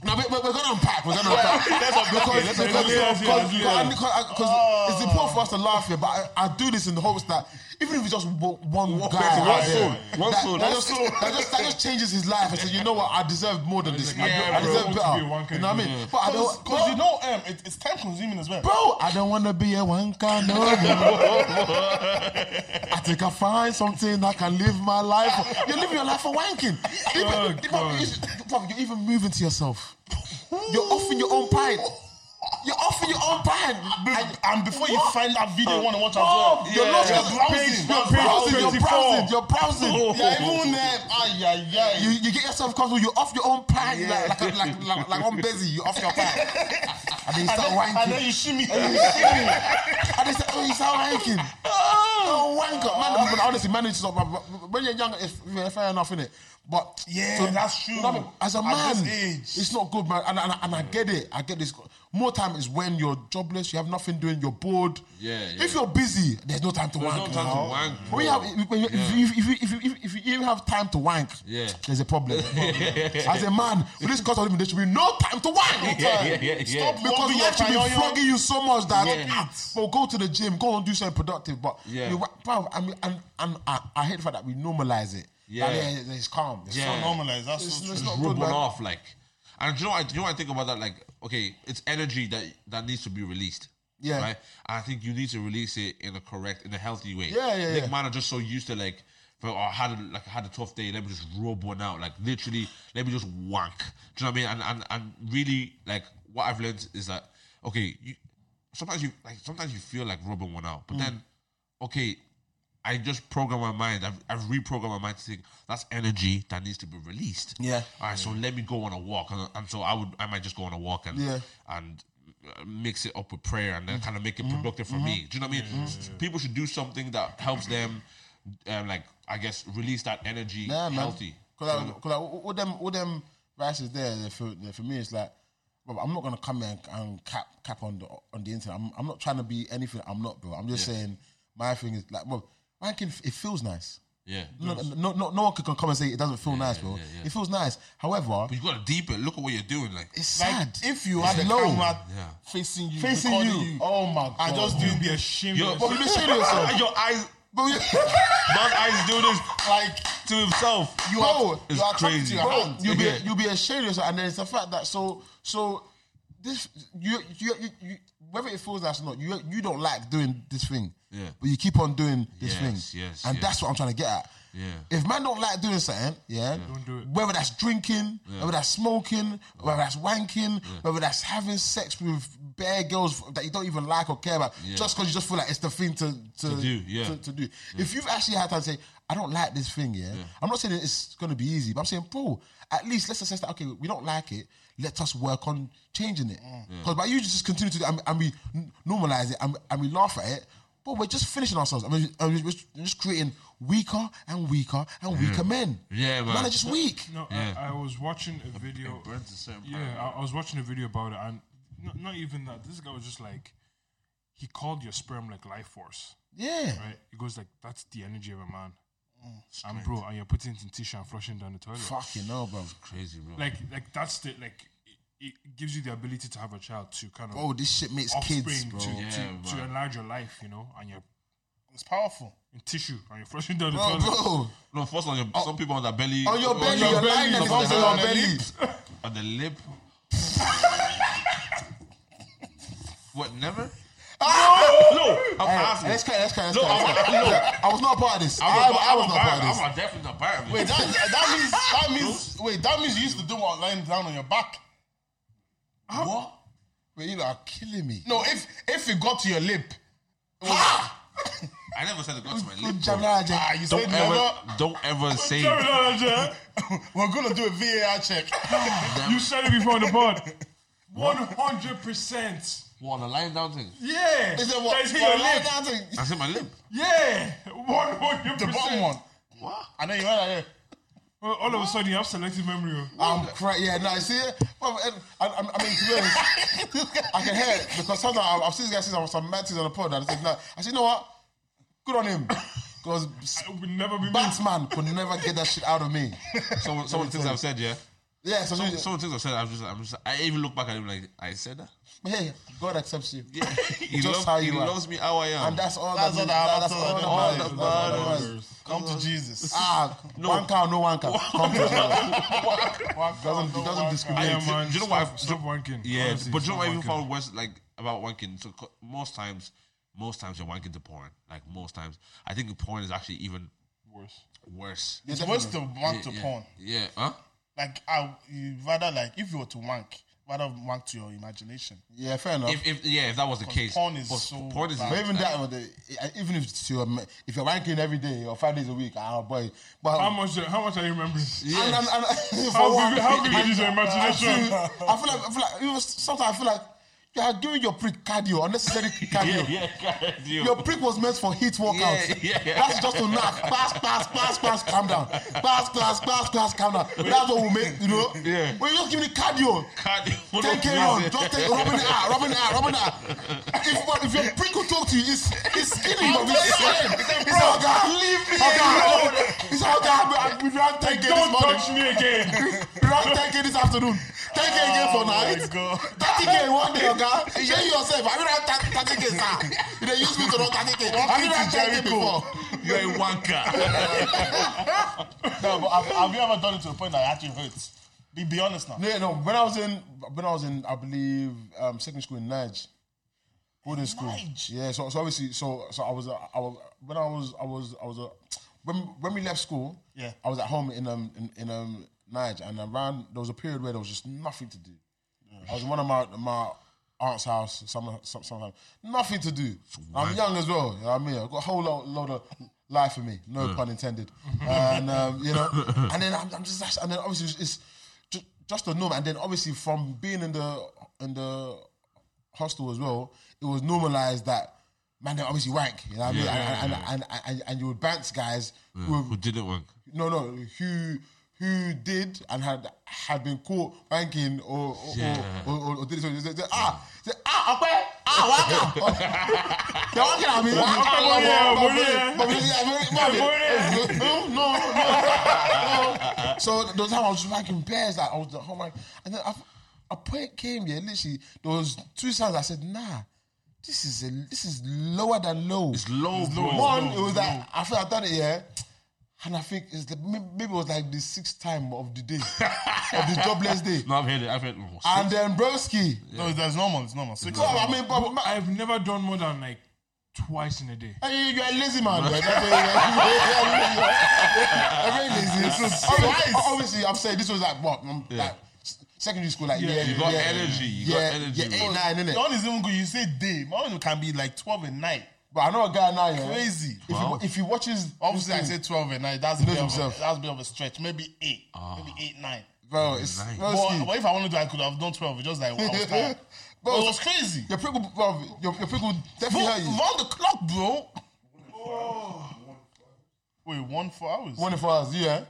[SPEAKER 3] Now we, we- we're gonna unpack. We're gonna unpack
[SPEAKER 1] it,
[SPEAKER 3] because
[SPEAKER 1] let's unpack it, let's do that.
[SPEAKER 3] because uh, it's important for us to laugh here. But I, I do this in the hopes that even if it's just one, one guy,
[SPEAKER 2] person, one
[SPEAKER 3] out there,
[SPEAKER 2] soul, one
[SPEAKER 3] that,
[SPEAKER 2] soul,
[SPEAKER 3] that,
[SPEAKER 2] one
[SPEAKER 3] just,
[SPEAKER 2] soul.
[SPEAKER 3] that just that just changes his life. I said, you know what? I deserve more than this.
[SPEAKER 1] Yeah,
[SPEAKER 3] I,
[SPEAKER 1] bro.
[SPEAKER 3] deserve- I
[SPEAKER 1] I want to
[SPEAKER 3] deserve
[SPEAKER 1] be a wanker,
[SPEAKER 3] better. You know what I mean?
[SPEAKER 1] yeah.
[SPEAKER 3] But I don't.
[SPEAKER 4] Because you know, um, it, it's time consuming as well.
[SPEAKER 3] Bro, I don't wanna be a wanker no more. I think I find something I can live my life. For. You're living your life for wanking. Even,
[SPEAKER 1] Oh,
[SPEAKER 3] bro,
[SPEAKER 1] God.
[SPEAKER 3] is- bro, you're even moving to yourself. You're offing your own pine. You're offing your own pine.
[SPEAKER 4] And, and before you
[SPEAKER 3] What?
[SPEAKER 4] find that video, you want to watch as
[SPEAKER 3] Oh,
[SPEAKER 4] well.
[SPEAKER 3] you're not
[SPEAKER 4] You're
[SPEAKER 3] just
[SPEAKER 4] browsing.
[SPEAKER 3] You're
[SPEAKER 4] You're
[SPEAKER 3] browsing. You're browsing. You're browsing.
[SPEAKER 4] Yeah, even um, ay, ay, ay.
[SPEAKER 3] You, you get yourself comfortable. You're off your own pine. Like, like, like, like, like on busy. You're off your pine.
[SPEAKER 4] <laughs>
[SPEAKER 3] And then you start wanking.
[SPEAKER 4] and then you shimmy.
[SPEAKER 3] I just said, oh, you sound wanking. Oh, wanker. Man, but honestly, man, it's not, but- but when you're young, it's yeah, fair enough, innit? But
[SPEAKER 4] Yeah, that's true.
[SPEAKER 3] you know what I mean? As a
[SPEAKER 4] At
[SPEAKER 3] man,
[SPEAKER 4] this age.
[SPEAKER 3] it's not good, man. And, and, and I get it. I get this. More time is when you're jobless, you have nothing doing, you're bored.
[SPEAKER 2] Yeah, yeah.
[SPEAKER 3] If you're busy, there's no time to
[SPEAKER 2] There's no
[SPEAKER 3] wank.
[SPEAKER 2] time to
[SPEAKER 3] now.
[SPEAKER 2] wank,
[SPEAKER 3] When you
[SPEAKER 2] bro.
[SPEAKER 3] have, if, when you- if, you- if, you- if, you- if, you- if you even have time to wank,
[SPEAKER 2] Yeah.
[SPEAKER 3] there's a <laughs> problem. As a man, with this cost of living, there should be no time to wank.
[SPEAKER 2] Yeah, yeah, yeah, yeah.
[SPEAKER 4] Stop
[SPEAKER 3] Because
[SPEAKER 4] loving
[SPEAKER 3] the
[SPEAKER 4] your
[SPEAKER 3] life should be
[SPEAKER 4] Tayoyo.
[SPEAKER 3] flogging you so much that,
[SPEAKER 2] Yeah.
[SPEAKER 3] ah, well, go to the gym, go and do something productive. But,
[SPEAKER 2] Yeah.
[SPEAKER 3] you- bro, I mean, and, and I, I hate the fact that we normalize it.
[SPEAKER 2] Yeah.
[SPEAKER 3] That it- it's calm. It's
[SPEAKER 2] Yeah.
[SPEAKER 4] So normalized. That's
[SPEAKER 3] It's-
[SPEAKER 4] so
[SPEAKER 3] it's
[SPEAKER 4] true.
[SPEAKER 3] not- good,
[SPEAKER 2] rubbing
[SPEAKER 3] man.
[SPEAKER 2] off like and do you know what, do you know what I think about that like okay it's energy that that needs to be released
[SPEAKER 3] Yeah.
[SPEAKER 2] right I think you need to release it in a correct in a healthy way
[SPEAKER 3] Yeah, yeah,
[SPEAKER 2] I think
[SPEAKER 3] yeah.
[SPEAKER 2] mine are just so used to like for, oh, I had a, like I had a tough day let me just rub one out like literally let me just wank do you know what I mean and and, and really like what I've learned is that okay you sometimes you like sometimes you feel like rubbing one out
[SPEAKER 3] Mm.
[SPEAKER 2] but then okay I just program my mind. I've, I've reprogrammed my mind to think that's energy that needs to be released.
[SPEAKER 3] Yeah.
[SPEAKER 2] All right. So let me go on a walk, and, and so I would, I might just go on a walk and
[SPEAKER 3] Yeah.
[SPEAKER 2] and uh, mix it up with prayer, and then kind of make
[SPEAKER 3] Mm-hmm.
[SPEAKER 2] it productive for me. Do you know what I mean? S- People should do something that helps them, um, like I guess, release that energy
[SPEAKER 3] Yeah, man.
[SPEAKER 2] healthy.
[SPEAKER 3] Because like, all them all them vices there they're for, they're for me it's like, bro, I'm not gonna come here and, and cap cap on the on the internet. I'm, I'm not trying to be anything. I'm not, bro. I'm just saying my thing is like, bro, ranking it feels nice.
[SPEAKER 2] Yeah.
[SPEAKER 3] No, no, no, no one could come and say it doesn't feel nice, bro.
[SPEAKER 2] yeah, yeah.
[SPEAKER 3] It feels nice. However,
[SPEAKER 2] But you gotta deep it. Look at what you're doing. Like
[SPEAKER 3] it's
[SPEAKER 4] Like,
[SPEAKER 3] sad.
[SPEAKER 4] if you had a
[SPEAKER 3] It's low.
[SPEAKER 4] camera
[SPEAKER 3] <laughs>
[SPEAKER 2] Yeah.
[SPEAKER 4] facing you,
[SPEAKER 3] facing you.
[SPEAKER 4] recording you,
[SPEAKER 3] oh my god,
[SPEAKER 4] and just doing the
[SPEAKER 1] Shame
[SPEAKER 2] Yo,
[SPEAKER 1] is-
[SPEAKER 3] But you've been shitting
[SPEAKER 2] <laughs>
[SPEAKER 3] yourself.
[SPEAKER 2] your eyes,
[SPEAKER 3] Bro, you,
[SPEAKER 2] man's eyes do this
[SPEAKER 4] <laughs> like
[SPEAKER 2] to himself.
[SPEAKER 3] you
[SPEAKER 4] Bro,
[SPEAKER 3] are,
[SPEAKER 2] it's
[SPEAKER 3] you are crazy.
[SPEAKER 2] crazy.
[SPEAKER 3] To your
[SPEAKER 2] Bro,
[SPEAKER 3] hands. You'll be
[SPEAKER 2] yeah.
[SPEAKER 3] you'll be ashamed of yourself, and then it's the fact that so so this you you, you, you whether it feels nice or not, you you don't like doing this thing,
[SPEAKER 2] Yeah.
[SPEAKER 3] but you keep on doing this
[SPEAKER 2] Yes,
[SPEAKER 3] thing,
[SPEAKER 2] yes,
[SPEAKER 3] and
[SPEAKER 2] yes.
[SPEAKER 3] that's what I'm trying to get at.
[SPEAKER 2] Yeah.
[SPEAKER 3] If man don't like doing something, yeah,
[SPEAKER 1] Don't do it.
[SPEAKER 3] whether that's drinking, whether that's smoking,
[SPEAKER 2] Oh.
[SPEAKER 3] whether that's wanking, whether that's having sex with bare girls that you don't even like or care about, just because you just feel like it's the thing to to,
[SPEAKER 2] To do, yeah.
[SPEAKER 3] to, to do. If you've actually had time to say, I don't like this thing, yeah, I'm not saying it's going to be easy, but I'm saying, bro, at least let's assess that, okay, we don't like it. Let us work on changing it. Because by you just continue to do and, and we n- normalize it and, and we laugh at it, but we're just finishing ourselves. I mean, and we're just, we're just creating weaker and weaker and weaker men.
[SPEAKER 2] Yeah, man.
[SPEAKER 3] Men are just weak.
[SPEAKER 1] No, I, I was watching a video.
[SPEAKER 2] burns the same
[SPEAKER 1] Yeah, I, I was watching a video about it, and not, not even that. This guy was just like, he called your sperm like life force,
[SPEAKER 3] Yeah.
[SPEAKER 1] right? He goes like, "That's the energy of a man."
[SPEAKER 3] Mm.
[SPEAKER 1] and bro, and you're putting it in tissue and flushing down the toilet.
[SPEAKER 3] Fucking no, bro.
[SPEAKER 2] Crazy, bro.
[SPEAKER 1] Like, like that's the like. It, it gives you the ability to have a child to kind of
[SPEAKER 3] Oh, this shit makes
[SPEAKER 1] offspring
[SPEAKER 3] kids, bro.
[SPEAKER 1] to,
[SPEAKER 2] Yeah,
[SPEAKER 1] to, to
[SPEAKER 2] man.
[SPEAKER 1] enlarge your life, you know, and your
[SPEAKER 4] it's powerful.
[SPEAKER 1] tissue and you're flushing down the
[SPEAKER 3] Bro,
[SPEAKER 1] toilet.
[SPEAKER 3] bro.
[SPEAKER 2] No, first on your, some people on their belly.
[SPEAKER 3] Oh. On your belly,
[SPEAKER 2] your
[SPEAKER 3] you're lying
[SPEAKER 2] belly, some
[SPEAKER 3] that it's on
[SPEAKER 2] people
[SPEAKER 3] your
[SPEAKER 2] on their
[SPEAKER 3] belly.
[SPEAKER 2] lips, on the lip.
[SPEAKER 3] <laughs>
[SPEAKER 2] what? Never? No, I'm asking.
[SPEAKER 3] Let's cut, let's cut, let's
[SPEAKER 2] No,
[SPEAKER 3] cut, let's
[SPEAKER 2] I'm-
[SPEAKER 3] cut.
[SPEAKER 2] no.
[SPEAKER 3] I was not a part of this. I,
[SPEAKER 2] I'm, a,
[SPEAKER 3] I
[SPEAKER 2] I'm,
[SPEAKER 3] was
[SPEAKER 2] a
[SPEAKER 3] not a part
[SPEAKER 2] pirate.
[SPEAKER 3] of this.
[SPEAKER 2] I'm a definitely a pirate.
[SPEAKER 4] Wait, that,
[SPEAKER 3] <laughs>
[SPEAKER 4] that means that means wait, that means you used to do what lying down on your back.
[SPEAKER 2] what?
[SPEAKER 3] Wait, you lot are killing me.
[SPEAKER 4] No, if if it got to your lip,
[SPEAKER 2] I never said it got to my
[SPEAKER 3] Good
[SPEAKER 2] lip.
[SPEAKER 3] job, Nigel.
[SPEAKER 4] ah, you said
[SPEAKER 2] Don't ever,
[SPEAKER 4] <laughs> never.
[SPEAKER 2] don't ever say.
[SPEAKER 4] We're gonna do a VAR
[SPEAKER 2] <laughs>
[SPEAKER 4] check.
[SPEAKER 1] You said it before on the board. One hundred percent.
[SPEAKER 2] What on the lying down thing?
[SPEAKER 1] Yeah.
[SPEAKER 3] Is it what?
[SPEAKER 1] That's in
[SPEAKER 3] what,
[SPEAKER 1] your
[SPEAKER 3] lie
[SPEAKER 1] lip.
[SPEAKER 3] down to-
[SPEAKER 2] I said my lip.
[SPEAKER 1] Yeah. One hundred
[SPEAKER 4] the bottom
[SPEAKER 1] percent.
[SPEAKER 4] one.
[SPEAKER 2] What?
[SPEAKER 4] I know you went like,
[SPEAKER 1] Well, all of a sudden you have selective memory. oh.
[SPEAKER 3] I'm crying. Yeah, no, you see, well, and, I, I, I mean, to
[SPEAKER 2] <laughs>
[SPEAKER 3] be honest, I can hear it because sometimes I- I've seen this guy say some mad things on the pod. And I said, no, I said, you know what?
[SPEAKER 2] <laughs>
[SPEAKER 3] Good on him. Because
[SPEAKER 1] It would never be me.
[SPEAKER 3] Batman could never get that shit out of
[SPEAKER 2] <laughs>
[SPEAKER 3] me.
[SPEAKER 2] Someone, someone things I've said, yeah.
[SPEAKER 3] Yeah, so,
[SPEAKER 2] Some, some things I've said, I'm just, I'm just, I even look back at him like I said that. <laughs>
[SPEAKER 3] hey, God accepts you.
[SPEAKER 2] Yeah. he
[SPEAKER 3] <laughs> Just
[SPEAKER 2] loves,
[SPEAKER 3] how you
[SPEAKER 2] he
[SPEAKER 3] are.
[SPEAKER 2] loves me how I am.
[SPEAKER 3] And that's all
[SPEAKER 4] That's
[SPEAKER 3] that
[SPEAKER 4] all that
[SPEAKER 3] that's
[SPEAKER 4] matters.
[SPEAKER 3] all that
[SPEAKER 4] All
[SPEAKER 3] matters.
[SPEAKER 2] that
[SPEAKER 3] That's all that matters.
[SPEAKER 4] come to Jesus.
[SPEAKER 3] Ah, one cow, no one cow. Come to doesn't-
[SPEAKER 4] Ah, no
[SPEAKER 3] doesn't
[SPEAKER 4] one
[SPEAKER 3] discriminate.
[SPEAKER 1] Yeah,
[SPEAKER 2] do-
[SPEAKER 1] man.
[SPEAKER 2] do you know
[SPEAKER 1] stop,
[SPEAKER 2] what I've-
[SPEAKER 1] Stop wanking.
[SPEAKER 2] Yeah,
[SPEAKER 1] Honestly,
[SPEAKER 2] but you know
[SPEAKER 1] stop
[SPEAKER 2] what I even
[SPEAKER 1] wanking.
[SPEAKER 2] found worse, like about wanking. So co- most times, most times you're wanking to porn. Like most times, I think porn is actually even
[SPEAKER 1] worse?
[SPEAKER 2] worse.
[SPEAKER 4] It's worse to wank to
[SPEAKER 2] yeah.
[SPEAKER 4] porn.
[SPEAKER 2] Yeah, huh?
[SPEAKER 4] Like I, you rather like if you were to wank, rather wank to your imagination.
[SPEAKER 3] Yeah, fair enough.
[SPEAKER 2] If, if yeah, if that was the case,
[SPEAKER 4] porn is
[SPEAKER 2] but
[SPEAKER 4] so
[SPEAKER 2] porn is <laughs>
[SPEAKER 4] bad.
[SPEAKER 3] But even that, with the- even if it's your, if you're wanking every day or five days a week, ah, boy. But
[SPEAKER 1] How much? How much are you remembering?
[SPEAKER 2] Yeah.
[SPEAKER 3] And, <laughs> and, and, for
[SPEAKER 1] How
[SPEAKER 3] one,
[SPEAKER 1] big? How big
[SPEAKER 3] and-
[SPEAKER 1] is your
[SPEAKER 3] I feel,
[SPEAKER 1] imagination?
[SPEAKER 3] I feel like, I feel like even sometimes I feel like You are giving your prick cardio, unnecessary cardio.
[SPEAKER 2] yeah, guys, you.
[SPEAKER 3] Your prick was meant for heat workouts.
[SPEAKER 2] Yeah, yeah.
[SPEAKER 3] That's just to knock. Pass, pass, pass, pass, calm down. Pass, pass, pass, pass, calm down. That's what we make, you know?
[SPEAKER 2] Yeah.
[SPEAKER 3] We're just giving it cardio.
[SPEAKER 2] Can't- for no
[SPEAKER 3] 10k run,
[SPEAKER 2] reason.
[SPEAKER 3] just take rubbing it out, rubbing it out, rubbing it out. If, but if your prick will talk to you, it's, it's skinny, but we slim. It's our guy. Leave me alone. It's "Ah, our guy. We ran 10k this morning.
[SPEAKER 1] me
[SPEAKER 3] <laughs>
[SPEAKER 1] again.
[SPEAKER 3] We ran 10k this afternoon. 10k again for night. 30k one day, oga. Show yourself. Have you run 30k, sir? They use me to run 30k. Have you run 10k before?
[SPEAKER 2] You're a wanker.
[SPEAKER 4] <laughs> No, but have, have you ever done it to the point that it actually hurts? Be, be honest now.
[SPEAKER 3] No, no. When I was in, when I was in, I believe um, secondary school in Nige, boarding school.
[SPEAKER 4] Nige?
[SPEAKER 3] Yeah. So, so obviously, so, so I was, uh, I was when I was, I was, I was uh, when when we left school.
[SPEAKER 4] Yeah.
[SPEAKER 3] I was at home in um in, in um Nige, and around there was a period where there was just nothing to do. I was in one of my my aunt's house some some sometime. Nothing to do. I'm young as well. You know what I mean? I've got a whole lot, load of life in me. No pun intended. and um, you know, and then I'm, I'm just and then obviously it's, it's ju- just the norm. And then obviously from being in the in the hostel as well, it was normalized that man they obviously wank. You know what I mean? and, and, and, and and you would bounce guys who were
[SPEAKER 2] Who didn't work?
[SPEAKER 3] no, no, who who did and had had been caught wanking or or,
[SPEAKER 2] Yeah.
[SPEAKER 3] or, or, or did so. They, they, ah, they, ah, okay, ah, waka. They're wanking at me. Ah,
[SPEAKER 1] Boy, yeah,
[SPEAKER 3] ah,
[SPEAKER 1] boy,
[SPEAKER 3] ah,
[SPEAKER 1] yeah.
[SPEAKER 3] but we- yeah, we-
[SPEAKER 1] boy,
[SPEAKER 3] man, we- No, no, no, no. So those time I was wanking pairs, like I was the whole like, and then I, a point came here. Literally, there was two songs. I said, nah. This is a, this is lower than low.
[SPEAKER 2] It's low, bro.
[SPEAKER 3] One, it was like I feel I done it, yeah. And I think it's the, may- maybe it was like the sixth time of the day, of the jobless day.
[SPEAKER 2] No, I've heard it. I've heard it.
[SPEAKER 3] And then Broski,
[SPEAKER 4] No, there's normal. It's normal. Six.
[SPEAKER 3] come on, I mean, but, man,
[SPEAKER 1] I've never done more than like twice in a day.
[SPEAKER 3] hey, you're a lazy man. bro. That's what <laughs> you're- you're very lazy. Obviously, obviously, I'm saying this was like what, um, like s- secondary school, like yeah, yeah,
[SPEAKER 2] You got
[SPEAKER 3] yeah,
[SPEAKER 2] energy. You
[SPEAKER 3] yeah,
[SPEAKER 2] got energy.
[SPEAKER 3] yeah,
[SPEAKER 2] bro.
[SPEAKER 3] eight, nine, innit?
[SPEAKER 4] The one is even good. You say day. My one can be like 12 at night.
[SPEAKER 3] But I know a guy now, yeah.
[SPEAKER 4] Crazy.
[SPEAKER 3] If, he, wa- if he watches,
[SPEAKER 4] Obviously, I say 12 at night. That's a bit, of a,
[SPEAKER 3] himself.
[SPEAKER 4] that's a bit of a stretch. Maybe 8. Maybe 8, 9.
[SPEAKER 3] bro, it's
[SPEAKER 2] Nine.
[SPEAKER 4] But,
[SPEAKER 3] <laughs> Broski.
[SPEAKER 4] but if I wanted to, I could have done 12. It's just like, I
[SPEAKER 3] <laughs>
[SPEAKER 4] was tired.
[SPEAKER 3] Bro,
[SPEAKER 4] but it was crazy.
[SPEAKER 3] Your prickle, bro, your, your prickle
[SPEAKER 4] Bro,
[SPEAKER 3] definitely hurt you.
[SPEAKER 4] round the clock, bro. Wait, one four hours?
[SPEAKER 3] 24 hours, yeah?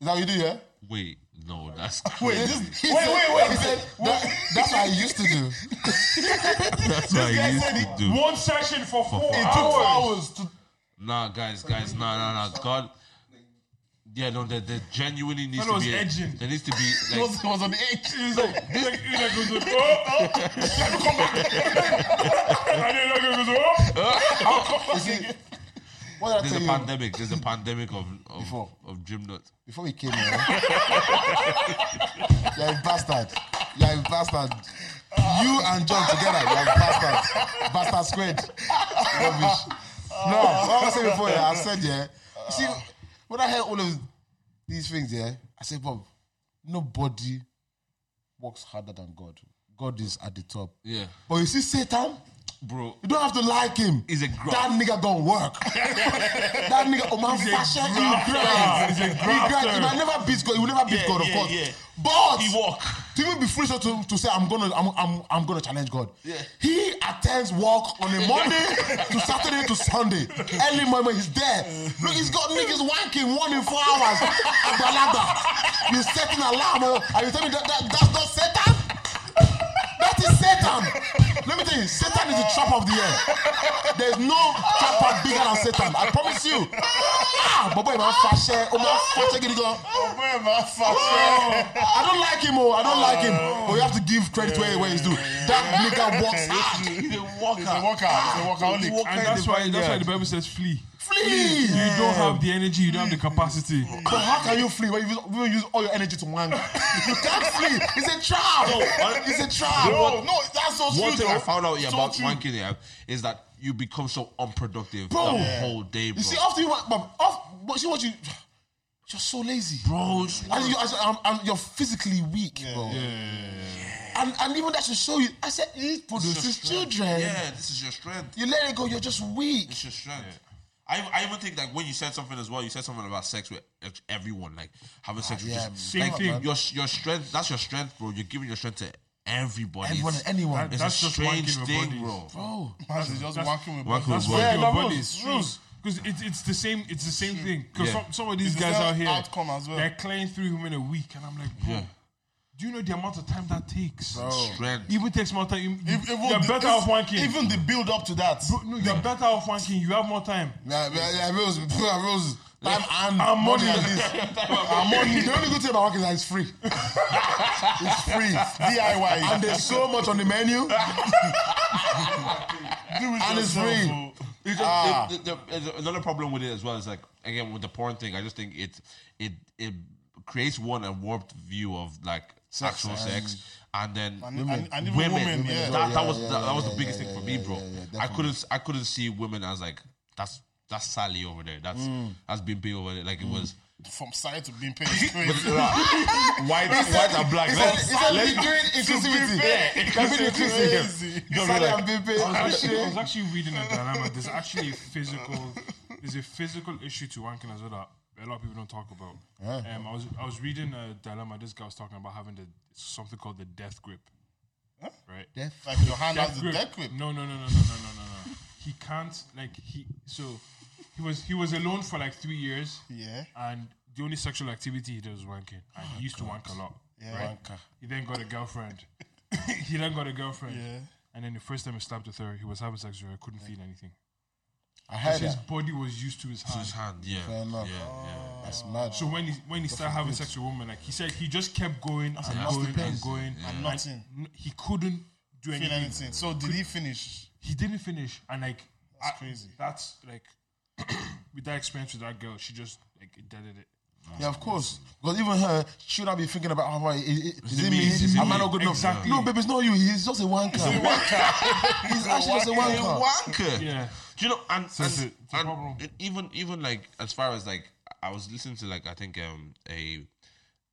[SPEAKER 3] Is that what you do, yeah?
[SPEAKER 2] Wait, no, that's
[SPEAKER 3] Wait,
[SPEAKER 2] crazy.
[SPEAKER 3] <laughs> wait, wait, wait. He said, that, that's what I used to <laughs> do.
[SPEAKER 2] that's what I used to do.
[SPEAKER 1] One session for four
[SPEAKER 4] It took four
[SPEAKER 1] hours.
[SPEAKER 4] hours to
[SPEAKER 2] Nah, guys, guys, nah, nah, nah. God, yeah, no, there, there genuinely needs
[SPEAKER 1] Fellow was
[SPEAKER 2] to be. A,
[SPEAKER 1] edging.
[SPEAKER 2] there needs to
[SPEAKER 3] <laughs>
[SPEAKER 2] be
[SPEAKER 4] it
[SPEAKER 2] like.
[SPEAKER 4] was, <laughs> it was on the eight. It was like,
[SPEAKER 1] He's like, he's like, goes, oh, oh. <laughs> and then like, goes, oh.
[SPEAKER 3] You see, what did I
[SPEAKER 2] There's
[SPEAKER 3] tell
[SPEAKER 2] a
[SPEAKER 3] you
[SPEAKER 2] pandemic. There's a pandemic of of,
[SPEAKER 3] Before.
[SPEAKER 2] of gym nuts.
[SPEAKER 3] before we came here? <laughs> you're a bastard. You're a bastard. You and John together, you're a bastard. Bastard squared. Rubbish. No, what I was saying before, yeah, I said, yeah. You see, when I heard all of these things, yeah, I said, Bob, nobody works harder than God. God is at the top.
[SPEAKER 2] Yeah,
[SPEAKER 3] But you see, Satan,
[SPEAKER 2] bro.
[SPEAKER 3] you don't have to like him.
[SPEAKER 2] He's a grub.
[SPEAKER 3] That nigga gonna work.
[SPEAKER 2] <laughs>
[SPEAKER 3] that nigga, oh man, fashion, he grinds.
[SPEAKER 1] He's a
[SPEAKER 3] He grinds. He might never beat God. He will never beat
[SPEAKER 2] Yeah,
[SPEAKER 3] God, of
[SPEAKER 2] yeah,
[SPEAKER 3] course.
[SPEAKER 2] yeah.
[SPEAKER 3] But
[SPEAKER 2] He walk.
[SPEAKER 3] to even be foolish to, to say I'm gonna I'm, I'm I'm gonna challenge God.
[SPEAKER 2] Yeah.
[SPEAKER 3] He attends walk on
[SPEAKER 2] <laughs>
[SPEAKER 3] a Monday to Saturday to Sunday. Early morning he's there. Look, he's got niggas wanking one in four hours. Abalada. You set an alarm oh, and you tell me that, that that's not Satan. That is Satan. Let me tell you, Satan is the trap of the air. There's no trapper bigger than Satan. I promise you. Ah, Bobo, man, fashe. Oh, man, fashe, gidi gan.
[SPEAKER 4] where my
[SPEAKER 3] <laughs> I don't like him, oh, I don't like him. But you have to give credit where, where he's due. That nigga
[SPEAKER 2] <laughs> He's a
[SPEAKER 4] <laughs>
[SPEAKER 3] Ah, works hard.
[SPEAKER 2] walker.
[SPEAKER 4] It's a workout. It's a workout.
[SPEAKER 1] And that's why, that's why the Bible says flee.
[SPEAKER 3] Flee!
[SPEAKER 1] You don't have the energy, you don't have the capacity.
[SPEAKER 3] But how can you flee when you, when you use all your energy to wank? You can't flee. It's a trap. it's a trap.
[SPEAKER 2] Bro,
[SPEAKER 3] no, that's so
[SPEAKER 2] One thing I
[SPEAKER 3] though.
[SPEAKER 2] found out yeah,
[SPEAKER 3] So
[SPEAKER 2] about
[SPEAKER 3] true.
[SPEAKER 2] wanking yeah, is that you become so unproductive
[SPEAKER 3] Bro.
[SPEAKER 2] the whole day, bro.
[SPEAKER 3] You see, after you want, but, off, but see what you, you're so lazy.
[SPEAKER 2] bro, it's-
[SPEAKER 3] And, you, as- um, and you're physically weak, bro. And, and even that should show you. I said, it
[SPEAKER 2] this is
[SPEAKER 3] produces
[SPEAKER 2] your strength.
[SPEAKER 3] children.
[SPEAKER 2] Yeah, this is your strength.
[SPEAKER 3] You let it go, you're just weak.
[SPEAKER 2] It's your strength. I, I even think like when you said something as well, you said something about sex with ev- everyone, like having sex with
[SPEAKER 3] yeah,
[SPEAKER 2] just
[SPEAKER 1] man.
[SPEAKER 2] like,
[SPEAKER 1] Same thing.
[SPEAKER 2] Your your strength. That's your strength, bro. You're giving your strength to everybody.
[SPEAKER 3] Everyone and anyone.
[SPEAKER 1] That-
[SPEAKER 2] It's
[SPEAKER 1] that's
[SPEAKER 2] a
[SPEAKER 1] just
[SPEAKER 2] strange
[SPEAKER 1] wanking with
[SPEAKER 2] thing,
[SPEAKER 1] bodies.
[SPEAKER 2] bro.
[SPEAKER 3] bro.
[SPEAKER 4] Man, they just
[SPEAKER 1] that's-
[SPEAKER 4] working with
[SPEAKER 2] Working
[SPEAKER 1] That's
[SPEAKER 4] bodies.
[SPEAKER 2] with
[SPEAKER 1] why
[SPEAKER 2] bodies.
[SPEAKER 3] Yeah,
[SPEAKER 1] your
[SPEAKER 3] no,
[SPEAKER 1] body
[SPEAKER 3] but
[SPEAKER 1] is
[SPEAKER 3] it's
[SPEAKER 1] true. Because it's it's the same it's the same thing. Because
[SPEAKER 2] Yeah.
[SPEAKER 1] some, some of these
[SPEAKER 4] It's the
[SPEAKER 1] guys
[SPEAKER 4] same
[SPEAKER 1] out here
[SPEAKER 4] outcome as well.
[SPEAKER 1] they're clearing through him in a week, and I'm like, bro,
[SPEAKER 2] Yeah.
[SPEAKER 1] do you know the amount of time that takes?
[SPEAKER 2] Strength.
[SPEAKER 1] Even takes more time. You,
[SPEAKER 4] If- even
[SPEAKER 1] you're
[SPEAKER 4] the-
[SPEAKER 1] better
[SPEAKER 4] if-
[SPEAKER 1] off wanking.
[SPEAKER 4] Even the build up to that.
[SPEAKER 1] Bro, no, you're better off wanking. You have more time.
[SPEAKER 3] Nah, nah, nah, Rose, <laughs> nah, Rose, time and
[SPEAKER 1] And money.
[SPEAKER 3] money at least. and money. The only good thing about Hawkins is that it's free. it's free.
[SPEAKER 4] DIY.
[SPEAKER 3] And there's so much on the menu.
[SPEAKER 4] do it
[SPEAKER 3] and it's
[SPEAKER 4] yourself, oh.
[SPEAKER 3] free.
[SPEAKER 4] bro.
[SPEAKER 2] Because
[SPEAKER 3] Ah.
[SPEAKER 2] it- the- the- the- another problem with it as well is like again with the porn thing. I just think it it it creates one a warped view of like
[SPEAKER 3] Sex
[SPEAKER 2] actual
[SPEAKER 3] and-
[SPEAKER 2] sex, and then
[SPEAKER 4] And, and, and even
[SPEAKER 2] women.
[SPEAKER 4] women, yeah.
[SPEAKER 3] as well,
[SPEAKER 2] That, that
[SPEAKER 3] yeah,
[SPEAKER 2] was
[SPEAKER 3] yeah,
[SPEAKER 2] that, that was
[SPEAKER 3] yeah,
[SPEAKER 2] the biggest
[SPEAKER 3] yeah,
[SPEAKER 2] thing for
[SPEAKER 3] yeah,
[SPEAKER 2] me, bro.
[SPEAKER 3] yeah, yeah,
[SPEAKER 2] I
[SPEAKER 3] definitely.
[SPEAKER 2] couldn't I couldn't see women as like that's that's Sally over there. That's
[SPEAKER 3] Mm.
[SPEAKER 2] that's Bimpe over there. Like it was.
[SPEAKER 4] from side to being paid
[SPEAKER 2] But,
[SPEAKER 4] is crazy.
[SPEAKER 2] uh, white, white and black.
[SPEAKER 3] He said,
[SPEAKER 2] Let's-
[SPEAKER 3] he said
[SPEAKER 2] let's-
[SPEAKER 3] we're doing inclusivity.
[SPEAKER 2] fair,
[SPEAKER 3] It can be inclusive.
[SPEAKER 4] Crazy.
[SPEAKER 2] You know,
[SPEAKER 3] Sally
[SPEAKER 2] like-
[SPEAKER 3] and Bibi,
[SPEAKER 1] I was, actually, I
[SPEAKER 3] Ashe.
[SPEAKER 1] was actually reading a dilemma. There's actually a physical, there's a physical issue to wanking as well that a lot of people don't talk about. Um, I was I was reading a dilemma. This guy was talking about having the something called the death grip, right?
[SPEAKER 4] Like your hand has the deck grip.
[SPEAKER 1] No, no, no, no, no, no, no, no, no. He can't like he. So he was he was alone for like three years.
[SPEAKER 4] Yeah. Oh
[SPEAKER 1] And the only sexual activity he did was wanking, and he used to wank a lot.
[SPEAKER 4] Yeah.
[SPEAKER 1] Right. He then got a girlfriend. <laughs> he then got a girlfriend.
[SPEAKER 4] Yeah.
[SPEAKER 1] And then the first time he slept with her, he was having sex with her, couldn't feel anything.
[SPEAKER 3] I heard
[SPEAKER 1] His
[SPEAKER 3] that.
[SPEAKER 1] body was used to his hand.
[SPEAKER 2] His hand, yeah,
[SPEAKER 3] Fair enough. Oh.
[SPEAKER 2] yeah, yeah.
[SPEAKER 3] That's mad.
[SPEAKER 1] So when he when he started having sex with a woman, like he said, he just kept going and
[SPEAKER 2] that's
[SPEAKER 1] going
[SPEAKER 2] the
[SPEAKER 1] and
[SPEAKER 2] best.
[SPEAKER 1] going.
[SPEAKER 2] Yeah.
[SPEAKER 1] And
[SPEAKER 4] Nothing.
[SPEAKER 1] n- He couldn't do
[SPEAKER 4] Feel
[SPEAKER 1] anything.
[SPEAKER 4] anything. So did he finish?
[SPEAKER 1] He didn't finish, and like
[SPEAKER 4] That's
[SPEAKER 1] I-
[SPEAKER 4] crazy.
[SPEAKER 1] That's like <clears throat> with that experience with that girl, she just like deaded it.
[SPEAKER 3] Yeah, of course. Because even her, she would not be thinking about how is, is, is
[SPEAKER 2] it
[SPEAKER 3] it
[SPEAKER 2] me?
[SPEAKER 3] me?
[SPEAKER 2] Is it
[SPEAKER 3] Am
[SPEAKER 2] me?
[SPEAKER 3] I not good enough?
[SPEAKER 1] Exactly.
[SPEAKER 3] No, baby, it's not you. He's just a wanker. <laughs> He's actually just a wanker.
[SPEAKER 2] wanker.
[SPEAKER 1] Yeah.
[SPEAKER 2] Do you know? And,
[SPEAKER 1] it's a-
[SPEAKER 2] and,
[SPEAKER 1] it's a
[SPEAKER 2] and
[SPEAKER 1] problem.
[SPEAKER 2] it- even even like as far as like I was listening to like I think um a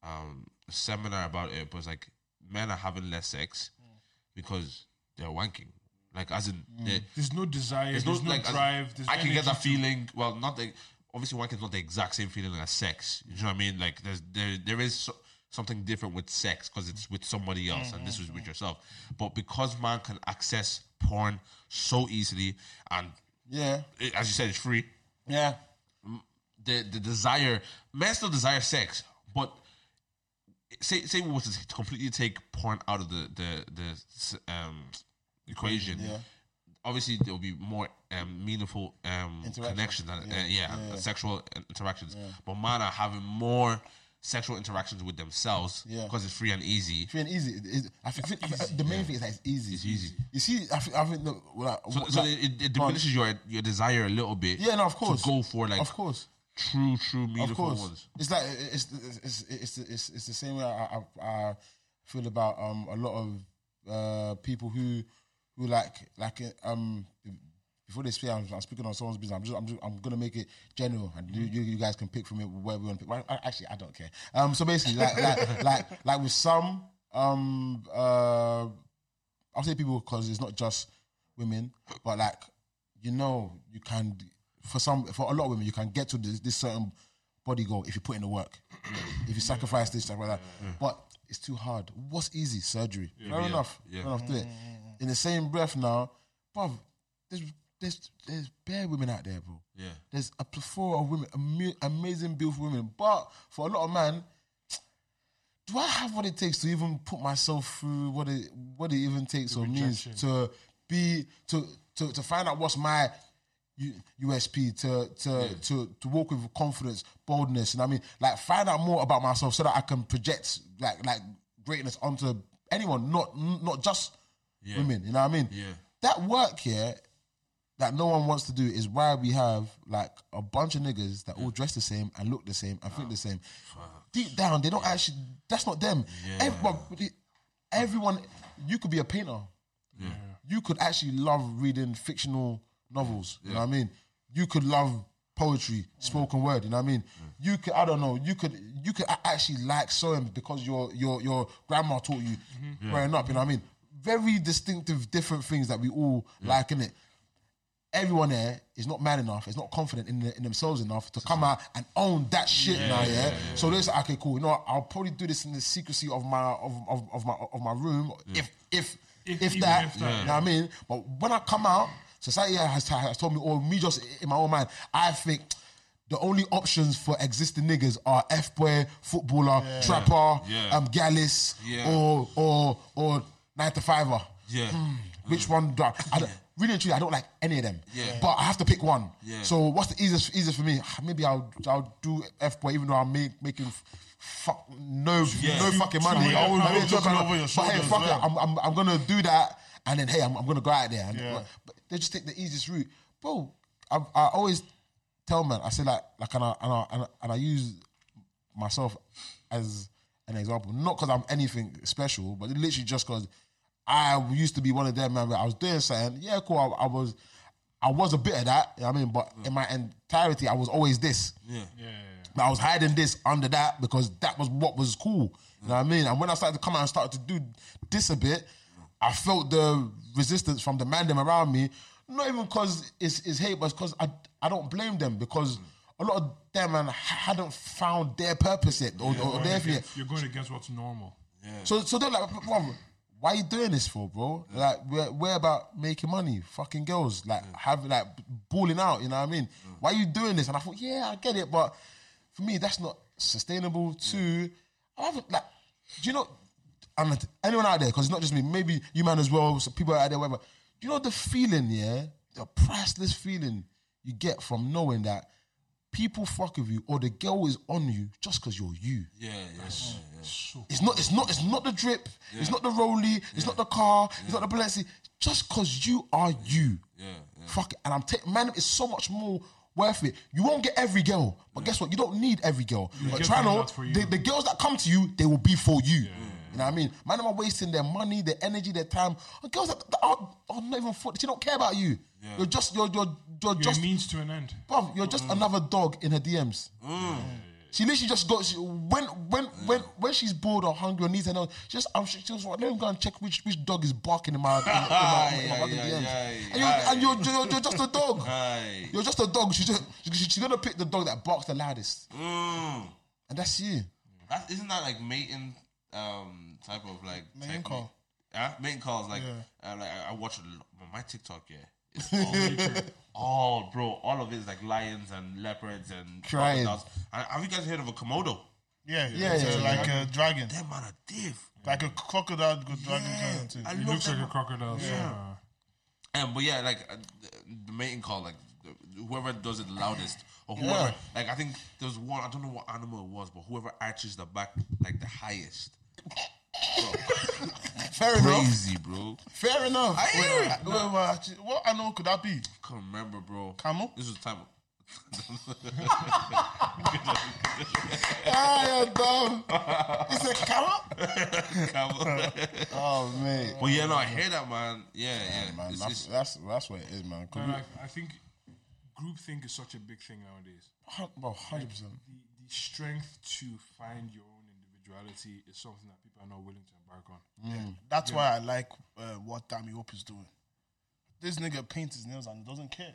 [SPEAKER 2] um seminar about it, it was like men are having less sex
[SPEAKER 3] Mm.
[SPEAKER 2] because they're wanking. Like as in they,
[SPEAKER 1] There's no desire.
[SPEAKER 2] there's,
[SPEAKER 1] there's
[SPEAKER 2] no,
[SPEAKER 1] no,
[SPEAKER 2] like as-
[SPEAKER 1] drive. There's
[SPEAKER 2] I can get
[SPEAKER 1] energy
[SPEAKER 2] that
[SPEAKER 1] to-
[SPEAKER 2] feeling. Well, not the obviously wanking is not the exact same feeling as sex. You know what I mean? Like there's there there is so, something different with sex because it's with somebody else and this was
[SPEAKER 1] Mm-hmm.
[SPEAKER 2] with yourself. But because man can access porn so easily and
[SPEAKER 3] Yeah.
[SPEAKER 2] it, as you said, it's free.
[SPEAKER 3] Yeah.
[SPEAKER 2] The the desire men still desire sex, but say say we was to completely take porn out of the the the um equation.
[SPEAKER 3] Yeah.
[SPEAKER 2] Obviously, there will be more um, meaningful um,
[SPEAKER 3] Interaction.
[SPEAKER 2] connections and yeah,
[SPEAKER 3] Yeah.
[SPEAKER 2] uh, yeah, and
[SPEAKER 3] Yeah.
[SPEAKER 2] sexual in- interactions. But men are having more sexual interactions with themsells
[SPEAKER 3] Yeah.
[SPEAKER 2] because it's free and easy.
[SPEAKER 3] Free and easy. It- it- I think the main thing is that it's easy.
[SPEAKER 2] It's easy.
[SPEAKER 3] You see, I think, I think the, well,
[SPEAKER 2] So,
[SPEAKER 3] like,
[SPEAKER 2] so
[SPEAKER 3] like-
[SPEAKER 2] it, it- it diminishes your your desire a little bit.
[SPEAKER 3] Yeah, no, of course.
[SPEAKER 2] To go for like
[SPEAKER 3] of course.
[SPEAKER 2] true, true,
[SPEAKER 3] Of
[SPEAKER 2] meaningful
[SPEAKER 3] course.
[SPEAKER 2] ones.
[SPEAKER 3] It's like it's it's it's it's, it's the same way I, I, I feel about um a lot of uh people who who like like um before they speak, I'm, I'm speaking on someone's business. I'm just, I'm just, I'm gonna make it general, and you, you, you guys can pick from it where we want to pick. Well, I- actually, I don't care. Um, so basically, like, like, <laughs> like, like with some, um, uh, I'll say people because it's not just women, but like you know, you can for some for a lot of women you can get to this, this certain body goal if you put in the work, if you sacrifice this stuff like that. But it's too hard. What's easy? Surgery. Fair
[SPEAKER 2] Mm. Yeah.
[SPEAKER 3] enough.
[SPEAKER 2] Yeah.
[SPEAKER 3] Fair enough. Do it. In the same breath now, bruv, there's there's there's bare women out there, bro.
[SPEAKER 2] Yeah.
[SPEAKER 3] There's a plethora of women, ama- amazing, beautiful women. But for a lot of men, do I have what it takes to even put myself through what it what it even takes or means
[SPEAKER 1] rejection.
[SPEAKER 3] to be to to to find out what's my U- USP to to to to walk with confidence, boldness, and I mean like find out more about myself so that I can project like like greatness onto anyone, not not just women. You know what I mean?
[SPEAKER 2] Yeah.
[SPEAKER 3] That work here that no one wants to do is why we have like a bunch of niggas that all dress the same and look the same and think the same. Deep down, they don't actually. That's not them. Ev- but the- everyone, you could be a painter. You could actually love reading fictional novels. You know what I mean? You could love poetry, spoken word. You know what I mean? You could, I don't know. You could, you could a- actually like sewing because your your your grandma taught you growing up. You know what I mean? Very distinctive, different things that we all like in it everyone there is not man enough, is not confident in, the, in themselves enough to come out and own that shit now, yeah. So they say, okay, cool. You know, what? I'll probably do this in the secrecy of my of, of, of my of my room, if if
[SPEAKER 1] If-
[SPEAKER 3] if,
[SPEAKER 1] even
[SPEAKER 3] that.
[SPEAKER 1] if that,
[SPEAKER 3] You know what I mean? But when I come out, society has, has told me, or me just in my own mind, I think. The only options for existing niggas are F boy, footballer, trapper,
[SPEAKER 2] Yeah.
[SPEAKER 3] um, gallus,
[SPEAKER 2] Yeah.
[SPEAKER 3] or or or nine to fiver. Hmm.
[SPEAKER 2] Yeah.
[SPEAKER 3] Which one do I, I don't, really and truly I don't like any of them.
[SPEAKER 2] Yeah.
[SPEAKER 3] But I have to pick one.
[SPEAKER 2] Yeah.
[SPEAKER 3] So what's the easiest easiest for me? <sighs> Maybe I'll I'll do F boy even though I'm make, making fuck no
[SPEAKER 2] Yeah.
[SPEAKER 3] no fucking
[SPEAKER 4] Two-
[SPEAKER 3] money.
[SPEAKER 4] two-
[SPEAKER 3] I mean,
[SPEAKER 4] yeah,
[SPEAKER 3] it's
[SPEAKER 4] looking
[SPEAKER 3] not-
[SPEAKER 4] over your
[SPEAKER 3] but hey,
[SPEAKER 4] shoulder
[SPEAKER 3] fuck
[SPEAKER 4] as
[SPEAKER 3] it.
[SPEAKER 4] well.
[SPEAKER 3] I'm, I'm I'm gonna do that and then hey I'm, I'm gonna go out there. And,
[SPEAKER 4] Yeah.
[SPEAKER 3] But they just take the easiest route. Bro, I, I always tell man, I say like like and I and I, and I, and I use myself as an example. Not because I'm anything special, but literally just because I used to be one of them, man. where I was doing something. Yeah, cool. I, I was, I was a bit of that. You know what I mean, but in my entirety, I was always this.
[SPEAKER 2] Yeah.
[SPEAKER 1] Yeah, yeah,
[SPEAKER 3] But I was hiding this under that because that was what was cool. You know what I mean? And when I started to come out and started to do this a bit, I felt the resistance from the man them around me. Not even because it's, it's hate, but because I, I don't blame them because a lot of them man hadn't found their purpose yet or,
[SPEAKER 2] Oh,
[SPEAKER 3] or their thing
[SPEAKER 1] yeah.
[SPEAKER 3] yet.
[SPEAKER 1] You're going against what's normal.
[SPEAKER 3] So so they're like, bro, why you doing this for, bro? Like we're, we're about making money, fucking girls, like having like balling out. You know what I mean? Why you doing this? And I thought, yeah, I get it, but for me, that's not sustainable. Too, I haven't like, do you know? And anyone out there, because it's not just me. Maybe you man as well. So people out there, whatever. Do you know the feeling? Yeah, the priceless feeling you get from knowing that people fuck with you or the girl is on you just because you're you.
[SPEAKER 2] Yeah. Yes.
[SPEAKER 3] It's not. It's not. It's not the drip. It's not the rolly. It's not the car. It's not the Balenci. Just cause you are you.
[SPEAKER 2] Yeah. yeah.
[SPEAKER 3] Fuck it. And I'm taking. Man, it's so much more worth it. You won't get every girl, but guess what? You don't need every girl. but
[SPEAKER 1] get
[SPEAKER 3] try
[SPEAKER 1] someone
[SPEAKER 3] to-
[SPEAKER 1] that's for you.
[SPEAKER 3] the, the girls that come to you, they will be for you. You know what I mean? Man, am I wasting their money, their energy, their time? And girls that, that are, are not even for. She don't care about you. You're just. You're. You're. You're
[SPEAKER 1] You're
[SPEAKER 3] just.
[SPEAKER 1] a means to an end.
[SPEAKER 3] Bruv, you're just another dog in her DMs. She literally just goes she- when when when when she's bored or hungry or needs another. She just I'm she just like, let me go and check which which dog is barking in my in, in my, <laughs> in my
[SPEAKER 2] Aye,
[SPEAKER 3] fucking
[SPEAKER 2] aye,
[SPEAKER 3] DMs.
[SPEAKER 2] aye,
[SPEAKER 3] and you're,
[SPEAKER 2] aye.
[SPEAKER 3] and you're, you're, you're just a <laughs> dog.
[SPEAKER 2] Aye.
[SPEAKER 3] You're just a dog. She's just she, she's gonna pick the dog that barks the loudest,
[SPEAKER 2] Mm.
[SPEAKER 3] and that's you.
[SPEAKER 2] That isn't that like mating um type of like
[SPEAKER 4] Mating
[SPEAKER 2] technique?
[SPEAKER 4] call.
[SPEAKER 2] Huh? mating calls like
[SPEAKER 4] Yeah.
[SPEAKER 2] uh, like I- I watch a lot, my TikTok yeah. It's all, nature. all bro, all of it is like lions and leopards and
[SPEAKER 3] Crying.
[SPEAKER 2] crocodiles. And have you guys heard of a komodo?
[SPEAKER 4] Yeah,
[SPEAKER 3] Yeah,
[SPEAKER 4] it's,
[SPEAKER 3] yeah,
[SPEAKER 4] uh,
[SPEAKER 3] yeah.
[SPEAKER 4] like a dragon,
[SPEAKER 2] Them man are diff.
[SPEAKER 4] like a crocodile, good dragon
[SPEAKER 2] Yeah.
[SPEAKER 4] kind of thing.
[SPEAKER 2] I
[SPEAKER 1] It
[SPEAKER 2] love
[SPEAKER 1] looks like
[SPEAKER 2] them.
[SPEAKER 1] a crocodile. Yeah.
[SPEAKER 2] Um, but yeah, like uh, the, the mating call, like the- whoever does it the loudest, or whoever,
[SPEAKER 3] Yeah.
[SPEAKER 2] like I think there was one, I don't know what animal it was, but whoever arches the back like the highest,
[SPEAKER 3] Fair enough.
[SPEAKER 2] crazy, bro.
[SPEAKER 3] Fair enough. <laughs>
[SPEAKER 2] I hear it.
[SPEAKER 4] Wait, wait, actually, what animal could that be?
[SPEAKER 2] Can't remember, bro.
[SPEAKER 4] Camel?
[SPEAKER 2] This was the time.
[SPEAKER 3] Ah, you're dumb.
[SPEAKER 4] It's a camel.
[SPEAKER 2] Camel.
[SPEAKER 3] Oh mate.
[SPEAKER 2] but yeah, no, I hear that, man. Yeah, yeah.
[SPEAKER 3] Man,
[SPEAKER 2] It's-
[SPEAKER 3] that's,
[SPEAKER 2] it's-
[SPEAKER 3] that's that's what it is, man.
[SPEAKER 1] But like, I think groupthink is such a big thing nowadays.
[SPEAKER 3] Hundred percent.
[SPEAKER 1] The, the strength to find your own individuality is something that people are not willing to embark on.
[SPEAKER 4] That's why I like uh, what Dami Hope is doing. This nigga paints his nails and doesn't care.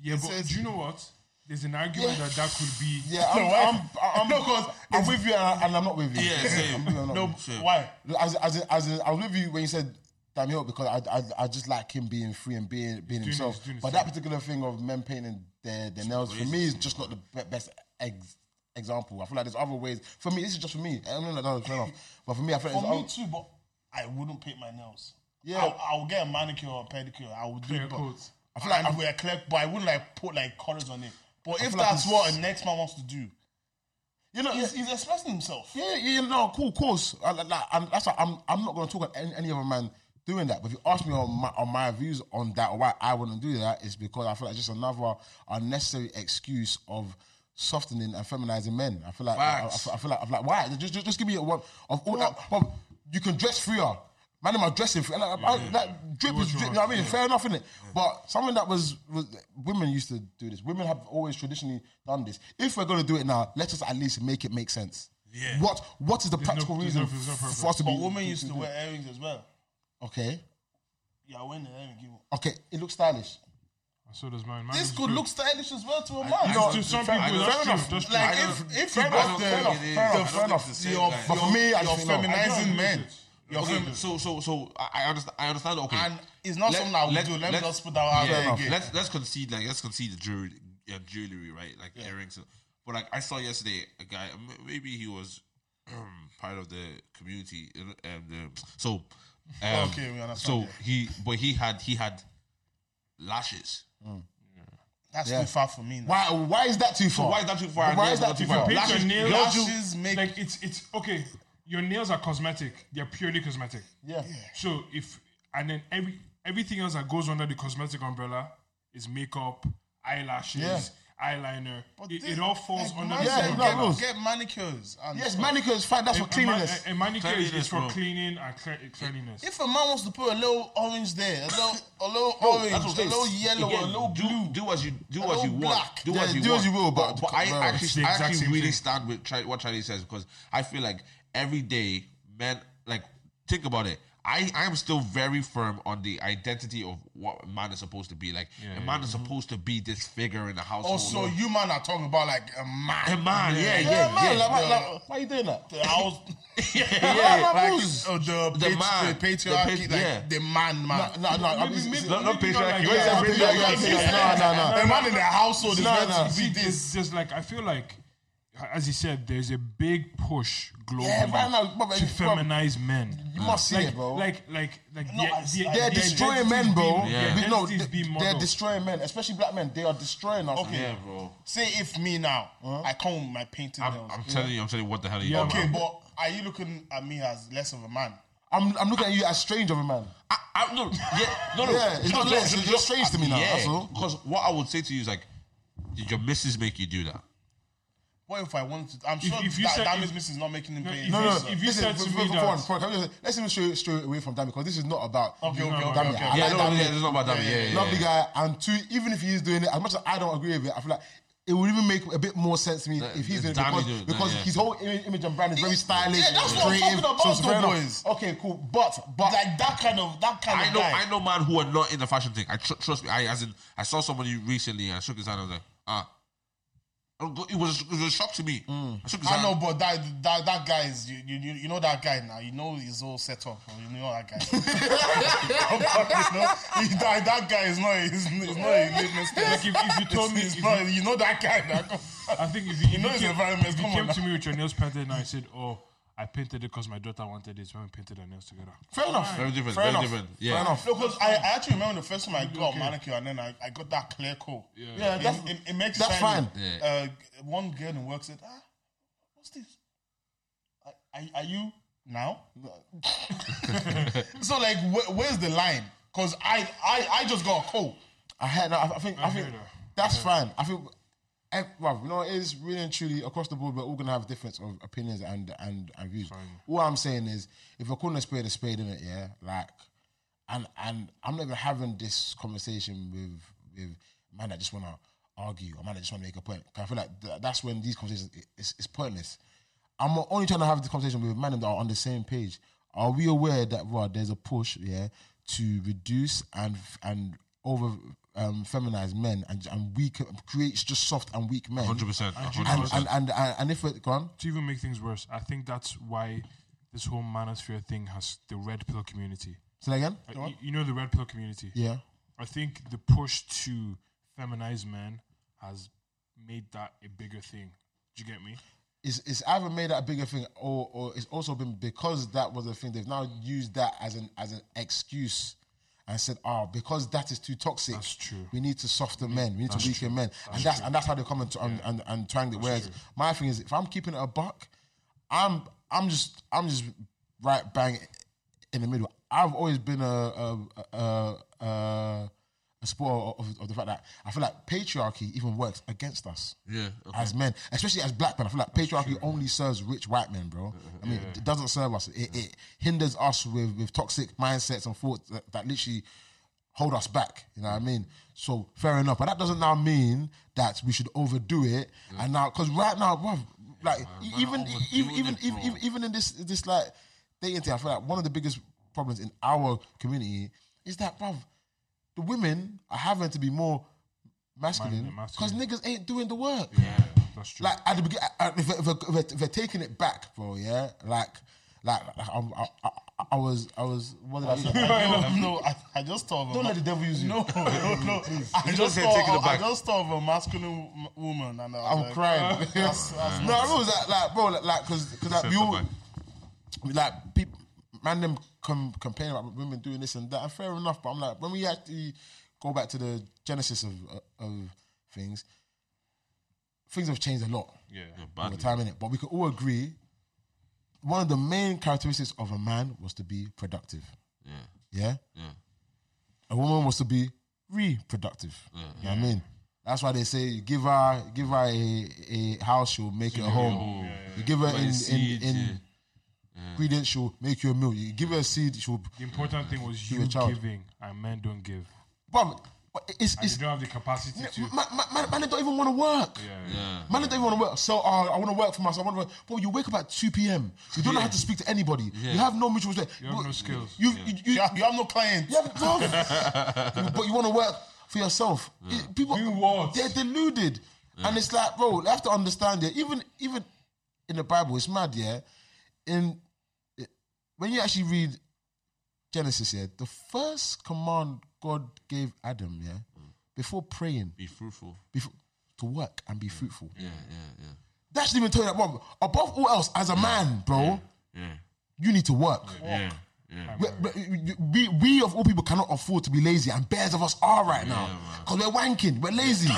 [SPEAKER 1] Yeah, but
[SPEAKER 4] says-
[SPEAKER 1] do you know what? There's an argument that that could be.
[SPEAKER 3] Yeah, I'm,
[SPEAKER 4] why?
[SPEAKER 3] I'm, I'm, I'm,
[SPEAKER 4] No, 'cause
[SPEAKER 3] I'm with you and, I, and <laughs> I'm not with you.
[SPEAKER 2] Yeah, same.
[SPEAKER 3] I'm with you, I'm not
[SPEAKER 2] No,
[SPEAKER 3] with
[SPEAKER 2] Same.
[SPEAKER 4] Why?
[SPEAKER 3] you. As, as, as, I was with you when you said Damn Hill because I, I, I just like him being free and being being
[SPEAKER 1] his-
[SPEAKER 3] himself.
[SPEAKER 1] he's doing his
[SPEAKER 3] but that particular thing of men painting their, their nails for me is just not the be- best ex- example. I feel like there's other ways. For me, this is just for me. I don't know that fair enough. But for me, I feel like
[SPEAKER 4] For
[SPEAKER 3] there's
[SPEAKER 4] me
[SPEAKER 3] other-
[SPEAKER 4] too, but I wouldn't paint my nails.
[SPEAKER 3] Yeah.
[SPEAKER 4] Yeah, I will get a manicure or pedicure. I would do
[SPEAKER 1] Clear
[SPEAKER 4] it, but
[SPEAKER 1] coats.
[SPEAKER 4] I feel like I wear clear, but I wouldn't like put like colors on it. But if
[SPEAKER 3] feel like
[SPEAKER 4] that's
[SPEAKER 3] it's-
[SPEAKER 4] what a next man wants to do,
[SPEAKER 3] you know,
[SPEAKER 4] he's, he's expressing himself.
[SPEAKER 3] Yeah, yeah, yeah, no, cool, of course. I, like, like, I'm, that's why I'm, I'm not going to talk about any, any other man doing that. But if you ask me on my, on my views on that or why I wouldn't do that, it's because I feel like it's just another unnecessary excuse of softening and feminizing men. I feel like, I, I,
[SPEAKER 2] Facts.
[SPEAKER 3] I feel like, I'm like, why? Just, just, just give me a one of all that. Well, you can dress freer. Man, am I dressing free? Like, I, like, drip is drip. You know what I mean? Fair enough, innit? But something that was, was women used to do this. Women have always traditionally done this. If we're gonna do it now, let us at least make it make sense.
[SPEAKER 2] Yeah.
[SPEAKER 3] What What is the practical
[SPEAKER 1] there's
[SPEAKER 3] reason
[SPEAKER 1] no- there's no purpose.
[SPEAKER 3] for us to
[SPEAKER 4] But
[SPEAKER 3] be?
[SPEAKER 4] women used to wear earrings as well.
[SPEAKER 3] Okay.
[SPEAKER 4] Yeah, I wear an earring. give up.
[SPEAKER 3] Okay. It looks stylish.
[SPEAKER 1] So does mine. Mine
[SPEAKER 4] This
[SPEAKER 1] is
[SPEAKER 4] could
[SPEAKER 1] good.
[SPEAKER 4] look stylish as well to a man.
[SPEAKER 2] I
[SPEAKER 1] No,
[SPEAKER 2] don't-
[SPEAKER 1] to some
[SPEAKER 3] fair-
[SPEAKER 1] people,
[SPEAKER 3] fair
[SPEAKER 1] that's
[SPEAKER 3] enough.
[SPEAKER 1] true. That's true.
[SPEAKER 4] Like
[SPEAKER 1] I
[SPEAKER 4] if if you
[SPEAKER 3] Fair
[SPEAKER 4] got
[SPEAKER 3] enough,
[SPEAKER 4] the,
[SPEAKER 3] fair enough,
[SPEAKER 2] it is.
[SPEAKER 3] fair
[SPEAKER 2] I don't
[SPEAKER 3] enough, fair
[SPEAKER 2] think it's
[SPEAKER 3] enough.
[SPEAKER 2] the same
[SPEAKER 4] you're,
[SPEAKER 2] guy.
[SPEAKER 3] But for me, I
[SPEAKER 4] you're
[SPEAKER 3] just think no.
[SPEAKER 1] don't agree
[SPEAKER 4] feminizing
[SPEAKER 1] with
[SPEAKER 4] men.
[SPEAKER 1] it.
[SPEAKER 4] You're
[SPEAKER 2] Okay,
[SPEAKER 4] femi-
[SPEAKER 2] so so so I, I understand. I understand. Okay,
[SPEAKER 4] and uh, it's not
[SPEAKER 2] Let-
[SPEAKER 4] something I would
[SPEAKER 2] let-
[SPEAKER 4] do. Let,
[SPEAKER 2] let-
[SPEAKER 4] me just put that out
[SPEAKER 2] yeah,
[SPEAKER 4] there
[SPEAKER 2] okay.
[SPEAKER 4] again.
[SPEAKER 2] Let's let's concede like let's concede the jewelry, yeah, jewelry, right? Like earrings. But like I saw yesterday, a guy. m- Maybe he was um, part of the community. you know, Um, the, so um,
[SPEAKER 4] Okay, we understand,
[SPEAKER 2] So
[SPEAKER 4] yeah.
[SPEAKER 2] he, but he had he had lashes.
[SPEAKER 4] That's
[SPEAKER 3] Yeah.
[SPEAKER 4] too far for me. Now.
[SPEAKER 3] Why? Why is that too far?
[SPEAKER 2] why is that too far?
[SPEAKER 3] Why
[SPEAKER 2] Nails
[SPEAKER 3] is
[SPEAKER 2] are
[SPEAKER 3] that
[SPEAKER 2] not
[SPEAKER 3] too
[SPEAKER 2] too far.
[SPEAKER 3] far?
[SPEAKER 1] Pick your
[SPEAKER 4] Lashes-
[SPEAKER 1] nails.
[SPEAKER 4] lashes make-
[SPEAKER 1] like it's it's okay. Your nails are cosmetic. They're purely cosmetic.
[SPEAKER 3] Yeah.
[SPEAKER 1] So if and then every everything else that goes under the cosmetic umbrella is makeup, eyelashes,
[SPEAKER 3] Yeah.
[SPEAKER 1] eyeliner. It,
[SPEAKER 4] thi-
[SPEAKER 1] it all falls
[SPEAKER 4] like,
[SPEAKER 1] under
[SPEAKER 4] man
[SPEAKER 1] the
[SPEAKER 3] Yeah,
[SPEAKER 4] said
[SPEAKER 1] same
[SPEAKER 3] no,
[SPEAKER 1] umbrella.
[SPEAKER 4] get,
[SPEAKER 3] rules.
[SPEAKER 4] get manicures. And
[SPEAKER 3] Yes,
[SPEAKER 4] stuff.
[SPEAKER 3] manicure is fine. That's for
[SPEAKER 1] A ma-
[SPEAKER 3] cleanliness.
[SPEAKER 1] A, a manicure is, is
[SPEAKER 2] Cleanliness,
[SPEAKER 1] for
[SPEAKER 2] bro.
[SPEAKER 1] cleaning and cle- cleanliness.
[SPEAKER 4] If a man wants to put a little orange there, a little, a little orange,
[SPEAKER 2] That's what I'm
[SPEAKER 4] a
[SPEAKER 2] saying.
[SPEAKER 4] little yellow, a
[SPEAKER 2] Again,
[SPEAKER 4] little
[SPEAKER 2] do,
[SPEAKER 4] blue.
[SPEAKER 2] Do as you do
[SPEAKER 4] little
[SPEAKER 2] as you
[SPEAKER 4] black.
[SPEAKER 2] want. Do
[SPEAKER 3] Yeah,
[SPEAKER 2] as you
[SPEAKER 3] do
[SPEAKER 2] want.
[SPEAKER 3] as you will, but-
[SPEAKER 2] I
[SPEAKER 3] bro,
[SPEAKER 1] it's
[SPEAKER 2] actually,
[SPEAKER 1] the
[SPEAKER 2] I
[SPEAKER 1] exact
[SPEAKER 2] actually
[SPEAKER 1] same
[SPEAKER 2] really
[SPEAKER 1] thing.
[SPEAKER 2] stand with Chi- what Charlie says because I feel like every day, men, like think about it. I I am still very firm on the identity of what a man is supposed to be. Like a man is supposed to be this figure
[SPEAKER 3] Oh,
[SPEAKER 2] in the household.
[SPEAKER 4] Also, you man are talking about like a man.
[SPEAKER 2] a man, yeah, yeah,
[SPEAKER 3] Yeah,
[SPEAKER 2] yeah.
[SPEAKER 3] man. like, why-
[SPEAKER 4] yeah.
[SPEAKER 3] like, why are you doing that?
[SPEAKER 4] The house,
[SPEAKER 3] Why <laughs> are my
[SPEAKER 4] like,
[SPEAKER 3] rules?
[SPEAKER 4] uh, the,
[SPEAKER 2] The
[SPEAKER 4] patri-
[SPEAKER 2] man.
[SPEAKER 4] the
[SPEAKER 2] The
[SPEAKER 4] patriarchy,
[SPEAKER 2] pat-
[SPEAKER 4] like
[SPEAKER 2] yeah.
[SPEAKER 4] the man, man.
[SPEAKER 3] No, no, no. it's- it's-
[SPEAKER 2] not
[SPEAKER 1] maybe
[SPEAKER 2] patriarchy.
[SPEAKER 1] like
[SPEAKER 2] What is
[SPEAKER 1] that.
[SPEAKER 2] that
[SPEAKER 3] Yeah,
[SPEAKER 2] patriarchy?
[SPEAKER 3] yeah, yeah, No, no, no.
[SPEAKER 4] The man in the household is
[SPEAKER 3] No,
[SPEAKER 4] meant
[SPEAKER 3] no.
[SPEAKER 4] to be
[SPEAKER 1] See,
[SPEAKER 4] this.
[SPEAKER 1] it's just like I feel like, as he said, there's a big push globally
[SPEAKER 3] Yeah, right now, bro,
[SPEAKER 1] to
[SPEAKER 3] bro,
[SPEAKER 1] feminize men.
[SPEAKER 3] You must see
[SPEAKER 1] like,
[SPEAKER 3] it, bro.
[SPEAKER 1] Like, like, like,
[SPEAKER 4] No,
[SPEAKER 1] the-
[SPEAKER 4] I-
[SPEAKER 1] the-
[SPEAKER 4] I-
[SPEAKER 1] the
[SPEAKER 3] They're
[SPEAKER 4] Yeah,
[SPEAKER 3] destroying
[SPEAKER 1] identities
[SPEAKER 3] men, bro.
[SPEAKER 1] being-
[SPEAKER 2] Yeah.
[SPEAKER 1] the
[SPEAKER 3] Be- No,
[SPEAKER 1] identities
[SPEAKER 3] they-
[SPEAKER 1] being
[SPEAKER 3] they're
[SPEAKER 1] modeled.
[SPEAKER 3] destroying men, especially black men. They are destroying us.
[SPEAKER 4] Okay.
[SPEAKER 2] yeah, bro.
[SPEAKER 4] Say if me now, I come with my painted
[SPEAKER 2] I'm,
[SPEAKER 4] nails.
[SPEAKER 2] I'm telling you, I'm telling you, what the hell are you?
[SPEAKER 1] Yeah,
[SPEAKER 2] talking
[SPEAKER 4] okay,
[SPEAKER 2] about?
[SPEAKER 4] but are you looking at me as less of a man?
[SPEAKER 3] I'm, I'm looking at you as strange of a man.
[SPEAKER 2] I, I, no, yeah, Oh, no, no.
[SPEAKER 3] <laughs> Yeah, it's not less, it's just strange to me now, that's all.
[SPEAKER 2] Because what I would say to you is like, did your missus make you do that?
[SPEAKER 4] What if I wanted to? I'm sure
[SPEAKER 1] if you
[SPEAKER 4] that,
[SPEAKER 1] said-
[SPEAKER 4] that
[SPEAKER 1] if-
[SPEAKER 4] means Mrs. is not making him
[SPEAKER 1] No,
[SPEAKER 4] pay.
[SPEAKER 1] if
[SPEAKER 3] No, no.
[SPEAKER 1] you- if you
[SPEAKER 3] listen,
[SPEAKER 1] said to
[SPEAKER 3] for-
[SPEAKER 1] me
[SPEAKER 3] for-
[SPEAKER 1] that-
[SPEAKER 3] for one, for one, can we just- let's even stray, stray away from Dami because this is not about.
[SPEAKER 4] Okay, okay, okay,
[SPEAKER 3] Dami.
[SPEAKER 4] okay.
[SPEAKER 3] I
[SPEAKER 2] Yeah,
[SPEAKER 3] like
[SPEAKER 2] no,
[SPEAKER 3] Dami.
[SPEAKER 2] yeah, it's not about that. Yeah, yeah, yeah.
[SPEAKER 3] Lovely guy, and two, even if he is doing it, as much as I don't agree with it, I feel like it would even make a bit more sense to me if he's doing it
[SPEAKER 2] Dami
[SPEAKER 3] because,
[SPEAKER 2] doing it,
[SPEAKER 3] because
[SPEAKER 2] yeah.
[SPEAKER 3] his whole image, image and brand is very stylish.
[SPEAKER 4] Yeah, that's what I'm
[SPEAKER 3] creative,
[SPEAKER 4] talking
[SPEAKER 3] so it's
[SPEAKER 4] about,
[SPEAKER 3] fair
[SPEAKER 4] though,
[SPEAKER 3] enough. Oh,
[SPEAKER 4] boys.
[SPEAKER 3] Okay, cool, but but
[SPEAKER 4] like that kind of that kind
[SPEAKER 2] I
[SPEAKER 4] of
[SPEAKER 2] know,
[SPEAKER 4] guy.
[SPEAKER 2] I know, man, who are not in the fashion thing. I tr- trust me. I as in, I saw somebody recently. and I shook his hand. I was like, ah, I don't go- it was it was a shock to me.
[SPEAKER 3] Hmm.
[SPEAKER 2] I shook his
[SPEAKER 4] I
[SPEAKER 2] hand.
[SPEAKER 4] know, but that that that guy is you you you- you know that guy now. You know his whole setup. bro. You know that guy. <laughs> you know, he, that, that guy is not is, is not a
[SPEAKER 1] <laughs>
[SPEAKER 4] litmus
[SPEAKER 1] Like
[SPEAKER 4] test.
[SPEAKER 1] if,
[SPEAKER 3] <laughs>
[SPEAKER 1] if you told me,
[SPEAKER 4] It's
[SPEAKER 1] if
[SPEAKER 4] not- you know that guy. Now. Come on.
[SPEAKER 1] I think if you, if
[SPEAKER 4] know
[SPEAKER 1] you
[SPEAKER 4] his
[SPEAKER 1] came,
[SPEAKER 4] environment,
[SPEAKER 1] if you
[SPEAKER 4] come on
[SPEAKER 1] came
[SPEAKER 4] now.
[SPEAKER 1] to me with your nails painted and I said, "Oh, I painted it because my daughter wanted this," when we painted our nails together,
[SPEAKER 3] fair enough.
[SPEAKER 2] Very different.
[SPEAKER 3] Fair
[SPEAKER 2] very
[SPEAKER 3] enough.
[SPEAKER 2] different. Yeah.
[SPEAKER 3] Fair enough.
[SPEAKER 4] No, because I, I actually remember the first time I got a manicure and then I, I got that clear coat. Yeah, it,
[SPEAKER 3] that's-
[SPEAKER 4] it, it makes
[SPEAKER 3] that's
[SPEAKER 4] sense.
[SPEAKER 3] fine.
[SPEAKER 2] Yeah.
[SPEAKER 4] Uh, one girl in work said, "Ah, what's this? Are, are, are you now?" <laughs> so like, wh- where's the line? Because I, I I just got a <laughs> coat.
[SPEAKER 3] I had. No, I, I think. I,
[SPEAKER 1] I
[SPEAKER 3] think
[SPEAKER 1] heard her.
[SPEAKER 3] that's fine. I think. eh, Well, you know, it is really and truly across the board. We're all gonna have difference of opinions and and, and views. All I'm saying is, if we're calling a spade a spade, in it, yeah, like, and and I'm not even having this conversation with with man that just wanna argue or man that just wanna make a point. 'Cause I feel like th- that's when these conversations it- it's, it's pointless. I'm only trying to have this conversation with men that are on the same page. Are we aware that well, there's a push, yeah, to reduce and and over um, feminize men and and weak create just soft and weak men.
[SPEAKER 2] Hundred percent.
[SPEAKER 3] And,
[SPEAKER 2] hundred
[SPEAKER 3] and,
[SPEAKER 2] percent.
[SPEAKER 3] and and and if it gone,
[SPEAKER 1] to even make things worse, I think that's why this whole manosphere thing has the red pill community.
[SPEAKER 3] say that again.
[SPEAKER 1] Like, you, you know the red pill community.
[SPEAKER 3] Yeah,
[SPEAKER 1] I think the push to feminize men has made that a bigger thing. Do you get me?
[SPEAKER 3] it's it's either made that a bigger thing or or it's also been because that was a thing they've now used that as an as an excuse. And said, oh, because that is too toxic.
[SPEAKER 1] That's true.
[SPEAKER 3] We need to soften men. We need to weaken men, and that's and that's how they come and and, and, and twang it. Whereas my thing is, if I'm keeping it a buck, I'm I'm just I'm just right bang in the middle. I've always been a a a, a, a supporter of, of the fact that I feel like patriarchy even works against us.
[SPEAKER 2] Yeah, okay.
[SPEAKER 3] As men, especially as black men, I feel like patriarchy only serves rich white men, bro. I mean, it doesn't serve us. It, it hinders us with, with toxic mindsets and thoughts that, that literally hold us back. You know what I mean? So fair enough, but that doesn't now mean that we should overdo it. And now, because right now, bruv, like e- even
[SPEAKER 2] overdoing
[SPEAKER 3] even even,
[SPEAKER 2] it,
[SPEAKER 3] even
[SPEAKER 2] bro.
[SPEAKER 3] even in this this like dating thing, I feel like one of the biggest problems in our community is that, bruv, the women are having to be more masculine
[SPEAKER 1] Man,
[SPEAKER 3] because
[SPEAKER 1] masculine.
[SPEAKER 3] niggas ain't doing the work.
[SPEAKER 1] Yeah, that's true.
[SPEAKER 3] Like at the beginning, if, if, if, if they're taking it back, bro, yeah, like, like, like I'm, I, I, I was, I was, what did I say?
[SPEAKER 4] <laughs> No, no, I, I just thought of a
[SPEAKER 3] Don't
[SPEAKER 4] ma-
[SPEAKER 3] let the devil use
[SPEAKER 4] <laughs>
[SPEAKER 3] you.
[SPEAKER 4] No, no, no. I
[SPEAKER 2] You
[SPEAKER 4] just
[SPEAKER 2] just said
[SPEAKER 4] thought
[SPEAKER 2] take it
[SPEAKER 4] of, I
[SPEAKER 2] back.
[SPEAKER 4] just thought of a masculine wo- woman, and I was
[SPEAKER 3] I'm
[SPEAKER 4] like, "Ah, uh,
[SPEAKER 3] <laughs> crying.
[SPEAKER 4] that's- that's
[SPEAKER 3] no, I was like, like, bro, like, like, cause, cause like,
[SPEAKER 2] Set
[SPEAKER 3] we
[SPEAKER 2] the
[SPEAKER 3] all,
[SPEAKER 2] back.
[SPEAKER 3] like, people, man, them com- complain about women doing this and that, and fair enough. But I'm like, when we actually go back to the genesis of of things, things have changed a lot.
[SPEAKER 1] yeah.
[SPEAKER 3] all the time in it. But we can all agree one of the main characteristics of a man was to be productive.
[SPEAKER 2] Yeah,
[SPEAKER 3] Yeah?
[SPEAKER 2] yeah,
[SPEAKER 3] A woman was to be reproductive. You know what I mean? That's why they say you give her give her a, a house, she'll make it a home. You give her
[SPEAKER 2] But
[SPEAKER 3] in,
[SPEAKER 2] it's
[SPEAKER 3] in,
[SPEAKER 2] seeds,
[SPEAKER 3] in
[SPEAKER 2] yeah.
[SPEAKER 3] ingredients, she'll make you a meal. You give her a seed, she'll
[SPEAKER 1] The important thing was you
[SPEAKER 3] a child.
[SPEAKER 1] giving, and men don't give.
[SPEAKER 3] but, but it's
[SPEAKER 1] And
[SPEAKER 3] it's
[SPEAKER 1] you don't have the capacity
[SPEAKER 3] <laughs>
[SPEAKER 1] to.
[SPEAKER 3] man, man, man, man, they don't even want to work.
[SPEAKER 1] yeah,
[SPEAKER 2] yeah.
[SPEAKER 3] Man, don't even want to work. So uh, I want to work for myself. I want to work. Bro, you wake up at 2 p.m. You don't know how to speak to anybody. You have no mutual respect.
[SPEAKER 1] You have
[SPEAKER 3] Bro,
[SPEAKER 1] no skills.
[SPEAKER 3] You, you, you,
[SPEAKER 4] You have, you have no client.
[SPEAKER 3] you
[SPEAKER 1] <laughs>
[SPEAKER 3] have tough. but you want to work for yourself. It- People,
[SPEAKER 1] Do what?
[SPEAKER 3] They're deluded. And it's like, bro, you have to understand it. Even, even in the Bible, it's mad, yeah? In When you actually read Genesis, yeah, the first command God gave Adam, yeah,
[SPEAKER 1] Mm.
[SPEAKER 3] before praying,
[SPEAKER 2] Be fruitful.
[SPEAKER 3] before, to work and be fruitful.
[SPEAKER 2] Yeah, yeah,
[SPEAKER 3] That should even tell you that, bro. Above all else, as a man, bro,
[SPEAKER 2] yeah, yeah,
[SPEAKER 3] you need to work.
[SPEAKER 2] yeah, yeah.
[SPEAKER 3] We, we- we, we of all people cannot afford to be lazy, and bears of us are right now because we're wanking, we're lazy.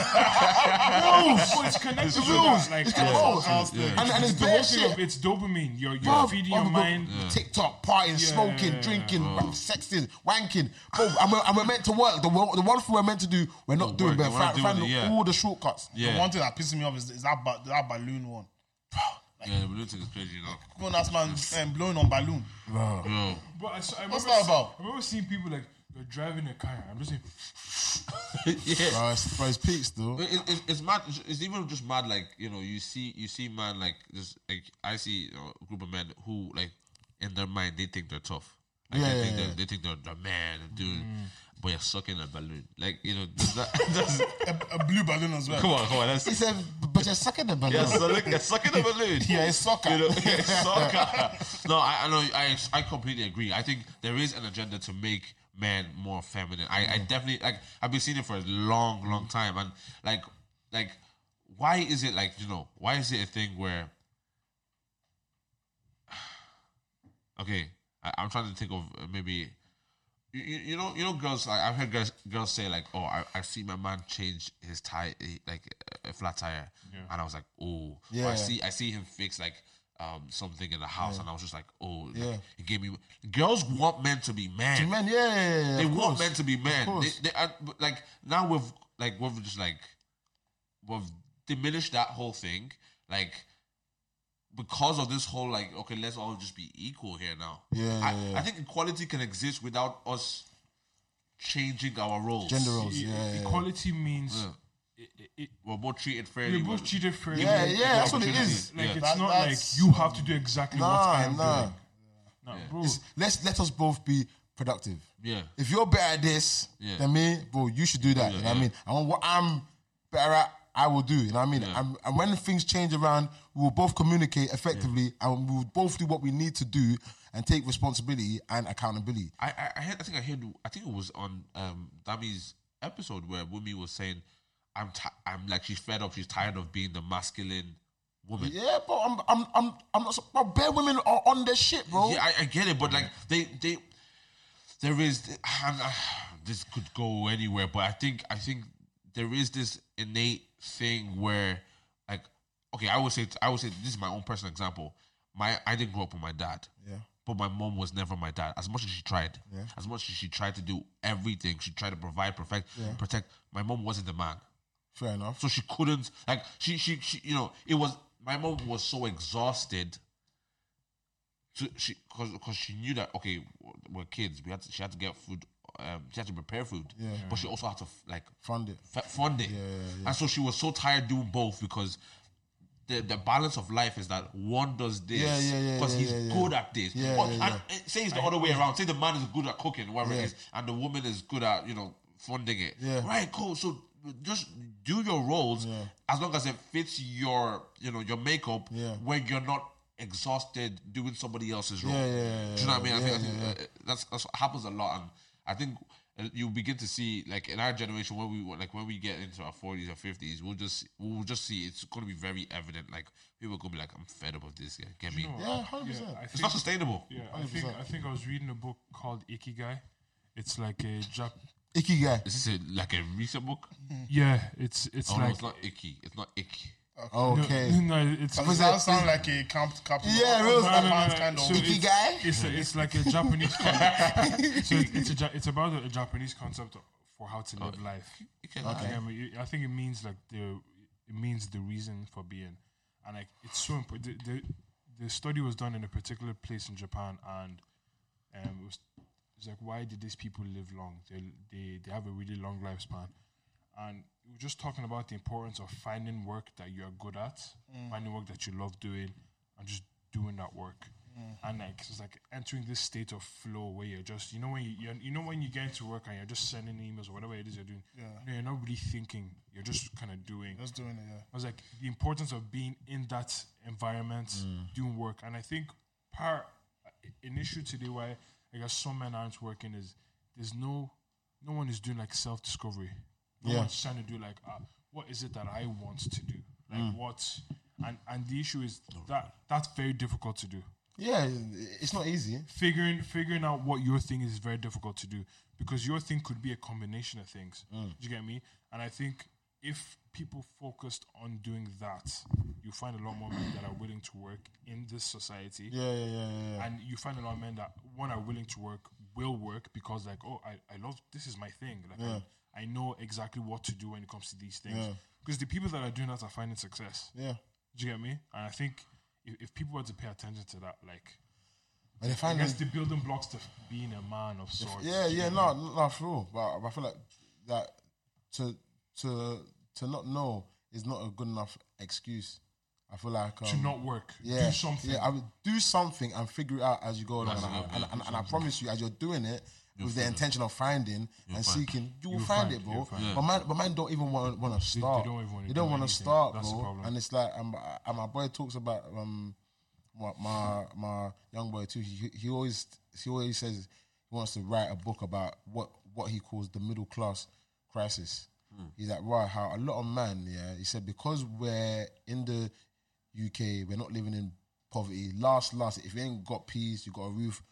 [SPEAKER 1] But
[SPEAKER 3] Rules.
[SPEAKER 1] it's connected
[SPEAKER 3] It's
[SPEAKER 1] to
[SPEAKER 3] rules.
[SPEAKER 1] that, like,
[SPEAKER 3] it's
[SPEAKER 1] uh,
[SPEAKER 3] rules.
[SPEAKER 2] yeah.
[SPEAKER 3] <laughs> And, and it's
[SPEAKER 1] it's the
[SPEAKER 3] bare
[SPEAKER 1] whole thing
[SPEAKER 3] shit.
[SPEAKER 1] of- it's dopamine. You're, you're
[SPEAKER 3] Bruv,
[SPEAKER 1] feeding
[SPEAKER 3] bruv,
[SPEAKER 1] your
[SPEAKER 3] bruv,
[SPEAKER 1] mind.
[SPEAKER 3] TikTok, partying, smoking,
[SPEAKER 1] yeah,
[SPEAKER 3] drinking, bruv, sexting, wanking. Bro, and we're, and we're meant to work. The, one- the one thing we're meant to do, we're not doing.
[SPEAKER 2] work.
[SPEAKER 3] We're
[SPEAKER 2] We're not
[SPEAKER 3] fi-
[SPEAKER 2] doing it,
[SPEAKER 3] finding
[SPEAKER 2] yeah.
[SPEAKER 3] all the shortcuts.
[SPEAKER 4] The
[SPEAKER 2] Yeah.
[SPEAKER 4] one thing that pisses me off is, is that ba- that balloon one.
[SPEAKER 2] Yeah, the balloon thing is crazy, you know.
[SPEAKER 4] Grown ass man um, blowing on balloon.
[SPEAKER 2] Bro,
[SPEAKER 1] But I, saw- I
[SPEAKER 4] What's
[SPEAKER 1] remember
[SPEAKER 4] that
[SPEAKER 1] se-
[SPEAKER 4] about?
[SPEAKER 1] I remember seeing people like you're driving a car. I'm just saying,
[SPEAKER 2] <laughs> yeah.
[SPEAKER 3] Bro, it's, bro, it's peaks, though.
[SPEAKER 2] It, it, it's mad. It's, it's even just mad. Like you know, you see, you see, man. Like this, like I see you know, a group of men who, like, in their mind, they think they're tough. Like,
[SPEAKER 3] Yeah,
[SPEAKER 2] they,
[SPEAKER 3] yeah,
[SPEAKER 2] think
[SPEAKER 3] yeah. Mm.
[SPEAKER 2] They're, they think they're the man, and dude. But you're sucking a balloon. Like you know, <laughs> does that, does,
[SPEAKER 4] A, a blue balloon as well.
[SPEAKER 2] come on, come on. That's
[SPEAKER 3] He said, um, but you're sucking the balloon.
[SPEAKER 2] you're, suck, you're sucking a balloon.
[SPEAKER 3] <laughs>
[SPEAKER 4] Yeah, it's soccer.
[SPEAKER 2] You know, <laughs> yeah, soccer. no, I, I know. I, I completely agree. I think there is an agenda to make men more feminine. I, I definitely like. I've been seeing it for a long, long time, and like, like, why is it like you know? Why is it a thing where? <sighs> Okay, I, I'm trying to think of uh, maybe. You, you you know you know girls like I've heard girls girls say like oh I I see my man change his tire eh, like a a flat tire and I was like oh yeah
[SPEAKER 3] Yeah.
[SPEAKER 2] I see I see him fix like um something in the house and I was just like oh like,
[SPEAKER 3] Yeah.
[SPEAKER 2] it gave me girls want men to be men
[SPEAKER 3] Men, yeah, yeah, yeah, yeah.
[SPEAKER 2] they
[SPEAKER 3] of
[SPEAKER 2] want
[SPEAKER 3] course.
[SPEAKER 2] men to be men
[SPEAKER 3] course.
[SPEAKER 2] they, they are, but, like now we've like we've just like we've diminished that whole thing like because of this whole like okay let's all just be equal here now
[SPEAKER 3] Yeah,
[SPEAKER 2] I,
[SPEAKER 3] yeah, yeah.
[SPEAKER 2] I think equality can exist without us changing our roles
[SPEAKER 3] Gender roles, yeah, yeah, yeah.
[SPEAKER 1] e-, equality means
[SPEAKER 2] Yeah.
[SPEAKER 1] it, it, it,
[SPEAKER 2] we're both treated fairly
[SPEAKER 1] you're both
[SPEAKER 2] we're-
[SPEAKER 1] treated fairly.
[SPEAKER 3] Yeah, yeah, that's what it is.
[SPEAKER 1] Like
[SPEAKER 2] Yeah.
[SPEAKER 1] it's
[SPEAKER 4] That-
[SPEAKER 1] not like
[SPEAKER 4] that's-
[SPEAKER 1] you have to do exactly what
[SPEAKER 3] Nah,
[SPEAKER 1] I'm
[SPEAKER 3] nah.
[SPEAKER 1] doing. Nah, bro.
[SPEAKER 3] It's- let's let us both be productive.
[SPEAKER 2] yeah
[SPEAKER 3] If you're better at this
[SPEAKER 2] Yeah.
[SPEAKER 3] than me, bro, you should do that. you know what I
[SPEAKER 2] yeah.
[SPEAKER 3] mean? And what I'm better at, I will do. You know what I mean? And, and when things change around, we will both communicate effectively, and we will both do what we need to do and take responsibility and accountability.
[SPEAKER 2] I I, I, heard, I think I heard I think it was on um Dami's episode where Wumi was saying I'm ti I'm like she's fed up she's tired of being the masculine woman. Yeah.
[SPEAKER 3] Yeah, bro, I'm, I'm, I'm, I'm not. so- Bro, bare women are on their shit, bro.
[SPEAKER 2] I, I get it, but like they they there is I'm, I, this could go anywhere, but I think I think there is this innate thing where like okay, I would say I would say this is my own personal example. My I didn't grow up with my dad.
[SPEAKER 3] Yeah.
[SPEAKER 2] But my mom was never my dad. As much as she tried, as much as she tried to do everything, she tried to provide, protect, protect. My mom wasn't the man,
[SPEAKER 3] Fair enough.
[SPEAKER 2] so she couldn't. Like she, she, she. You know, it was my mom was so exhausted. To, she, cause, cause she knew that okay, we're kids. We had to, she had to get food. Um, she had to prepare food,
[SPEAKER 3] Yeah.
[SPEAKER 2] but she also had to like
[SPEAKER 3] Fund it.
[SPEAKER 2] f- funding. And so she was so tired doing both because the, the balance of life is that one does this
[SPEAKER 3] Yeah, yeah, yeah,
[SPEAKER 2] because
[SPEAKER 3] yeah,
[SPEAKER 2] he's
[SPEAKER 3] yeah, yeah.
[SPEAKER 2] good at this.
[SPEAKER 3] Yeah,
[SPEAKER 2] or,
[SPEAKER 3] yeah,
[SPEAKER 2] and uh, say it's the other way around. Say the man is good at cooking, whatever
[SPEAKER 3] Yeah.
[SPEAKER 2] it is, and the woman is good at you know funding it.
[SPEAKER 3] Yeah.
[SPEAKER 2] Right, cool. So just do your roles
[SPEAKER 3] Yeah.
[SPEAKER 2] as long as it fits your you know your makeup
[SPEAKER 3] Yeah.
[SPEAKER 2] when you're not exhausted doing somebody else's role.
[SPEAKER 3] Yeah, yeah, yeah,
[SPEAKER 2] do you know what I mean? I
[SPEAKER 3] yeah,
[SPEAKER 2] think, I think
[SPEAKER 3] yeah,
[SPEAKER 2] uh, that's that's what happens a lot, and I think uh, you begin to see like in our generation when we like when we get into our forties or fifties, we'll just we'll just see it's going to be very evident. Like people gonna be like, I'm fed up of this. guy. Get me.
[SPEAKER 1] No,
[SPEAKER 3] Yeah, 100%.
[SPEAKER 1] I
[SPEAKER 2] It's not
[SPEAKER 1] think,
[SPEAKER 2] sustainable.
[SPEAKER 1] yeah, I think I think I was reading a book called Ikigai. It's like a Jap.
[SPEAKER 3] Icky guy.
[SPEAKER 2] Is this a, like a recent book?
[SPEAKER 1] Yeah, it's it's
[SPEAKER 2] Oh no,
[SPEAKER 1] like
[SPEAKER 2] it's not icky. It's not icky.
[SPEAKER 1] no,
[SPEAKER 3] Okay.
[SPEAKER 1] no, it's
[SPEAKER 4] Does
[SPEAKER 3] that-
[SPEAKER 4] that sound like a camp capital?
[SPEAKER 3] Yeah, real-
[SPEAKER 4] That
[SPEAKER 1] No, no, no,
[SPEAKER 4] sounds
[SPEAKER 1] no.
[SPEAKER 4] kind of.
[SPEAKER 1] So it's-
[SPEAKER 3] Ikigai?
[SPEAKER 1] It's, a, it's like a
[SPEAKER 4] <laughs>
[SPEAKER 1] Japanese concept. so it's, it's, a, Ja- it's about a, a Japanese concept for how to live life.
[SPEAKER 2] Okay.
[SPEAKER 1] Yeah, I, mean, it- I think it means like the it means the reason for being, and like it's so important. The, the, the study was done in a particular place in Japan, and um, it was it's like why did these people live long? They they they have a really long lifespan, and we were just talking about the importance of finding work that you are good at,
[SPEAKER 4] Mm.
[SPEAKER 1] finding work that you love doing, and just doing that work.
[SPEAKER 4] Mm-hmm.
[SPEAKER 1] And like it's like entering this state of flow where you're just you know when you you're, you know when you get into work and you're just sending emails or whatever it is you're doing.
[SPEAKER 4] Yeah.
[SPEAKER 1] You know, you're not really thinking. You're just kind of doing.
[SPEAKER 4] Just doing it, yeah.
[SPEAKER 1] I was like the importance of being in that environment, doing work, and I think part an issue today why I guess some men aren't working is there's no no one is doing like self discovery. No
[SPEAKER 3] Yeah.
[SPEAKER 1] one's trying to do like uh, what is it that I want to do, like what, and and the issue is that that's very difficult to do
[SPEAKER 3] Yeah, it's not easy.
[SPEAKER 1] figuring figuring out what your thing is very difficult to do because your thing could be a combination of things.
[SPEAKER 3] Mm.
[SPEAKER 1] Do you get me? And I think if people focused on doing that, you find a lot more men that are willing to work in this society.
[SPEAKER 3] Yeah, yeah, yeah, yeah. yeah.
[SPEAKER 1] And you find a lot of men that one are willing to work, will work because like, oh, I, I love this is my thing. Like I, I know exactly what to do when it comes to these things.
[SPEAKER 3] Yeah.
[SPEAKER 1] Because the people that are doing that are finding success.
[SPEAKER 3] Yeah.
[SPEAKER 1] Do you get me? And I think if, if people were to pay attention to that, like
[SPEAKER 3] But they
[SPEAKER 1] I
[SPEAKER 3] find
[SPEAKER 1] guess
[SPEAKER 3] it.
[SPEAKER 1] the building blocks to being a man of sorts.
[SPEAKER 3] Mm. Yeah, yeah, no, no, for real. But, but I feel like that to to to not know is not a good enough excuse. I feel like um,
[SPEAKER 1] To not work,
[SPEAKER 3] yeah,
[SPEAKER 1] do something.
[SPEAKER 3] Yeah, I would do something and figure it out as you go along.
[SPEAKER 2] As
[SPEAKER 3] And,
[SPEAKER 2] you
[SPEAKER 3] I,
[SPEAKER 2] go,
[SPEAKER 3] and,
[SPEAKER 2] yeah,
[SPEAKER 3] and,
[SPEAKER 2] do
[SPEAKER 3] and I promise you, as you're doing it with the
[SPEAKER 2] find it.
[SPEAKER 3] intention of finding and
[SPEAKER 2] find it.
[SPEAKER 3] seeking, you will
[SPEAKER 1] You'll
[SPEAKER 3] find,
[SPEAKER 1] find
[SPEAKER 3] it,
[SPEAKER 1] it,
[SPEAKER 3] bro.
[SPEAKER 1] you'll find it.
[SPEAKER 3] But man, but man, don't even want want to start.
[SPEAKER 1] don't even wanna
[SPEAKER 3] don't
[SPEAKER 1] do
[SPEAKER 3] wanna
[SPEAKER 1] anything.
[SPEAKER 3] start,
[SPEAKER 1] That's the
[SPEAKER 3] bro.
[SPEAKER 1] problem.
[SPEAKER 3] And it's like, and, my- and my boy talks about um, my my, my young boy too. He, he always he always says he wants to write a book about what what he calls the middle class crisis. He's like, right, how a lot of men, yeah. He said because we're in the UK, we're not living in poverty. Last, last, if you ain't got peas, you got a roof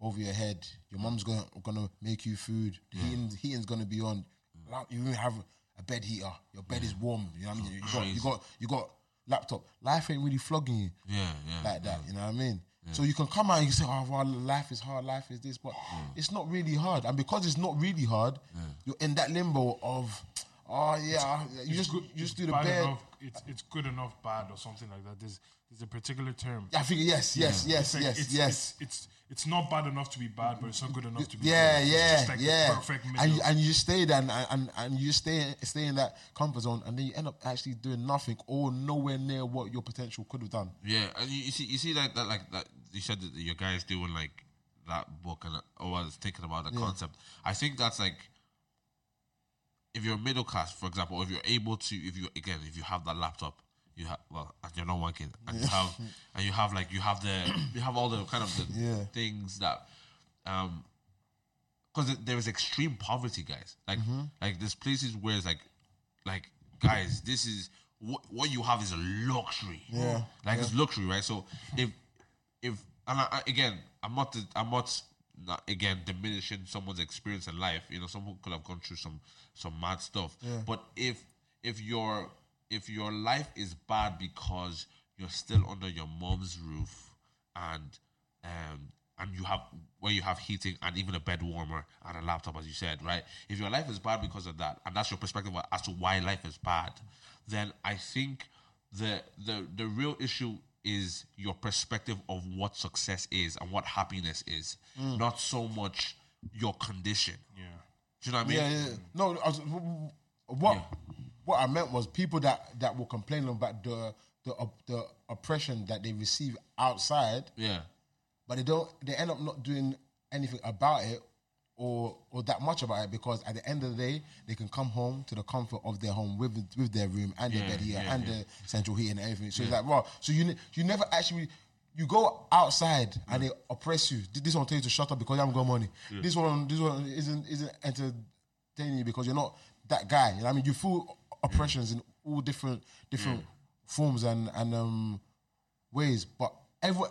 [SPEAKER 3] over your head. Your mom's gonna gonna make you food. The heating, heating's gonna be on. Like, You even have a bed heater. Your bed is warm. You know what I mean? You got you got you got laptop. Life ain't really flogging you
[SPEAKER 2] Yeah, yeah.
[SPEAKER 3] like that. You know what I mean?
[SPEAKER 1] Mm.
[SPEAKER 3] So you can come out and you say, "Oh, well, life is hard. Life is this," but
[SPEAKER 1] Mm.
[SPEAKER 3] it's not really hard. And because it's not really hard, you're in that limbo of, "Oh yeah, you just
[SPEAKER 1] good-
[SPEAKER 3] you just
[SPEAKER 1] it's
[SPEAKER 3] do the
[SPEAKER 1] bad
[SPEAKER 3] bed."
[SPEAKER 1] Enough, it's, it's good enough, bad or something like that. There's there's a particular term.
[SPEAKER 3] I think yes, yes,
[SPEAKER 1] It's
[SPEAKER 3] yes,
[SPEAKER 1] like-
[SPEAKER 3] yes,
[SPEAKER 1] it's,
[SPEAKER 3] yes.
[SPEAKER 1] It's, it's it's not bad enough to be bad, but it's not good enough to be.
[SPEAKER 3] yeah,
[SPEAKER 1] good.
[SPEAKER 3] yeah,
[SPEAKER 1] It's just like the
[SPEAKER 3] yeah.
[SPEAKER 1] perfect middle.
[SPEAKER 3] and you, and you stay there and, and and you stay stay in that comfort zone, and then you end up actually doing nothing or nowhere near what your potential could have done.
[SPEAKER 2] Yeah, and you, you see, you see that, that like that. You said that your guys doing like that book, and uh, oh, I was thinking about the concept. I think that's like if you're middle class, for example, or if you're able to, if you again, if you have that laptop, you have well, and you're not working, and you
[SPEAKER 3] <laughs>
[SPEAKER 2] have, and you have like you have the you have all the kind of the
[SPEAKER 3] Yeah.
[SPEAKER 2] things that, um, because there is extreme poverty, guys. Like
[SPEAKER 3] Mm-hmm.
[SPEAKER 2] like there's places where it's like, like guys, this is what what you have is a luxury.
[SPEAKER 3] Yeah.
[SPEAKER 2] like it's luxury, right? So if if and I, I- again, I'm not I'm not not again diminishing someone's experience in life. You know, someone could have gone through some some mad stuff. But if if your if your life is bad because you're still under your mom's roof and um and you have where you have heating and even a bed warmer and a laptop, as you said, right? If your life is bad because of that, and that's your perspective as to why life is bad, then I think the the the real issue is your perspective of what success is and what happiness is,
[SPEAKER 3] Mm.
[SPEAKER 2] not so much your condition.
[SPEAKER 1] yeah,
[SPEAKER 2] Do you know what I mean?
[SPEAKER 3] Yeah, yeah. yeah. no, I was, what what I meant was people that that will complain about the the op- the oppression that they receive outside,
[SPEAKER 2] Yeah.
[SPEAKER 3] but they don't. They end up not doing anything about it or or that much about it because at the end of the day, they can come home to the comfort of their home with with their room and their bed here and the central heating and everything. So it's like, wow. So you ne- you never actually. You go outside and they oppress you. Th- This one tell you to shut up because you haven't got money. This one, this one isn't isn't entertaining you because you're not that guy. You know what I mean, you feel oppressions in all different different forms and and um ways. But everyone,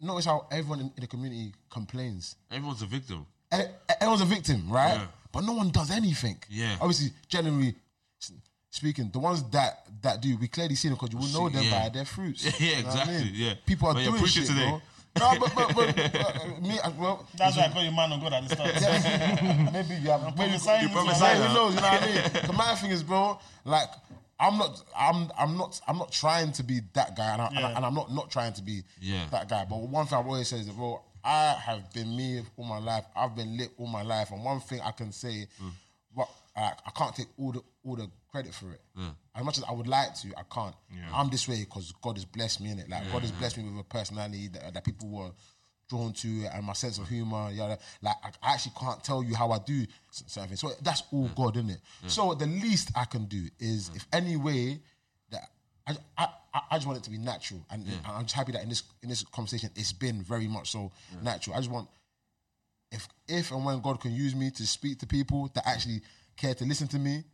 [SPEAKER 3] notice how everyone in, in the community complains.
[SPEAKER 2] Everyone's a victim.
[SPEAKER 3] E- Everyone's a victim, right?
[SPEAKER 2] Yeah.
[SPEAKER 3] But no one does anything.
[SPEAKER 2] Yeah.
[SPEAKER 3] Obviously, generally s- speaking, the ones that that do, we clearly see them because you will know them
[SPEAKER 2] yeah.
[SPEAKER 3] by
[SPEAKER 2] <laughs>
[SPEAKER 3] their fruits.
[SPEAKER 2] Yeah,
[SPEAKER 3] You know what I
[SPEAKER 2] exactly,
[SPEAKER 3] mean?
[SPEAKER 2] yeah.
[SPEAKER 3] People are
[SPEAKER 2] But you're
[SPEAKER 3] doing
[SPEAKER 2] preaching
[SPEAKER 3] shit,
[SPEAKER 2] today.
[SPEAKER 3] bro. No, but, but, but uh, me, uh, well,
[SPEAKER 4] That's why I call you man of God at the start.
[SPEAKER 3] <laughs> maybe you have maybe
[SPEAKER 4] prophesying
[SPEAKER 3] you
[SPEAKER 4] into my
[SPEAKER 3] prophesying,
[SPEAKER 2] life.
[SPEAKER 3] who knows, you know what I mean? The my thing is, bro, like I'm not I'm I'm not I'm not trying to be that guy and, I, and, I,
[SPEAKER 4] Yeah.
[SPEAKER 3] and I'm not not trying to be
[SPEAKER 2] Yeah.
[SPEAKER 3] that guy. But one thing I've always said is that bro, I have been me all my life. I've been lit all my life. And one thing I can say what I, I can't take all the all the credit for it. As much as I would like to, I can't. I'm this way because God has blessed me in it. Like God has blessed me with a personality that, that people were drawn to and my sense of humor. Yeah, like I actually can't tell you how I do s- certain things. So that's all God, isn't it? So the least I can do is, if any way that I, I, I- I just want it to be natural, and I'm just happy that in this in this conversation it's been very much so natural. I just want if if and when God can use me to speak to people that actually care to listen to me,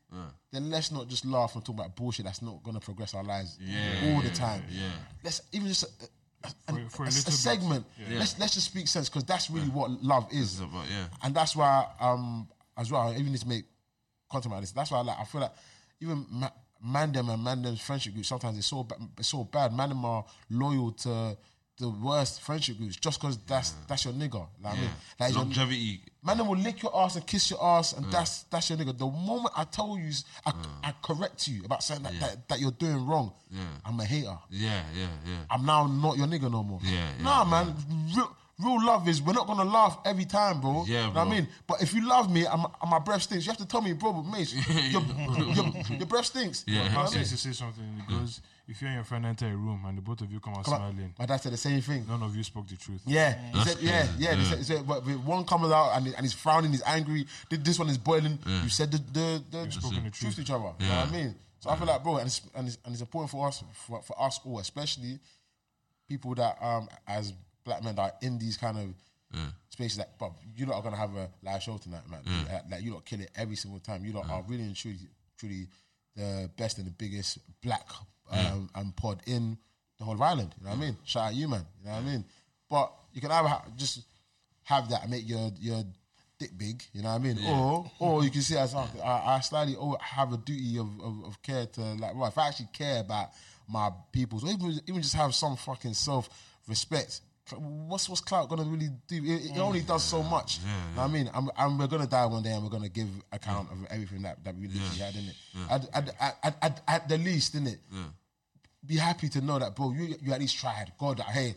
[SPEAKER 3] then let's not just laugh and talk about bullshit that's not going to progress our lives all the time. Yeah, let's even just. uh, uh, an-
[SPEAKER 1] For- for a
[SPEAKER 3] a, a
[SPEAKER 1] little bit.
[SPEAKER 3] segment. Let's let's just speak sense because that's really what love is.
[SPEAKER 2] about, yeah.
[SPEAKER 3] And that's why um as well I even need to make content about this. That's why like I feel like even ma- Mandem and Mandem's friendship group sometimes it's so ba- it's so bad. Mandem are loyal to the worst friendship groups just because that's that's your nigga. Like I mean, like your-
[SPEAKER 2] Longevity.
[SPEAKER 3] Man, them will lick your ass and kiss your ass, and that's that's your nigga. The moment I tell you, I, I correct you about something that, that, that you're doing wrong, I'm a hater.
[SPEAKER 2] Yeah, yeah, yeah.
[SPEAKER 3] <laughs> I'm now not your nigga no more.
[SPEAKER 2] Yeah, yeah,
[SPEAKER 3] nah, man. Real, real love is we're not gonna laugh every time, bro.
[SPEAKER 2] Yeah,
[SPEAKER 3] Know what I
[SPEAKER 2] bro.
[SPEAKER 3] mean, but if you love me and my, and my breath stinks, you have to tell me, bro, but mate,
[SPEAKER 2] <laughs>
[SPEAKER 3] your, your, your breath stinks.
[SPEAKER 2] Yeah.
[SPEAKER 3] You know
[SPEAKER 1] My dad
[SPEAKER 3] what I mean?
[SPEAKER 1] used to say something. He goes, if you and your friend enter a room and the both of you come out
[SPEAKER 3] Come on.
[SPEAKER 1] smiling,
[SPEAKER 3] My dad said the same thing.
[SPEAKER 1] none of you spoke the truth.
[SPEAKER 3] Yeah, he
[SPEAKER 2] That's
[SPEAKER 3] said, yeah,
[SPEAKER 2] crazy.
[SPEAKER 3] yeah. He said, he said, but but one comes out and, and he's frowning, he's angry. th- This one is boiling. You said the the, the,
[SPEAKER 1] spoken the
[SPEAKER 3] truth
[SPEAKER 1] truth.
[SPEAKER 3] to each other. You know what I mean? So I feel like, bro, and it's, and it's, and it's important for us, for, for us all, especially people that um as black men that are in these kind of spaces. Like, bro, you lot are gonna have a live show tonight, man. Like, like, you lot kill it every single time. You lot are really and truly, truly the best and the biggest black um and pod in the whole of Ireland. You know what I mean? Shout out you, man. You know what I mean? But you can either ha- just have that and make your your dick big, you know what I mean? Or or you can see as I, I, I slightly owe- have a duty of, of, of care to like well, if I actually care about my peoples, or even even just have some fucking self respect. What's what's clout gonna really do? It, it only does so much. Know what I mean, and, and we're gonna die one day, and we're gonna give account of everything that, that we literally had in it. At, at, at, at, at, at the least, in it be happy to know that, bro, you you at least tried. God, hey,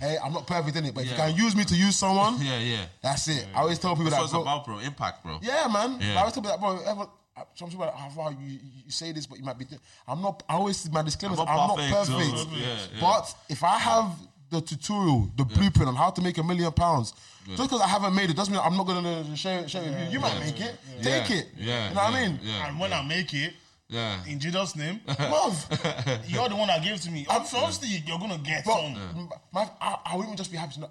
[SPEAKER 3] hey, I'm not perfect in it, but if you
[SPEAKER 2] Yeah.
[SPEAKER 3] can use me to use someone,
[SPEAKER 2] Yeah, yeah.
[SPEAKER 3] that's it. I always tell people
[SPEAKER 2] That's what
[SPEAKER 3] that,
[SPEAKER 2] it's
[SPEAKER 3] bro,
[SPEAKER 2] about, bro. Impact, bro.
[SPEAKER 3] yeah, man.
[SPEAKER 2] Yeah.
[SPEAKER 3] I always tell people that, bro. Ever, some people are like, oh, wow, you, you say this, but you might be. thi-" I'm not. I always my disclaimer. is
[SPEAKER 2] I'm
[SPEAKER 3] I'm
[SPEAKER 2] not
[SPEAKER 3] not
[SPEAKER 2] perfect,
[SPEAKER 3] perfect,
[SPEAKER 2] no, yeah, yeah.
[SPEAKER 3] but if I have the tutorial, the blueprint on how to make a million pounds. Just because I haven't made it doesn't mean I'm not gonna share, share it with you. You might make it.
[SPEAKER 2] Yeah,
[SPEAKER 3] Take it.
[SPEAKER 2] Yeah.
[SPEAKER 3] you know what I
[SPEAKER 2] yeah,
[SPEAKER 3] mean?
[SPEAKER 4] <laughs> And
[SPEAKER 2] Yeah.
[SPEAKER 4] when I make it,
[SPEAKER 2] Yeah.
[SPEAKER 4] in Jesus' name,
[SPEAKER 3] Love.
[SPEAKER 4] you're the one that gave to me. Obviously, you're gonna get
[SPEAKER 3] But
[SPEAKER 4] some.
[SPEAKER 3] m- my, I, I wouldn't just be happy to know,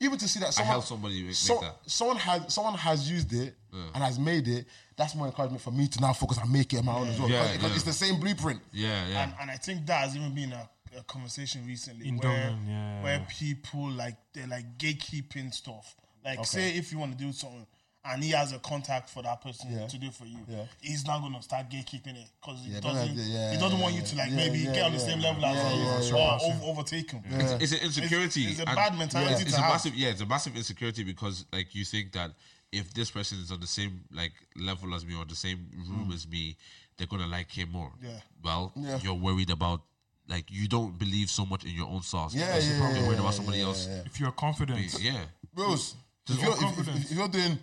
[SPEAKER 3] even to see that someone,
[SPEAKER 2] helped somebody make- make that.
[SPEAKER 3] someone has someone has used it and has made it. That's more encouragement for me to now focus on making it on my own as well.
[SPEAKER 2] Yeah,
[SPEAKER 3] Because- because
[SPEAKER 2] yeah.
[SPEAKER 3] it's the same blueprint.
[SPEAKER 2] Yeah, yeah.
[SPEAKER 4] And, and I think that has even been a, a conversation recently
[SPEAKER 1] In
[SPEAKER 4] where,
[SPEAKER 1] Dublin, yeah.
[SPEAKER 4] where people like they're like gatekeeping stuff. Like, say if you want to do something and he has a contact for that person
[SPEAKER 3] Yeah.
[SPEAKER 4] to do for you,
[SPEAKER 3] Yeah,
[SPEAKER 4] he's not going to start gatekeeping it because he
[SPEAKER 3] Yeah, don't
[SPEAKER 4] doesn't,
[SPEAKER 3] have to- yeah,
[SPEAKER 4] he doesn't
[SPEAKER 3] yeah,
[SPEAKER 4] want
[SPEAKER 3] yeah.
[SPEAKER 4] you to like
[SPEAKER 3] Yeah,
[SPEAKER 4] maybe
[SPEAKER 3] yeah,
[SPEAKER 4] get on the
[SPEAKER 3] yeah.
[SPEAKER 4] same level as
[SPEAKER 3] Yeah,
[SPEAKER 4] him
[SPEAKER 3] yeah, yeah.
[SPEAKER 4] or over, overtake him. It's-
[SPEAKER 2] it's an insecurity.
[SPEAKER 4] it's a
[SPEAKER 2] and-
[SPEAKER 4] bad mentality
[SPEAKER 2] It's
[SPEAKER 4] to
[SPEAKER 2] a
[SPEAKER 4] have.
[SPEAKER 2] massive, yeah, it's a massive insecurity because like you think that if this person is on the same like level as me or the same room as me, they're gonna like him more.
[SPEAKER 4] Hmm. Yeah.
[SPEAKER 2] Well, you're worried about like you don't believe so much in your own sauce.
[SPEAKER 3] Yeah,
[SPEAKER 2] because
[SPEAKER 3] yeah,
[SPEAKER 2] You're probably
[SPEAKER 3] yeah,
[SPEAKER 2] worried
[SPEAKER 3] yeah,
[SPEAKER 2] about somebody
[SPEAKER 3] yeah,
[SPEAKER 2] else.
[SPEAKER 3] yeah.
[SPEAKER 1] If you're confident,
[SPEAKER 2] Yeah.
[SPEAKER 4] <laughs>
[SPEAKER 3] Bros, if you're, if, if, if you're doing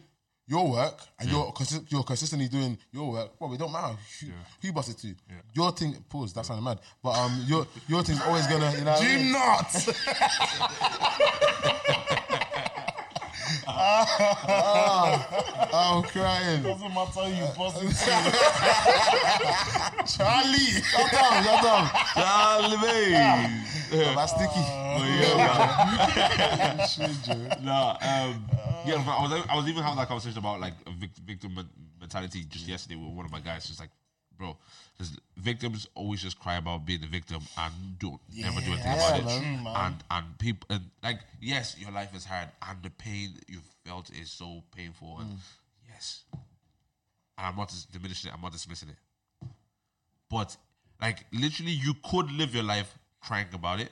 [SPEAKER 3] your work and you're consi- you're consistently doing your work, well, it don't matter who, who you bust it to. Your thing, pause. That sounded mad, but um, your your thing's always <laughs> gonna, you know. what I mean?
[SPEAKER 4] not.
[SPEAKER 3] Ah, I'm crying.
[SPEAKER 4] Doesn't matter you
[SPEAKER 3] <laughs>
[SPEAKER 4] bust
[SPEAKER 3] Charlie, shut up, shut up.
[SPEAKER 2] Charlie. <laughs>
[SPEAKER 3] Oh, that's sticky. Shit, Joe.
[SPEAKER 2] <laughs> No, um, yeah, but I was I was even having that conversation about like a vic- victim men- mentality just yesterday with one of my guys. Just like, bro, just victims always just cry about being the victim and don't never do anything
[SPEAKER 3] that's
[SPEAKER 2] about it.
[SPEAKER 3] true,
[SPEAKER 2] and and people and like yes, your life is hard and the pain you felt is so painful and yes, and I'm not dis- diminishing it. I'm not dismissing it. But like literally, you could live your life crying about it.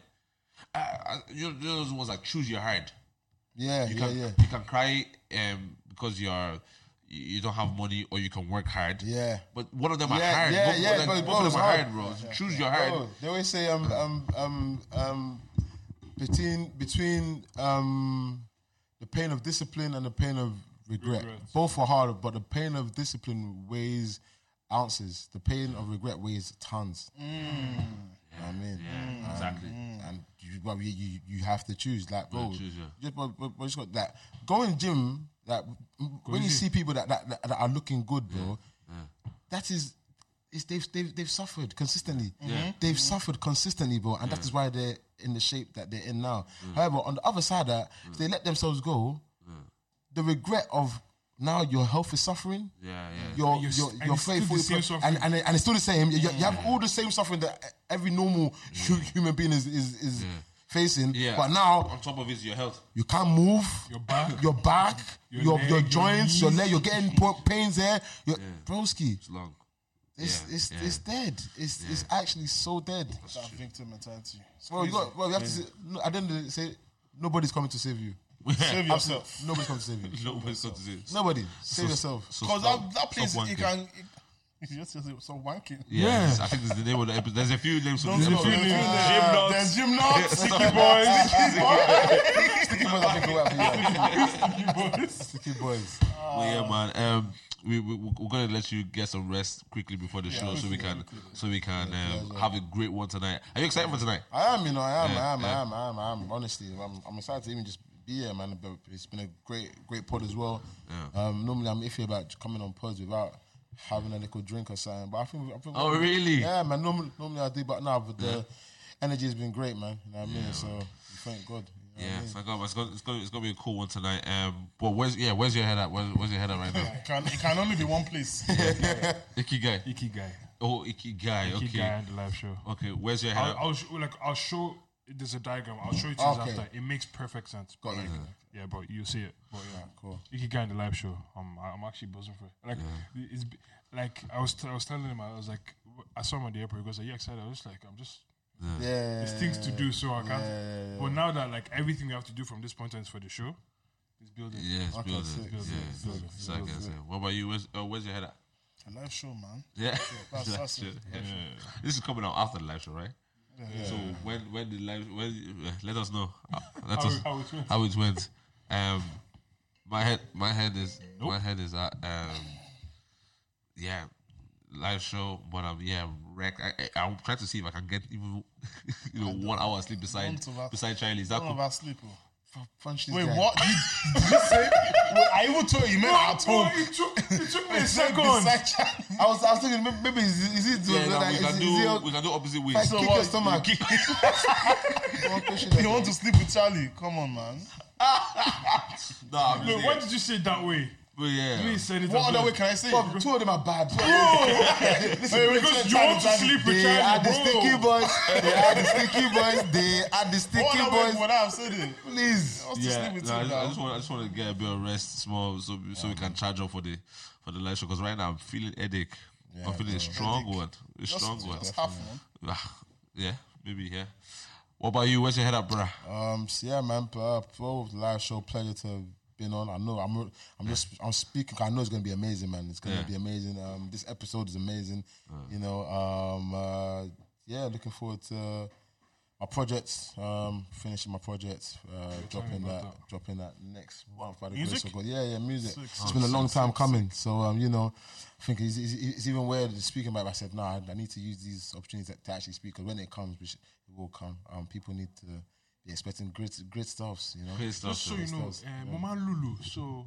[SPEAKER 2] Uh, uh, you you know those ones like choose your heart
[SPEAKER 3] <laughs> Yeah,
[SPEAKER 2] you
[SPEAKER 3] yeah,
[SPEAKER 2] can
[SPEAKER 3] yeah.
[SPEAKER 2] you can cry um, because you're you you don't have money or you can work hard.
[SPEAKER 3] Yeah.
[SPEAKER 2] But one of them
[SPEAKER 3] Yeah,
[SPEAKER 2] are hard.
[SPEAKER 3] yeah,
[SPEAKER 2] both,
[SPEAKER 3] yeah,
[SPEAKER 2] both of them-
[SPEAKER 3] but
[SPEAKER 2] both of
[SPEAKER 3] both
[SPEAKER 2] them are
[SPEAKER 3] are
[SPEAKER 2] hard, bro. So Choose your
[SPEAKER 3] Oh,
[SPEAKER 2] hard.
[SPEAKER 3] they always say um um um um between between um the pain of discipline and the pain of regret.
[SPEAKER 1] Regret.
[SPEAKER 3] Both are hard, but the pain of discipline weighs ounces. The pain of regret weighs tons. You know what I mean, And-
[SPEAKER 2] exactly.
[SPEAKER 3] Mm. And you, well, you, you you have to choose, like bro.
[SPEAKER 2] choose, yeah.
[SPEAKER 3] Just but, but, but just got that going gym. Like when you see people that that, that, that are looking good, bro that is it's, they've, they've they've suffered consistently. They've suffered consistently, bro, and that is why they're in the shape that they're in now. However, on the other side, of that if they let themselves go, the regret of now your health is suffering.
[SPEAKER 2] Yeah, yeah.
[SPEAKER 3] Your
[SPEAKER 1] And you're
[SPEAKER 3] your,
[SPEAKER 1] st- and
[SPEAKER 3] your
[SPEAKER 1] it's still
[SPEAKER 3] faith
[SPEAKER 1] the
[SPEAKER 3] fully
[SPEAKER 1] same
[SPEAKER 3] pro-
[SPEAKER 1] suffering.
[SPEAKER 3] and, and and it's still the same. You, you you have all the same suffering that every normal
[SPEAKER 1] Mm.
[SPEAKER 3] hu- human being is is, is facing.
[SPEAKER 2] Yeah.
[SPEAKER 3] But now
[SPEAKER 2] On top of it, is your health.
[SPEAKER 3] you can't move.
[SPEAKER 1] Your back.
[SPEAKER 3] your back,
[SPEAKER 1] Your
[SPEAKER 3] your your,
[SPEAKER 1] leg, your
[SPEAKER 3] joints, your
[SPEAKER 1] knees.
[SPEAKER 3] leg. You're getting po- pains there. Your, Broski,
[SPEAKER 2] It's long. <laughs>
[SPEAKER 3] it's
[SPEAKER 2] Yeah,
[SPEAKER 3] it's
[SPEAKER 2] yeah.
[SPEAKER 3] it's dead. It's it's actually so dead.
[SPEAKER 4] that victim mentality.
[SPEAKER 3] Well, you got well. You have to say, no, at the end of the say nobody's coming to save you.
[SPEAKER 4] Save yourself.
[SPEAKER 3] Nobody's coming to
[SPEAKER 1] <laughs>
[SPEAKER 3] save you.
[SPEAKER 2] No, but so to say.
[SPEAKER 3] Nobody save yourself.
[SPEAKER 2] So
[SPEAKER 4] Because
[SPEAKER 2] stop-
[SPEAKER 4] that,
[SPEAKER 2] stop
[SPEAKER 4] that place, you
[SPEAKER 2] wanking.
[SPEAKER 4] can. It, <laughs> you just some wanking.
[SPEAKER 2] Yeah, this- I think this is the name of the episode. There's a few names. for
[SPEAKER 4] Don't
[SPEAKER 2] this
[SPEAKER 4] stop.
[SPEAKER 2] episode.
[SPEAKER 4] There's
[SPEAKER 1] names.
[SPEAKER 4] There's gym
[SPEAKER 3] <laughs>
[SPEAKER 4] nuts.
[SPEAKER 2] Sticky
[SPEAKER 3] Sticky boys, I think, will
[SPEAKER 1] <laughs>
[SPEAKER 3] help you. Sticky boys.
[SPEAKER 2] Well, yeah, man. Um, we we we're gonna let you get some rest quickly before the show, so we can so we can um, have a great one tonight. Are you excited for tonight?
[SPEAKER 3] I am, you know, I am,
[SPEAKER 2] Yeah,
[SPEAKER 3] I am,
[SPEAKER 2] yeah.
[SPEAKER 3] I am, I am, I am. Honestly, I'm, I'm excited to even just be here, man. But It's been a great, great pod as well. Um, normally, I'm iffy about coming on pods without having a little drink or something, but I think, I think
[SPEAKER 2] Oh, really?
[SPEAKER 3] Yeah, man. Normally, normally I do, but now but the energy has been great, man. You know what I mean? So thank God. You
[SPEAKER 2] Yeah,
[SPEAKER 3] know what I mean?
[SPEAKER 2] thank God. It's gonna, it's gonna, it's gonna be a cool one tonight. Um, but where's yeah, where's your head at? Where's, where's your head at right <laughs> now?
[SPEAKER 4] It can, it can only be one
[SPEAKER 3] <laughs>
[SPEAKER 4] place.
[SPEAKER 2] Icky guy.
[SPEAKER 1] Icky guy.
[SPEAKER 2] Oh, icky guy.
[SPEAKER 1] Icky
[SPEAKER 2] Okay,
[SPEAKER 1] guy on the live show.
[SPEAKER 2] okay. Where's your head?
[SPEAKER 1] I'll,
[SPEAKER 2] at?
[SPEAKER 1] I'll sh- like I'll show. There's a diagram. I'll show it to
[SPEAKER 3] Okay.
[SPEAKER 1] you after. It makes perfect sense.
[SPEAKER 3] Got you.
[SPEAKER 1] Yeah, but you'll see it. But yeah,
[SPEAKER 3] cool.
[SPEAKER 1] Icky guy in the live show. I'm I'm actually buzzing for it. Like it's b- like I was t- I was telling him I was like w- I saw him at the airport. He goes, "Are you excited?" I was just like, "I'm just
[SPEAKER 3] Yeah,
[SPEAKER 1] there's things to do, so I can't."
[SPEAKER 3] yeah,
[SPEAKER 1] But now that like everything we have to do from this point on is for the show, it's building.
[SPEAKER 2] Yeah, it's building.
[SPEAKER 3] sick,
[SPEAKER 2] Yeah,
[SPEAKER 1] sick,
[SPEAKER 2] it's
[SPEAKER 1] sick,
[SPEAKER 2] building.
[SPEAKER 1] sick,
[SPEAKER 2] So I can say. What about you? Where's, uh, where's your head at? <laughs>
[SPEAKER 4] A live show, man.
[SPEAKER 2] Yeah,
[SPEAKER 4] that's-
[SPEAKER 2] Live
[SPEAKER 4] that's
[SPEAKER 2] show.
[SPEAKER 4] it.
[SPEAKER 2] Yeah. This is coming out after the live show, right? So when when the live when uh, let us <laughs> know. Uh, let
[SPEAKER 1] How
[SPEAKER 2] us
[SPEAKER 1] it- how it went.
[SPEAKER 2] how it went. Um, my head my head is my head is at um, yeah, live show. But um, yeah, wreck. I, I I'm trying to see if I can get even <laughs> you know one hour sleep beside
[SPEAKER 4] don't over-
[SPEAKER 2] beside Charlie. Is that
[SPEAKER 4] None
[SPEAKER 2] cool?
[SPEAKER 4] of us sleep. oh.
[SPEAKER 3] Punch this
[SPEAKER 4] Wait,
[SPEAKER 3] guy. <laughs>
[SPEAKER 4] what? You, did you say? Wait, I even told you, man, at
[SPEAKER 3] <laughs>
[SPEAKER 4] home.
[SPEAKER 1] it took, it took me a
[SPEAKER 4] Said
[SPEAKER 1] second.
[SPEAKER 4] beside Charlie.
[SPEAKER 3] I was, I was thinking may- maybe is, is it
[SPEAKER 2] Yeah, no,
[SPEAKER 3] like,
[SPEAKER 2] we
[SPEAKER 3] is,
[SPEAKER 2] can
[SPEAKER 3] it- is
[SPEAKER 2] do
[SPEAKER 3] it
[SPEAKER 2] we can do opposite
[SPEAKER 3] like,
[SPEAKER 2] ways.
[SPEAKER 4] So
[SPEAKER 3] kick
[SPEAKER 4] what?
[SPEAKER 3] your stomach? <laughs> One question
[SPEAKER 4] You
[SPEAKER 3] like-
[SPEAKER 4] want to sleep with Charlie? Come on, man.
[SPEAKER 2] No, I'm
[SPEAKER 1] Wait,
[SPEAKER 2] just
[SPEAKER 1] why
[SPEAKER 2] saying.
[SPEAKER 1] did you say it that way?
[SPEAKER 2] But yeah.
[SPEAKER 1] Please say it.
[SPEAKER 4] What other
[SPEAKER 1] that
[SPEAKER 4] way can I say?
[SPEAKER 3] Bro, two of them are bad.
[SPEAKER 1] Because you want to sleep with
[SPEAKER 3] They are
[SPEAKER 1] Charlie,
[SPEAKER 3] the sticky
[SPEAKER 1] bro.
[SPEAKER 3] boys. They are the sticky boys. They are the
[SPEAKER 4] What
[SPEAKER 3] sticky
[SPEAKER 4] other way
[SPEAKER 3] boys.
[SPEAKER 4] would I have said it?
[SPEAKER 3] Please.
[SPEAKER 4] Wants to
[SPEAKER 2] Yeah,
[SPEAKER 4] sleep with
[SPEAKER 2] no, I, just, I
[SPEAKER 4] him now.
[SPEAKER 2] just want I just want to get a bit of rest, small, so so we can charge up for the for the live show. Because right now I'm feeling headache. I'm feeling a strong one, a strong one.
[SPEAKER 4] Just have one.
[SPEAKER 2] Ah, yeah, maybe yeah. What about you? Where's your head at, bruh?
[SPEAKER 3] Um, so yeah, man. Uh, pro live show, pleasure to have been on. I know I'm. I'm just. I'm speaking. 'cause I know it's gonna be amazing, man. It's gonna
[SPEAKER 2] Yeah.
[SPEAKER 3] be amazing. Um, this episode is amazing. You know. Um. Uh, yeah, looking forward to my projects. Um, finishing my projects. Uh, dropping that, Dropping that next month by the grace
[SPEAKER 4] Music?
[SPEAKER 3] of God. Yeah, yeah, music. It's been a long time coming. So um, you know, I think it's, it's, it's even weird speaking about. It. I said, nah, I need to use these opportunities to actually speak. Because when it comes, which it will come, um, people need to they're expecting great great stuffs, you know.
[SPEAKER 2] Great stuff.
[SPEAKER 1] Just so you know,
[SPEAKER 3] Stars,
[SPEAKER 1] uh, Mama Lulu. So.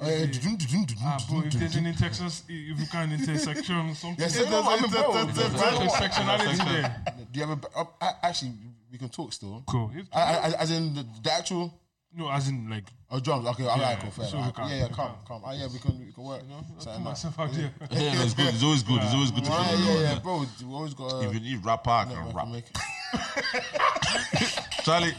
[SPEAKER 3] Uh, dudum, dudum, dudum,
[SPEAKER 1] Ah, bro,
[SPEAKER 3] dudum,
[SPEAKER 1] if there's
[SPEAKER 3] dudum.
[SPEAKER 1] an intersection, if you can
[SPEAKER 2] <laughs>
[SPEAKER 1] intersection, something.
[SPEAKER 3] Yes,
[SPEAKER 1] there's
[SPEAKER 3] no, I mean, bro,
[SPEAKER 1] a intersectionality there.
[SPEAKER 3] Do you have a? Uh, I- actually, we can talk still.
[SPEAKER 1] Cool. If-
[SPEAKER 2] Ah.
[SPEAKER 3] I, I, I- as in the, the actual
[SPEAKER 1] no, as in like,
[SPEAKER 3] oh, drums. Okay, all right,
[SPEAKER 1] Yeah,
[SPEAKER 3] cool, fair.
[SPEAKER 1] so we
[SPEAKER 3] alright,
[SPEAKER 1] can-
[SPEAKER 3] yeah, yeah,
[SPEAKER 1] we
[SPEAKER 3] come,
[SPEAKER 1] can.
[SPEAKER 3] come. Oh, yeah, we can, we can work.
[SPEAKER 1] you know, I put
[SPEAKER 3] Something like-
[SPEAKER 1] myself out there.
[SPEAKER 2] Yeah, no, <laughs> it's good. It's always good. It's always good to
[SPEAKER 3] Right,
[SPEAKER 2] put it on
[SPEAKER 3] yeah, yeah,
[SPEAKER 2] there.
[SPEAKER 3] bro. We always got.
[SPEAKER 2] If you need rapper, I can rap. Charlie,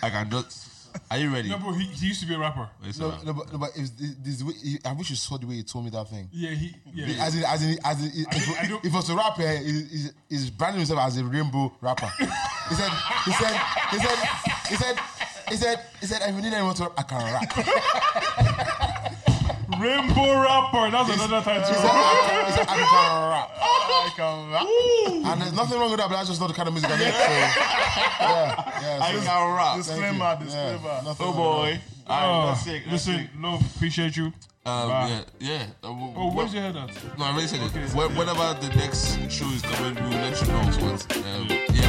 [SPEAKER 2] I can just. Are you ready?
[SPEAKER 1] No, bro, he, he used to be a rapper.
[SPEAKER 2] It's
[SPEAKER 3] No,
[SPEAKER 2] alright.
[SPEAKER 3] no, but, no, but if this, this, way- I wish you saw the way he told me that thing.
[SPEAKER 1] Yeah, he, yeah.
[SPEAKER 3] As in, as in, as in,
[SPEAKER 1] don't- I
[SPEAKER 3] if,
[SPEAKER 1] don't-
[SPEAKER 3] if it was a rapper, he- he- he's branding himself as a rainbow rapper. He said, he said, he said, he said, he said, he said, if you need anyone to rap, I can rap. He said,
[SPEAKER 1] Rainbow rapper. That's another title.
[SPEAKER 3] I, can, he said, I can rap.
[SPEAKER 4] I can rap.
[SPEAKER 3] And there's nothing wrong with that, but that's just not the kind of music I make. So, yeah, yeah.
[SPEAKER 2] I
[SPEAKER 3] so-
[SPEAKER 2] can rap.
[SPEAKER 3] thank you.
[SPEAKER 4] Disclaimer,
[SPEAKER 3] Yeah,
[SPEAKER 4] disclaimer.
[SPEAKER 3] nothing
[SPEAKER 2] Oh
[SPEAKER 3] wrong with
[SPEAKER 2] boy. Alright,
[SPEAKER 1] Ah,
[SPEAKER 2] that's sick. That's
[SPEAKER 1] Listen,
[SPEAKER 2] sick.
[SPEAKER 1] love, appreciate you.
[SPEAKER 2] Um,
[SPEAKER 1] Bye.
[SPEAKER 2] yeah, yeah. Uh, w-
[SPEAKER 1] Oh, where's
[SPEAKER 2] w-
[SPEAKER 1] your head at?
[SPEAKER 2] No, I already said it. Wh- Whenever the next show is coming, we will let you know. Once. Um, yeah.